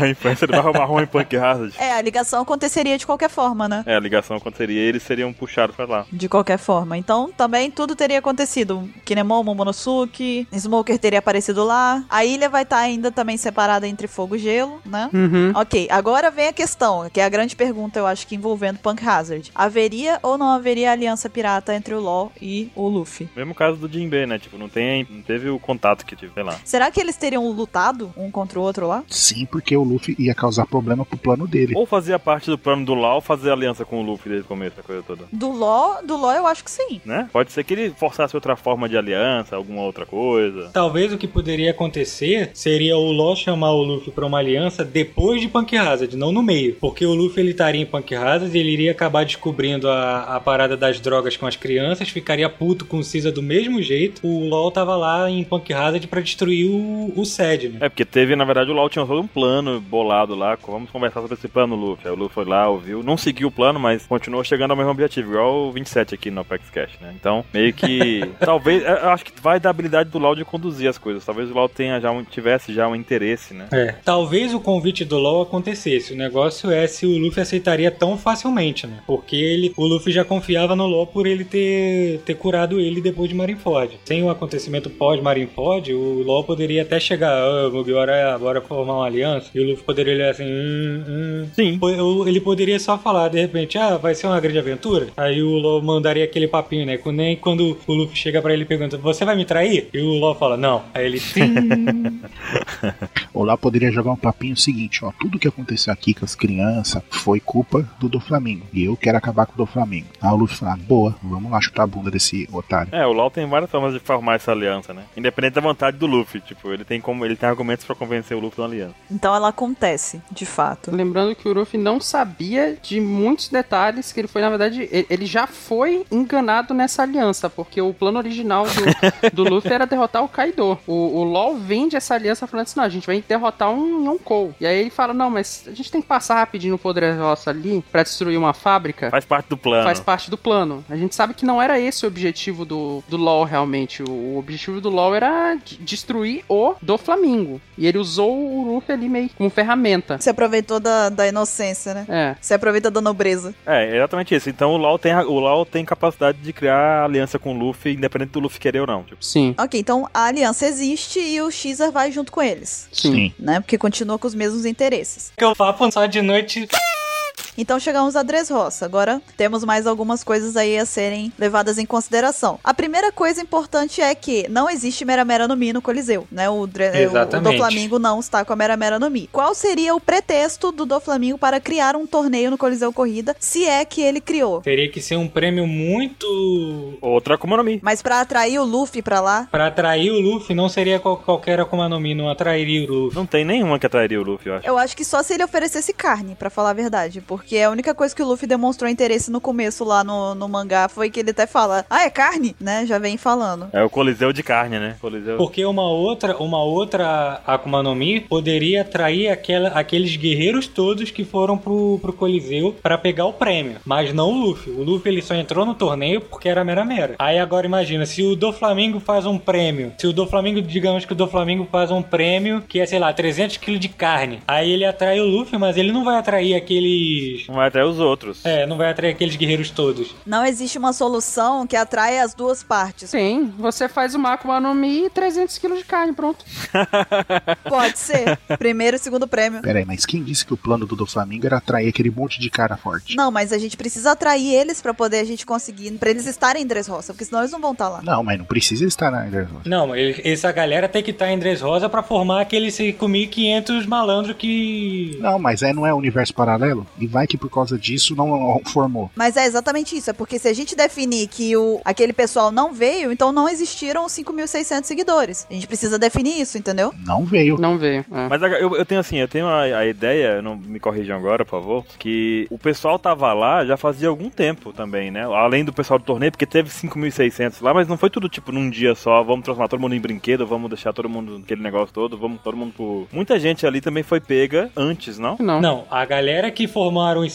a influência do Barba Marrom em Punk Hazard. É, a ligação aconteceria de qualquer forma, né? É, a ligação aconteceria e eles seriam puxados pra lá. De qualquer forma. Então, também tudo teria acontecido. Kinemon, Momonosuke, Smoker teria aparecido lá. A ilha vai estar ainda também separada entre fogo e gelo, né? Uhum. Ok, agora vem a questão, que é a grande pergunta, eu acho que envolvendo Punk Hazard. Haveria ou não haveria aliança pirata entre o LoL e o Luffy? Mesmo caso do Jinbe, né? Tipo, não, tem, não teve o contato que tive, sei lá. Será que eles teriam lutado um contra o outro lá? Sim, porque o Luffy ia causar problema pro plano dele. Ou fazia parte do plano do Lau fazer aliança com o Luffy desde o começo, a coisa toda. Do LoL, do LoL eu acho que sim. Né? Pode ser que ele forçasse outra forma de aliança, alguma outra coisa. Talvez o que poderia acontecer seria o Law chamar o Luffy pra uma aliança depois de Punk Hazard, não no meio. Porque o Luffy ele estaria em Punk Hazard e ele iria acabar descobrindo a, a parada das drogas com as crianças, ficaria puto com o Caesar do mesmo jeito. O LOL tava lá em Punk Hazard pra destruir o, o Sed, né? É, porque teve, na verdade, o Lau final tinha todo um plano bolado lá. Vamos conversar sobre esse plano, Luffy. Aí o Luffy foi lá, ouviu. Não seguiu o plano, mas continuou chegando ao mesmo objetivo, igual o 27 aqui no Apex Cash, né? Então, meio que. talvez. é, Eu acho que vai da habilidade do Lau de conduzir as coisas. Talvez o Lau tenha já um- tivesse já um interesse, né? É. Talvez o convite do LoL acontecesse. O negócio é se o Luffy aceitaria tão facilmente, né? Porque ele, o Luffy já confiava no LoL por ele ter, ter curado ele depois de Marineford. Sem o acontecimento pós-Marineford, o LoL poderia até chegar, "Ah, Mugiwara, bora formar uma aliança. E o Luffy poderia olhar assim, hum, hum. Sim. Po- eu- Ele poderia só falar, de repente, ah, vai ser uma grande aventura? Aí o LoL mandaria aquele papinho, né? Que Nem quando o Luffy chega pra ele e pergunta, você vai me trair? E o LoL fala, não. Aí ele, sim. (laughs) Ou lá poderia jogar um papinho seguinte, ó, tudo que aconteceu aqui com as crianças foi culpa do do Flamengo. E eu quero acabar com o do Flamengo. Aí o Luffy fala, boa, vamos lá chutar a bunda desse otário. É, o LoL tem várias formas de formar essa aliança, né? Independente da vontade do Luffy, tipo, ele tem como ele tem argumentos pra convencer o Luffy da aliança. Então ela acontece, de fato. Lembrando que o Ruffy não sabia de muitos detalhes que ele foi, na verdade, e- ele já foi enganado nessa aliança, porque o plano original (laughs) do, do Luffy era derrotar o Kaido. O, o LOL vende essa aliança falando assim: não, a gente vai derrotar um Yonkou. E aí ele fala: não, mas a gente tem que passar rapidinho no Poderosa ali pra destruir uma fábrica. Faz parte do plano. É. Faz parte do plano. A gente sabe que não era esse o objetivo do, do LoL realmente. O, o objetivo do LoL era de- destruir o do Flamingo. E ele usou o Luffy ali meio que como ferramenta. Se aproveitou da, da inocência, né? É. Se aproveita da nobreza. É, exatamente isso. Então o LoL tem a- o LoL tem capacidade de criar aliança com o Luffy, independente do Luffy querer ou não. Tipo, Sim. Ok, então a aliança existe e o Xer vai junto com eles, Sim. né? Porque continua com os mesmos interesses. que eu papo só de noite Então chegamos a Dressrosa. Agora temos mais algumas coisas aí a serem levadas em consideração. A primeira coisa importante é que não existe Mera Mera no Mi no Coliseu, né? O, Dre eh, o Exatamente. Doflamingo não está com a Mera Mera no Mi. Qual seria o pretexto do Doflamingo para criar um torneio no Coliseu Corrida, se é que ele criou? Teria que ser um prêmio muito. outra Akuma no Mi. Mas para atrair o Luffy para lá, Pra atrair o Luffy, não seria qual- qualquer Akuma no Mi, não atrairia o Luffy. Não tem nenhuma que atrairia o Luffy, eu acho. eu acho que só se ele oferecesse carne, pra falar a verdade. Porque a única coisa que o Luffy demonstrou interesse no começo lá no, no mangá foi que ele até fala, ah, é carne? Né? Já vem falando. É o Coliseu de carne, né? Coliseu. Porque uma outra, uma outra Akuma no Mi poderia atrair aquela, aqueles guerreiros todos que foram pro, pro Coliseu pra pegar o prêmio. Mas não o Luffy. O Luffy ele só entrou no torneio porque era mera mera. Aí agora imagina, se o do Flamengo faz um prêmio, se o do Flamengo, digamos que o do Flamengo faz um prêmio que é, sei lá, 300 kg de carne. Aí ele atrai o Luffy, mas ele não vai atrair aqueles Não vai atrair os outros. É, não vai atrair aqueles guerreiros todos. Não existe uma solução que atraia as duas partes. Sim, você faz uma Akuma no Mi e 300 kg de carne, pronto. Pode ser. Primeiro e segundo prêmio. Pera aí, mas quem disse que o plano do do Flamengo era atrair aquele monte de cara forte? Não, mas a gente precisa atrair eles pra poder a gente conseguir, Pra eles estarem em Dressrosa, porque senão eles não vão estar lá. Não, mas não precisa estar na Dressrosa. Não, ele- essa galera tem que estar em Dressrosa pra formar aqueles 5.500 malandros que... Não, mas aí não é universo paralelo? E vai que por causa disso não formou. Mas é exatamente isso, é porque se a gente definir que o, aquele pessoal não veio, então não existiram os 5.600 seguidores. A gente precisa definir isso, entendeu? Não veio. Não veio. é. Mas a- eu, eu tenho assim, eu tenho a, a ideia, não me corrijam agora, por favor, que o pessoal tava lá já fazia algum tempo também, né? Além do pessoal do torneio, porque teve 5.600 lá, mas não foi tudo tipo num dia só, vamos transformar todo mundo em brinquedo, vamos deixar todo mundo aquele negócio todo, vamos todo mundo pro... Muita gente ali também foi pega antes, não? Não. Não, a galera que formaram os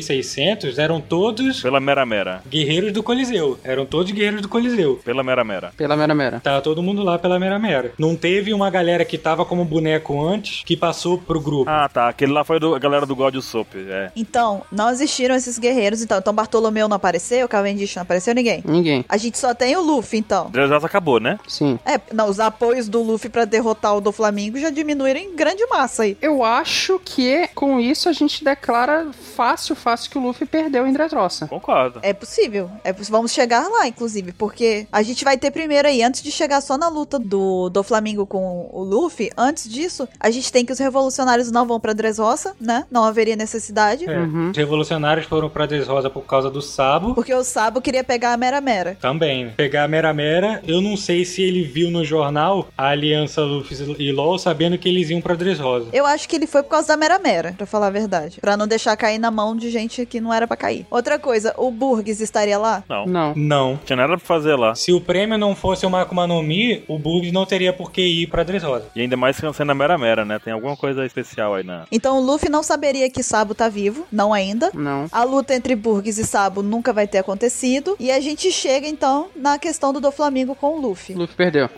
5.600 eram todos Pela mera mera. guerreiros do Coliseu. Eram todos guerreiros do Coliseu. Pela mera mera. Pela mera mera. Tá todo mundo lá pela mera mera. Não teve uma galera que tava como boneco antes que passou pro grupo. Ah, tá. Aquele lá foi do- a galera do God Soap, é. Então, não existiram esses guerreiros, então. Então Bartolomeu não apareceu, Cavendish não apareceu, ninguém. Ninguém. A gente só tem o Luffy, então. Dressrosa acabou, né? Sim. É, não, os apoios do Luffy pra derrotar o do Flamengo já diminuíram em grande massa aí. Eu acho que com isso a gente declara fácil, fácil que o Luffy perdeu em Dressrosa. Concordo. É possível. É poss- Vamos chegar lá, inclusive, porque a gente vai ter primeiro aí, antes de chegar só na luta do, do Flamengo com o Luffy, antes disso, a gente tem que os revolucionários não vão pra Dressrosa, né? Não haveria necessidade. É. Os revolucionários foram pra Dressrosa por causa do Sabo. Porque o Sabo queria pegar a Mera Mera. Também, né? Pegar a Mera Mera, eu não sei se ele viu no jornal a aliança Luffy e LOL sabendo que eles iam pra Dressrosa. Eu acho que ele foi por causa da Mera Mera, pra falar a verdade. Pra não deixar cair na mão de gente que não era pra cair. Outra coisa, o Burgs estaria lá? Não. Não Não. Não. tinha nada pra fazer lá. Se o prêmio não fosse o Makuma no Mi, o Bugs não teria por que ir pra Dressrosa. E ainda mais sendo a Mera Mera, né? Tem alguma coisa especial aí na. Então o Luffy não saberia que Sabo tá vivo, não ainda. Não. A luta entre Burgs e Sabo nunca vai ter acontecido. E a gente chega então na questão do Doflamingo com o Luffy. Luffy perdeu.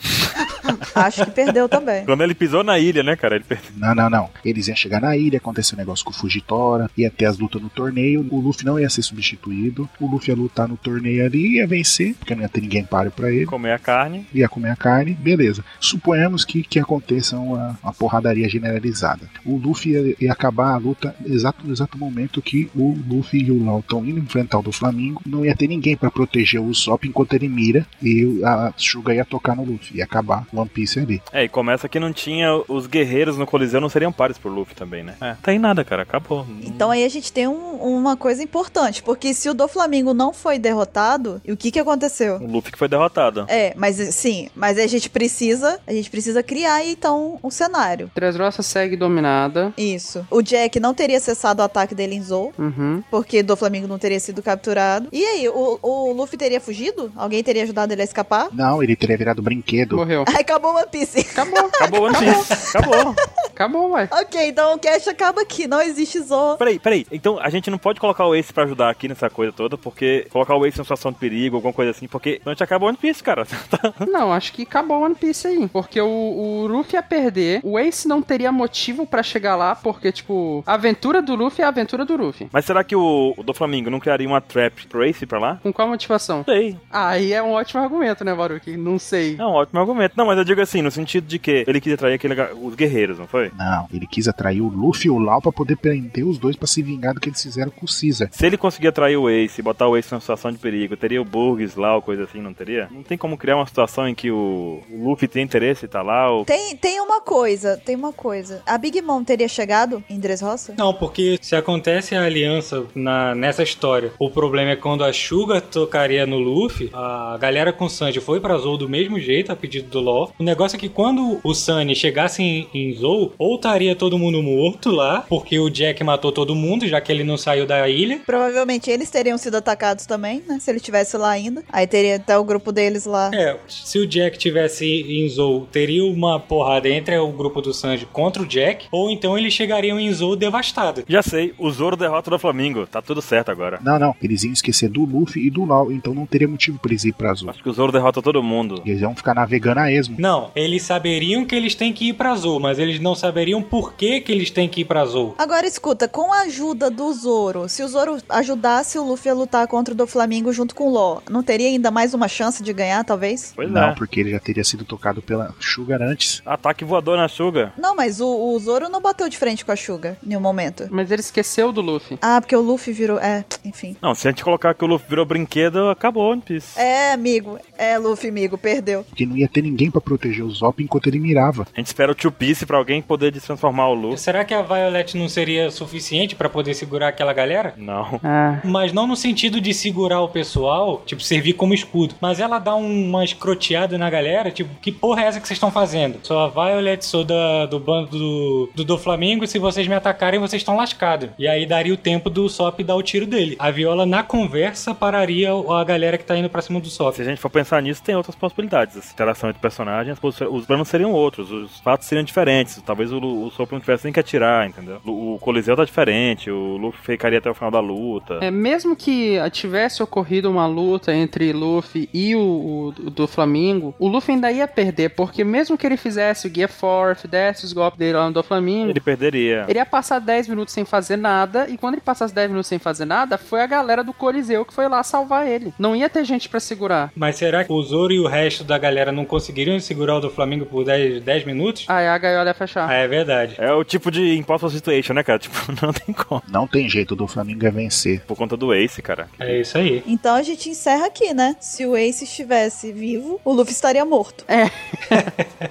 Acho que perdeu também. Quando ele pisou na ilha, né, cara? Ele perdeu. Não, não, não. Eles iam chegar na ilha, acontecer um negócio com o Fugitora, ia ter as lutas no torneio, o Luffy não ia ser substituído, o Luffy ia lutar no torneio ali, ia vencer, porque não ia ter ninguém páreo pra ele. Comer a carne. ia comer a carne, beleza. Suponhamos que, que aconteça uma, uma porradaria generalizada. O Luffy ia, ia acabar a luta exato no exato momento que o Luffy e o Law estão indo enfrentar o do Flamengo. Não ia ter ninguém pra proteger o Usopp enquanto ele mira e a Suga ia tocar no Luffy, ia acabar o One Piece ali. É, e começa que não tinha. Os guerreiros no Coliseu não seriam pares pro Luffy também, né? É. Tá em nada, cara. Acabou. Então aí a gente tem um- uma coisa importante, porque se o Doflamingo não foi derrotado, e o que que aconteceu? O Um Luffy que foi derrotado. É, mas sim, mas aí a gente precisa, a gente precisa criar então um cenário. Dressrosa segue dominada. Isso. O Jack não teria cessado o ataque dele em Zou, Uhum. porque Doflamingo não teria sido capturado. E aí, o, o Luffy teria fugido? Alguém teria ajudado ele a escapar? (laughs) Não, ele teria virado brinquedo. Morreu. Aí acabou One Piece. Acabou. Acabou o One Piece. Acabou. Acabou, ué. ok, então o cast acaba aqui, não existe Zou. Peraí, peraí. Então a gente não pode colocar o Ace pra ajudar aqui nessa coisa toda, porque colocar o Ace em situação de perigo, alguma coisa assim, porque senão a gente acaba o One Piece, cara. (laughs) Não, acho que acabou o One Piece aí. Porque o, o Luffy ia perder. O Ace não teria motivo pra chegar lá, porque, tipo, a aventura do Luffy é a aventura do Luffy. Mas será que o, o do Flamengo não criaria uma trap pro Ace ir pra lá? Com qual motivação? Não sei. Aí é um ótimo argumento, né, Baruki? Não sei. É um ótimo argumento. Não, mas eu digo assim, no sentido de que ele queria atrair aquele, ga- os guerreiros, não foi? Não, ele quis atrair o Luffy e o Law pra poder prender os dois pra se vingar do que eles fizeram com o Caesar. Se ele conseguir atrair o Ace e botar o Ace numa situação de perigo, teria o Burgs lá ou coisa assim, não teria? Não tem como criar uma situação em que o, o Luffy tem interesse e tá lá, ou... Tem, tem uma coisa, tem uma coisa. A Big Mom teria chegado em Dressrosa? Não, porque se acontece a aliança na, nessa história, o problema é quando a Suga tocaria no Luffy, a galera com o Sanji foi pra Zou do mesmo jeito, a pedido do Law. O negócio é que quando o Sunny chegasse em, em Zou, ou estaria todo mundo morto lá, porque o Jack matou todo mundo, já que ele não saiu da ilha. Provavelmente eles teriam sido atacados também, né? Se ele tivesse lá ainda. Aí teria até o grupo deles lá. É, se o Jack tivesse em Zou, teria uma porrada entre o grupo do Sanji contra o Jack, ou então eles chegariam em Zou devastado. Já sei, o Zoro derrota o do Flamengo. Tá tudo certo agora. Não, não, eles iam esquecer do Luffy e do Law, então não teria motivo pra eles ir pra Azul. Acho que o Zoro derrota todo mundo. Eles iam ficar navegando a esmo. Não, eles saberiam que eles têm que ir pra Zou, mas eles não saberiam por que, que eles têm que ir pra Zou. Agora escuta, com a ajuda do Zoro, se o Zoro ajudasse o Luffy a lutar contra o do Flamengo junto com o Law, não teria ainda mais uma chance de ganhar, talvez? Pois não, é. porque ele já teria sido tocado pela Sugar antes. Ataque voador na Suga. Não, mas o, o Zoro não bateu de frente com a Suga em nenhum momento. Mas ele esqueceu do Luffy. Ah, porque o Luffy virou. É, enfim. Não, se a gente colocar que o Luffy virou brinquedo, acabou One Piece. É, amigo. É, Luffy, amigo, perdeu. Porque não ia ter ninguém pra proteger o Zop enquanto ele mirava. A gente espera o Two Piece pra alguém poder destransformar o Luffy. Será que a Violet não seria suficiente pra poder segurar aquela galera? Não. Ah. Mas não no sentido de segurar o pessoal, tipo, servir como escudo. Mas ela dá um- uma escroteada na galera, tipo, que porra é essa que vocês estão fazendo? Sou a Violet, sou da, do bando do, do, do Flamengo, se vocês me atacarem, vocês estão lascados. E aí daria o tempo do Sop dar o tiro dele. A Viola, na conversa, pararia o- a galera que tá indo pra cima do Sop. Se a gente for pensar nisso, tem outras possibilidades. Essa interação entre personagens, as posi- os planos seriam outros, os fatos seriam diferentes. Talvez o, Lu- o Sopro não tivesse nem que atirar, entendeu? O, o Coliseu tá diferente, o Luffy ficaria até o final da luta. É, mesmo que tivesse ocorrido uma luta entre Luffy e o, o do Flamingo, o Luffy ainda ia perder, porque mesmo que ele fizesse o Gear Forth, desse os golpes dele lá no do Flamingo, Ele perderia. Ele ia passar 10 minutos sem fazer nada, e quando ele passasse 10 minutos sem fazer nada, foi a galera do Coliseu que foi lá salvar ele. Não ia ter gente pra segurar. Mas será que o Zoro e o resto da galera não conseguiriam segurar o do Flamengo por 10, 10 minutos? Aí a gaiola ia fechar. Ah, é verdade. É o tipo de impossible situation, né, cara? (laughs) Tipo, não tem como. Não tem jeito do Flamengo é vencer. Por conta do Ace, cara. É isso aí. Então a gente encerra aqui, né? Se o Ace estivesse vivo, o Luffy estaria morto.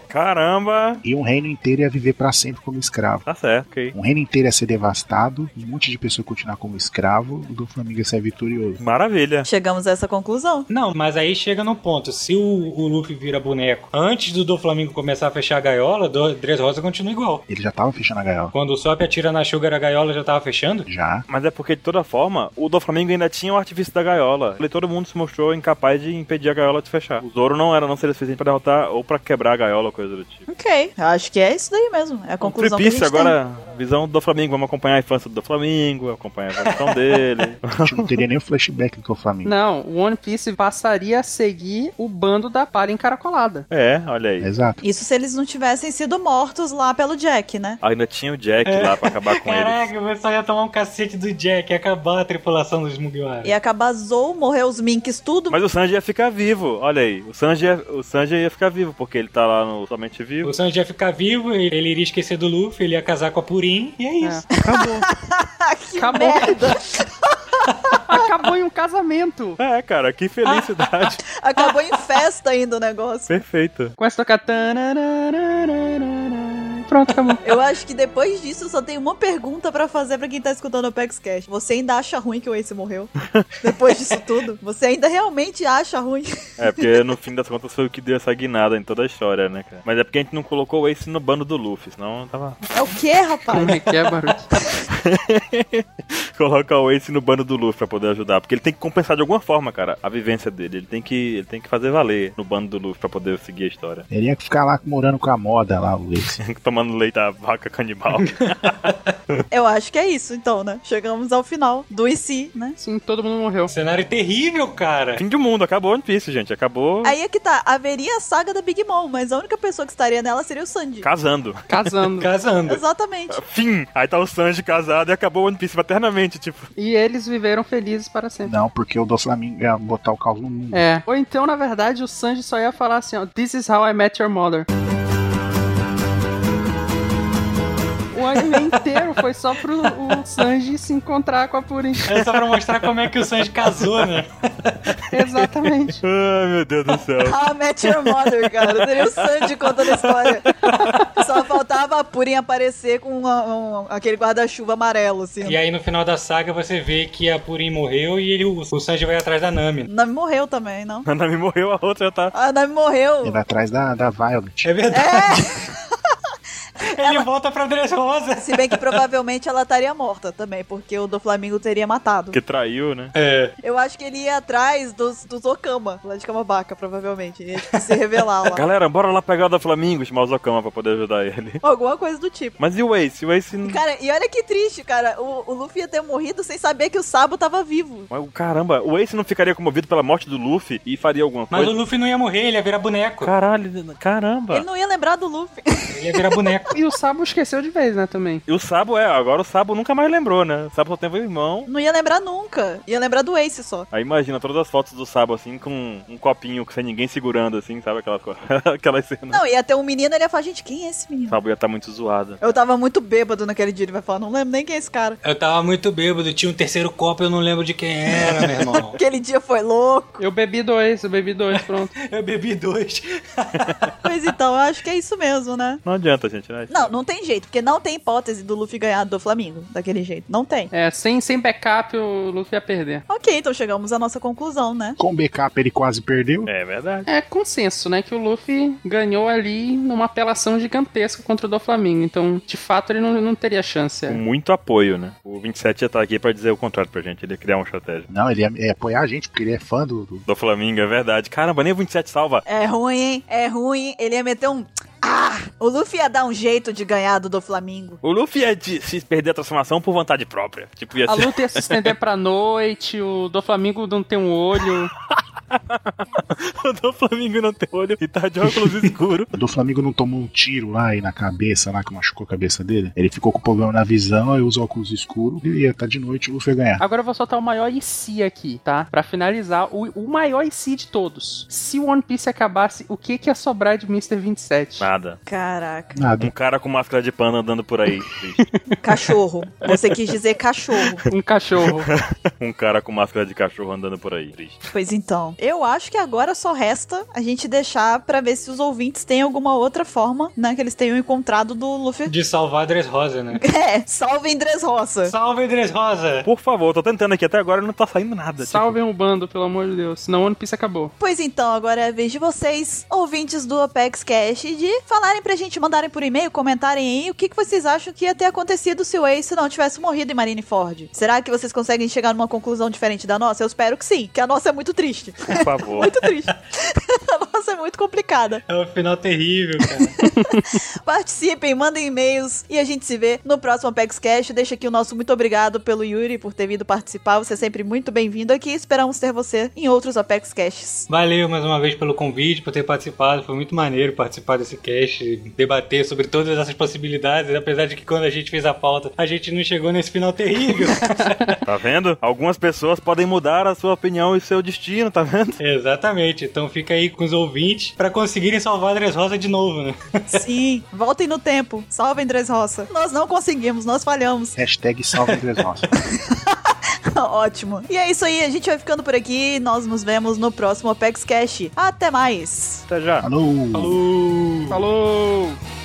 Caramba! E um reino inteiro ia viver pra sempre como escravo. Tá certo, ok. Um reino inteiro ia ser devastado, um monte de pessoa continuar como escravo, o do Flamingo sai vitorioso. Maravilha. Chegamos a essa conclusão. Não, mas aí chega no ponto. Se o, o Luffy vira boneco antes do Doflamingo começar a fechar a gaiola, do Dressrosa continua igual. Ele já tava fechando a gaiola. Quando o Sop atira na Sugar, a gaiola já tava fechando? Já. Mas é porque, de toda forma, o Doflamingo ainda tinha o artifício da gaiola. E todo mundo se mostrou incapaz de impedir a gaiola de fechar. O Zoro não era, não seria suficiente pra derrotar ou pra quebrar a gaiola ou coisa do tipo. Ok. Eu acho que é isso daí mesmo. É a Um conclusão que a gente agora, visão do Flamengo. Vamos acompanhar a infância do Flamengo, acompanhar a evolução (laughs) dele. A gente não teria nem o flashback do Flamingo. Não, o One Piece passaria a seguir o bando da palha encaracolada. É, olha aí. Exato. tem. Isso se eles não tivessem sido mortos lá pelo Jack, né? Ainda tinha o Jack lá pra acabar com ele. É. Caraca, o pessoal ia tomar um cacete do Jack e acabar a tripulação dos Mugiwara. E acabar Zou, morreu os Minks, (laughs) tudo. Mas o Sanji ia ficar vivo, olha aí. O Sanji, ia, o Sanji ia ficar vivo, porque ele tá lá no Somente Vivo. O Sanji ia ficar vivo, ele ele iria esquecer do Luffy, ele ia casar com a Purim, e é isso. que Acabou. merda! (laughs) Acabou em um casamento. É, cara, que felicidade. Acabou em festa ainda o negócio. (laughs) Perfeito. Com essa tocatana. Pronto, acabou. Eu acho que depois disso eu só tenho uma pergunta pra fazer pra quem tá escutando o Pex Cash. Você ainda acha ruim que o Ace (laughs) morreu? depois disso tudo? Você ainda realmente acha ruim? É, porque no fim das contas foi o que deu essa guinada em toda a história, né, cara? Mas é porque a gente não colocou o Ace no bando do Luffy, senão tava. É o quê, rapaz? Como é que é, Baruch? (laughs) Coloca o Ace no bando do Luffy pra poder ajudar. Porque ele tem que compensar de alguma forma, cara, a vivência dele. Ele tem que, ele tem que fazer valer no bando do Luffy pra poder seguir a história. (laughs) Ele ia ficar lá morando com a moda lá, o Ace. Tomando leite da vaca canibal. Eu acho que é isso, então, né? Chegamos ao final do IC, né? Sim, todo mundo morreu. Um Cenário terrível, cara. Fim do mundo, acabou One Piece, gente. Acabou Aí é que tá, haveria a saga da Big Mom, mas a única pessoa que estaria nela seria o Sandy. casando. Casando. Casando. Exatamente. Fim! Aí tá o Sanji casado e acabou One Piece eternamente, tipo. E eles viveram felizes para sempre. Não, porque o do Flamingo ia botar o caos no mundo. É. Ou então, na verdade, o Sanji só ia falar assim, ó, This is how I met your mother. O anime inteiro foi só pro o Sanji se encontrar com a Purim. É só pra mostrar como é que o Sanji casou, né? Exatamente. Ai, meu Deus do céu. (laughs) Ah, Met Your Mother, cara. Seria o Sandy contando a história. Só faltava a Purim aparecer com uma- um- aquele guarda-chuva amarelo, assim. E aí no final da saga você vê que a Purim morreu e ele, o o Sanji vai atrás da Nami. né? Nami morreu também, não? A Nami morreu, a outra já tá. A Nami morreu. Ele vai atrás da, da Violet. É verdade. (laughs) Ele volta pra Dressrosa. Se bem que provavelmente ela estaria morta também, porque o do Flamengo teria matado. Que traiu, né? É. Eu acho que ele ia atrás dos, dos Okama, lá de Kamabaca, provavelmente. Ele ia tipo, se revelar lá. Galera, bora lá pegar o da Flamingo, chamar o Zocama pra poder ajudar ele. Alguma coisa do tipo. Mas e o Ace? O Ace. não- Cara, e olha que triste, cara. O, o Luffy ia ter morrido sem saber que o Sabo tava vivo. Mas, Caramba, o Ace não ficaria comovido pela morte do Luffy e faria alguma Mas coisa? o Luffy não ia morrer, ele ia virar boneco. Caralho, Ele caramba. não ia lembrar do Luffy. (laughs) Ele ia virar boneco. E o Sabo esqueceu de vez, né, também. E o Sabo é, agora o Sabo nunca mais lembrou, né? O Sabo só teve um irmão. Não ia lembrar nunca. Ia lembrar do Ace só. Aí imagina todas as fotos do Sabo assim com um copinho sem ninguém segurando, assim, sabe? Aquela, co- (laughs) aquela cena. Não, ia ter um menino, ele ia falar, gente, quem é esse O menino? Sabo ia estar muito zoado. Eu tava muito bêbado naquele dia, ele vai falar, não lembro nem quem é esse cara. Eu tava muito bêbado, tinha um terceiro copo, eu não lembro de quem era, meu irmão. Aquele dia foi louco. Eu bebi dois, eu bebi dois, pronto. (laughs) Eu bebi dois. Pois então, eu acho que é isso mesmo, né? Não adianta, gente, né? Não, não tem jeito, porque não tem hipótese do Luffy ganhar do Flamengo daquele jeito. Não tem. É, sem, sem backup o Luffy ia perder. Ok, então chegamos à nossa conclusão, né? Com o backup ele quase perdeu. É verdade. É consenso, né? Que o Luffy ganhou ali numa apelação gigantesca contra o do Flamengo. Então, de fato, ele não, não teria chance. Com é. muito apoio, né? O 27 ia estar aqui pra dizer o contrário pra gente. Ele ia criar uma estratégia. Não, ele ia, ia apoiar a gente, porque ele é fã do. do- Do Flamengo, é verdade. Caramba, nem o 27 salva. É ruim, hein? É ruim. Ele ia meter um. Ah! O Luffy ia dar um jeito de ganhar do do Flamengo. O Luffy ia de- se perder a transformação por vontade própria. Tipo, ia A ser. luta ia se estender pra noite, o do Flamengo não tem um olho. (laughs) o do Flamengo não tem olho e tá de óculos (laughs) escuro. O do Flamengo não tomou um tiro lá e na cabeça, lá que machucou a cabeça dele. Ele ficou com problema na visão, aí os óculos escuros, e ia estar de noite o Luffy ia ganhar. Agora eu vou soltar o maior IC aqui, tá? Pra finalizar, o, o maior IC de todos. Se o One Piece acabasse, o que que ia sobrar de Mr. 27? Nada. Caraca. Nada. Um cara com máscara de pano andando por aí. triste. (laughs) Cachorro. Você quis dizer cachorro. Um cachorro. um cara com máscara de cachorro andando por aí. Triste. Pois então, Eu acho que agora só resta a gente deixar pra ver se os ouvintes têm alguma outra forma, né? Que eles tenham encontrado do Luffy. (laughs) De salvar a Dress Rosa, (laughs) né? É, salvem Dress Roça. Salve, Dress Rosa! Por favor, tô tentando aqui até agora e não tá saindo nada. Salvem o bando, pelo amor de Deus. Senão One Piece acabou. Pois então, agora é a vez de vocês, ouvintes do Apex Cash, de falarem pra gente, mandarem por e-mail, comentarem aí o que, que vocês acham que ia ter acontecido se o Ace não tivesse morrido em Marineford. Será que vocês conseguem chegar numa conclusão diferente da nossa? Eu espero que sim, que a nossa é muito triste. Tipo, por favor. (laughs) Muito triste. a nossa é muito complicada. É um final terrível, cara. Participem, mandem e-mails e a gente se vê no próximo Apex Cash. Deixa aqui o nosso muito obrigado pelo Yuri por ter vindo participar. Você é sempre muito bem-vindo aqui. Esperamos ter você em outros Apex Caches. Valeu mais uma vez pelo convite, por ter participado. Foi muito maneiro participar desse cast, debater sobre todas essas possibilidades. Apesar de que quando a gente fez a pauta, a gente não chegou nesse final (laughs) terrível. Tá vendo? Algumas pessoas podem mudar a sua opinião e seu destino, tá vendo? Exatamente. Então fica aí com os ouvintes pra conseguirem salvar a Dress Rosa de novo, né? Sim, voltem no tempo. Salvem Dres Roça. Nós não conseguimos, nós falhamos. (laughs) Hashtag salve Andrés Nossa. Ótimo. E é isso aí, a gente vai ficando por aqui. Nós nos vemos no próximo Apex Cash. Até mais! Até já. Alô! Falou! Falou!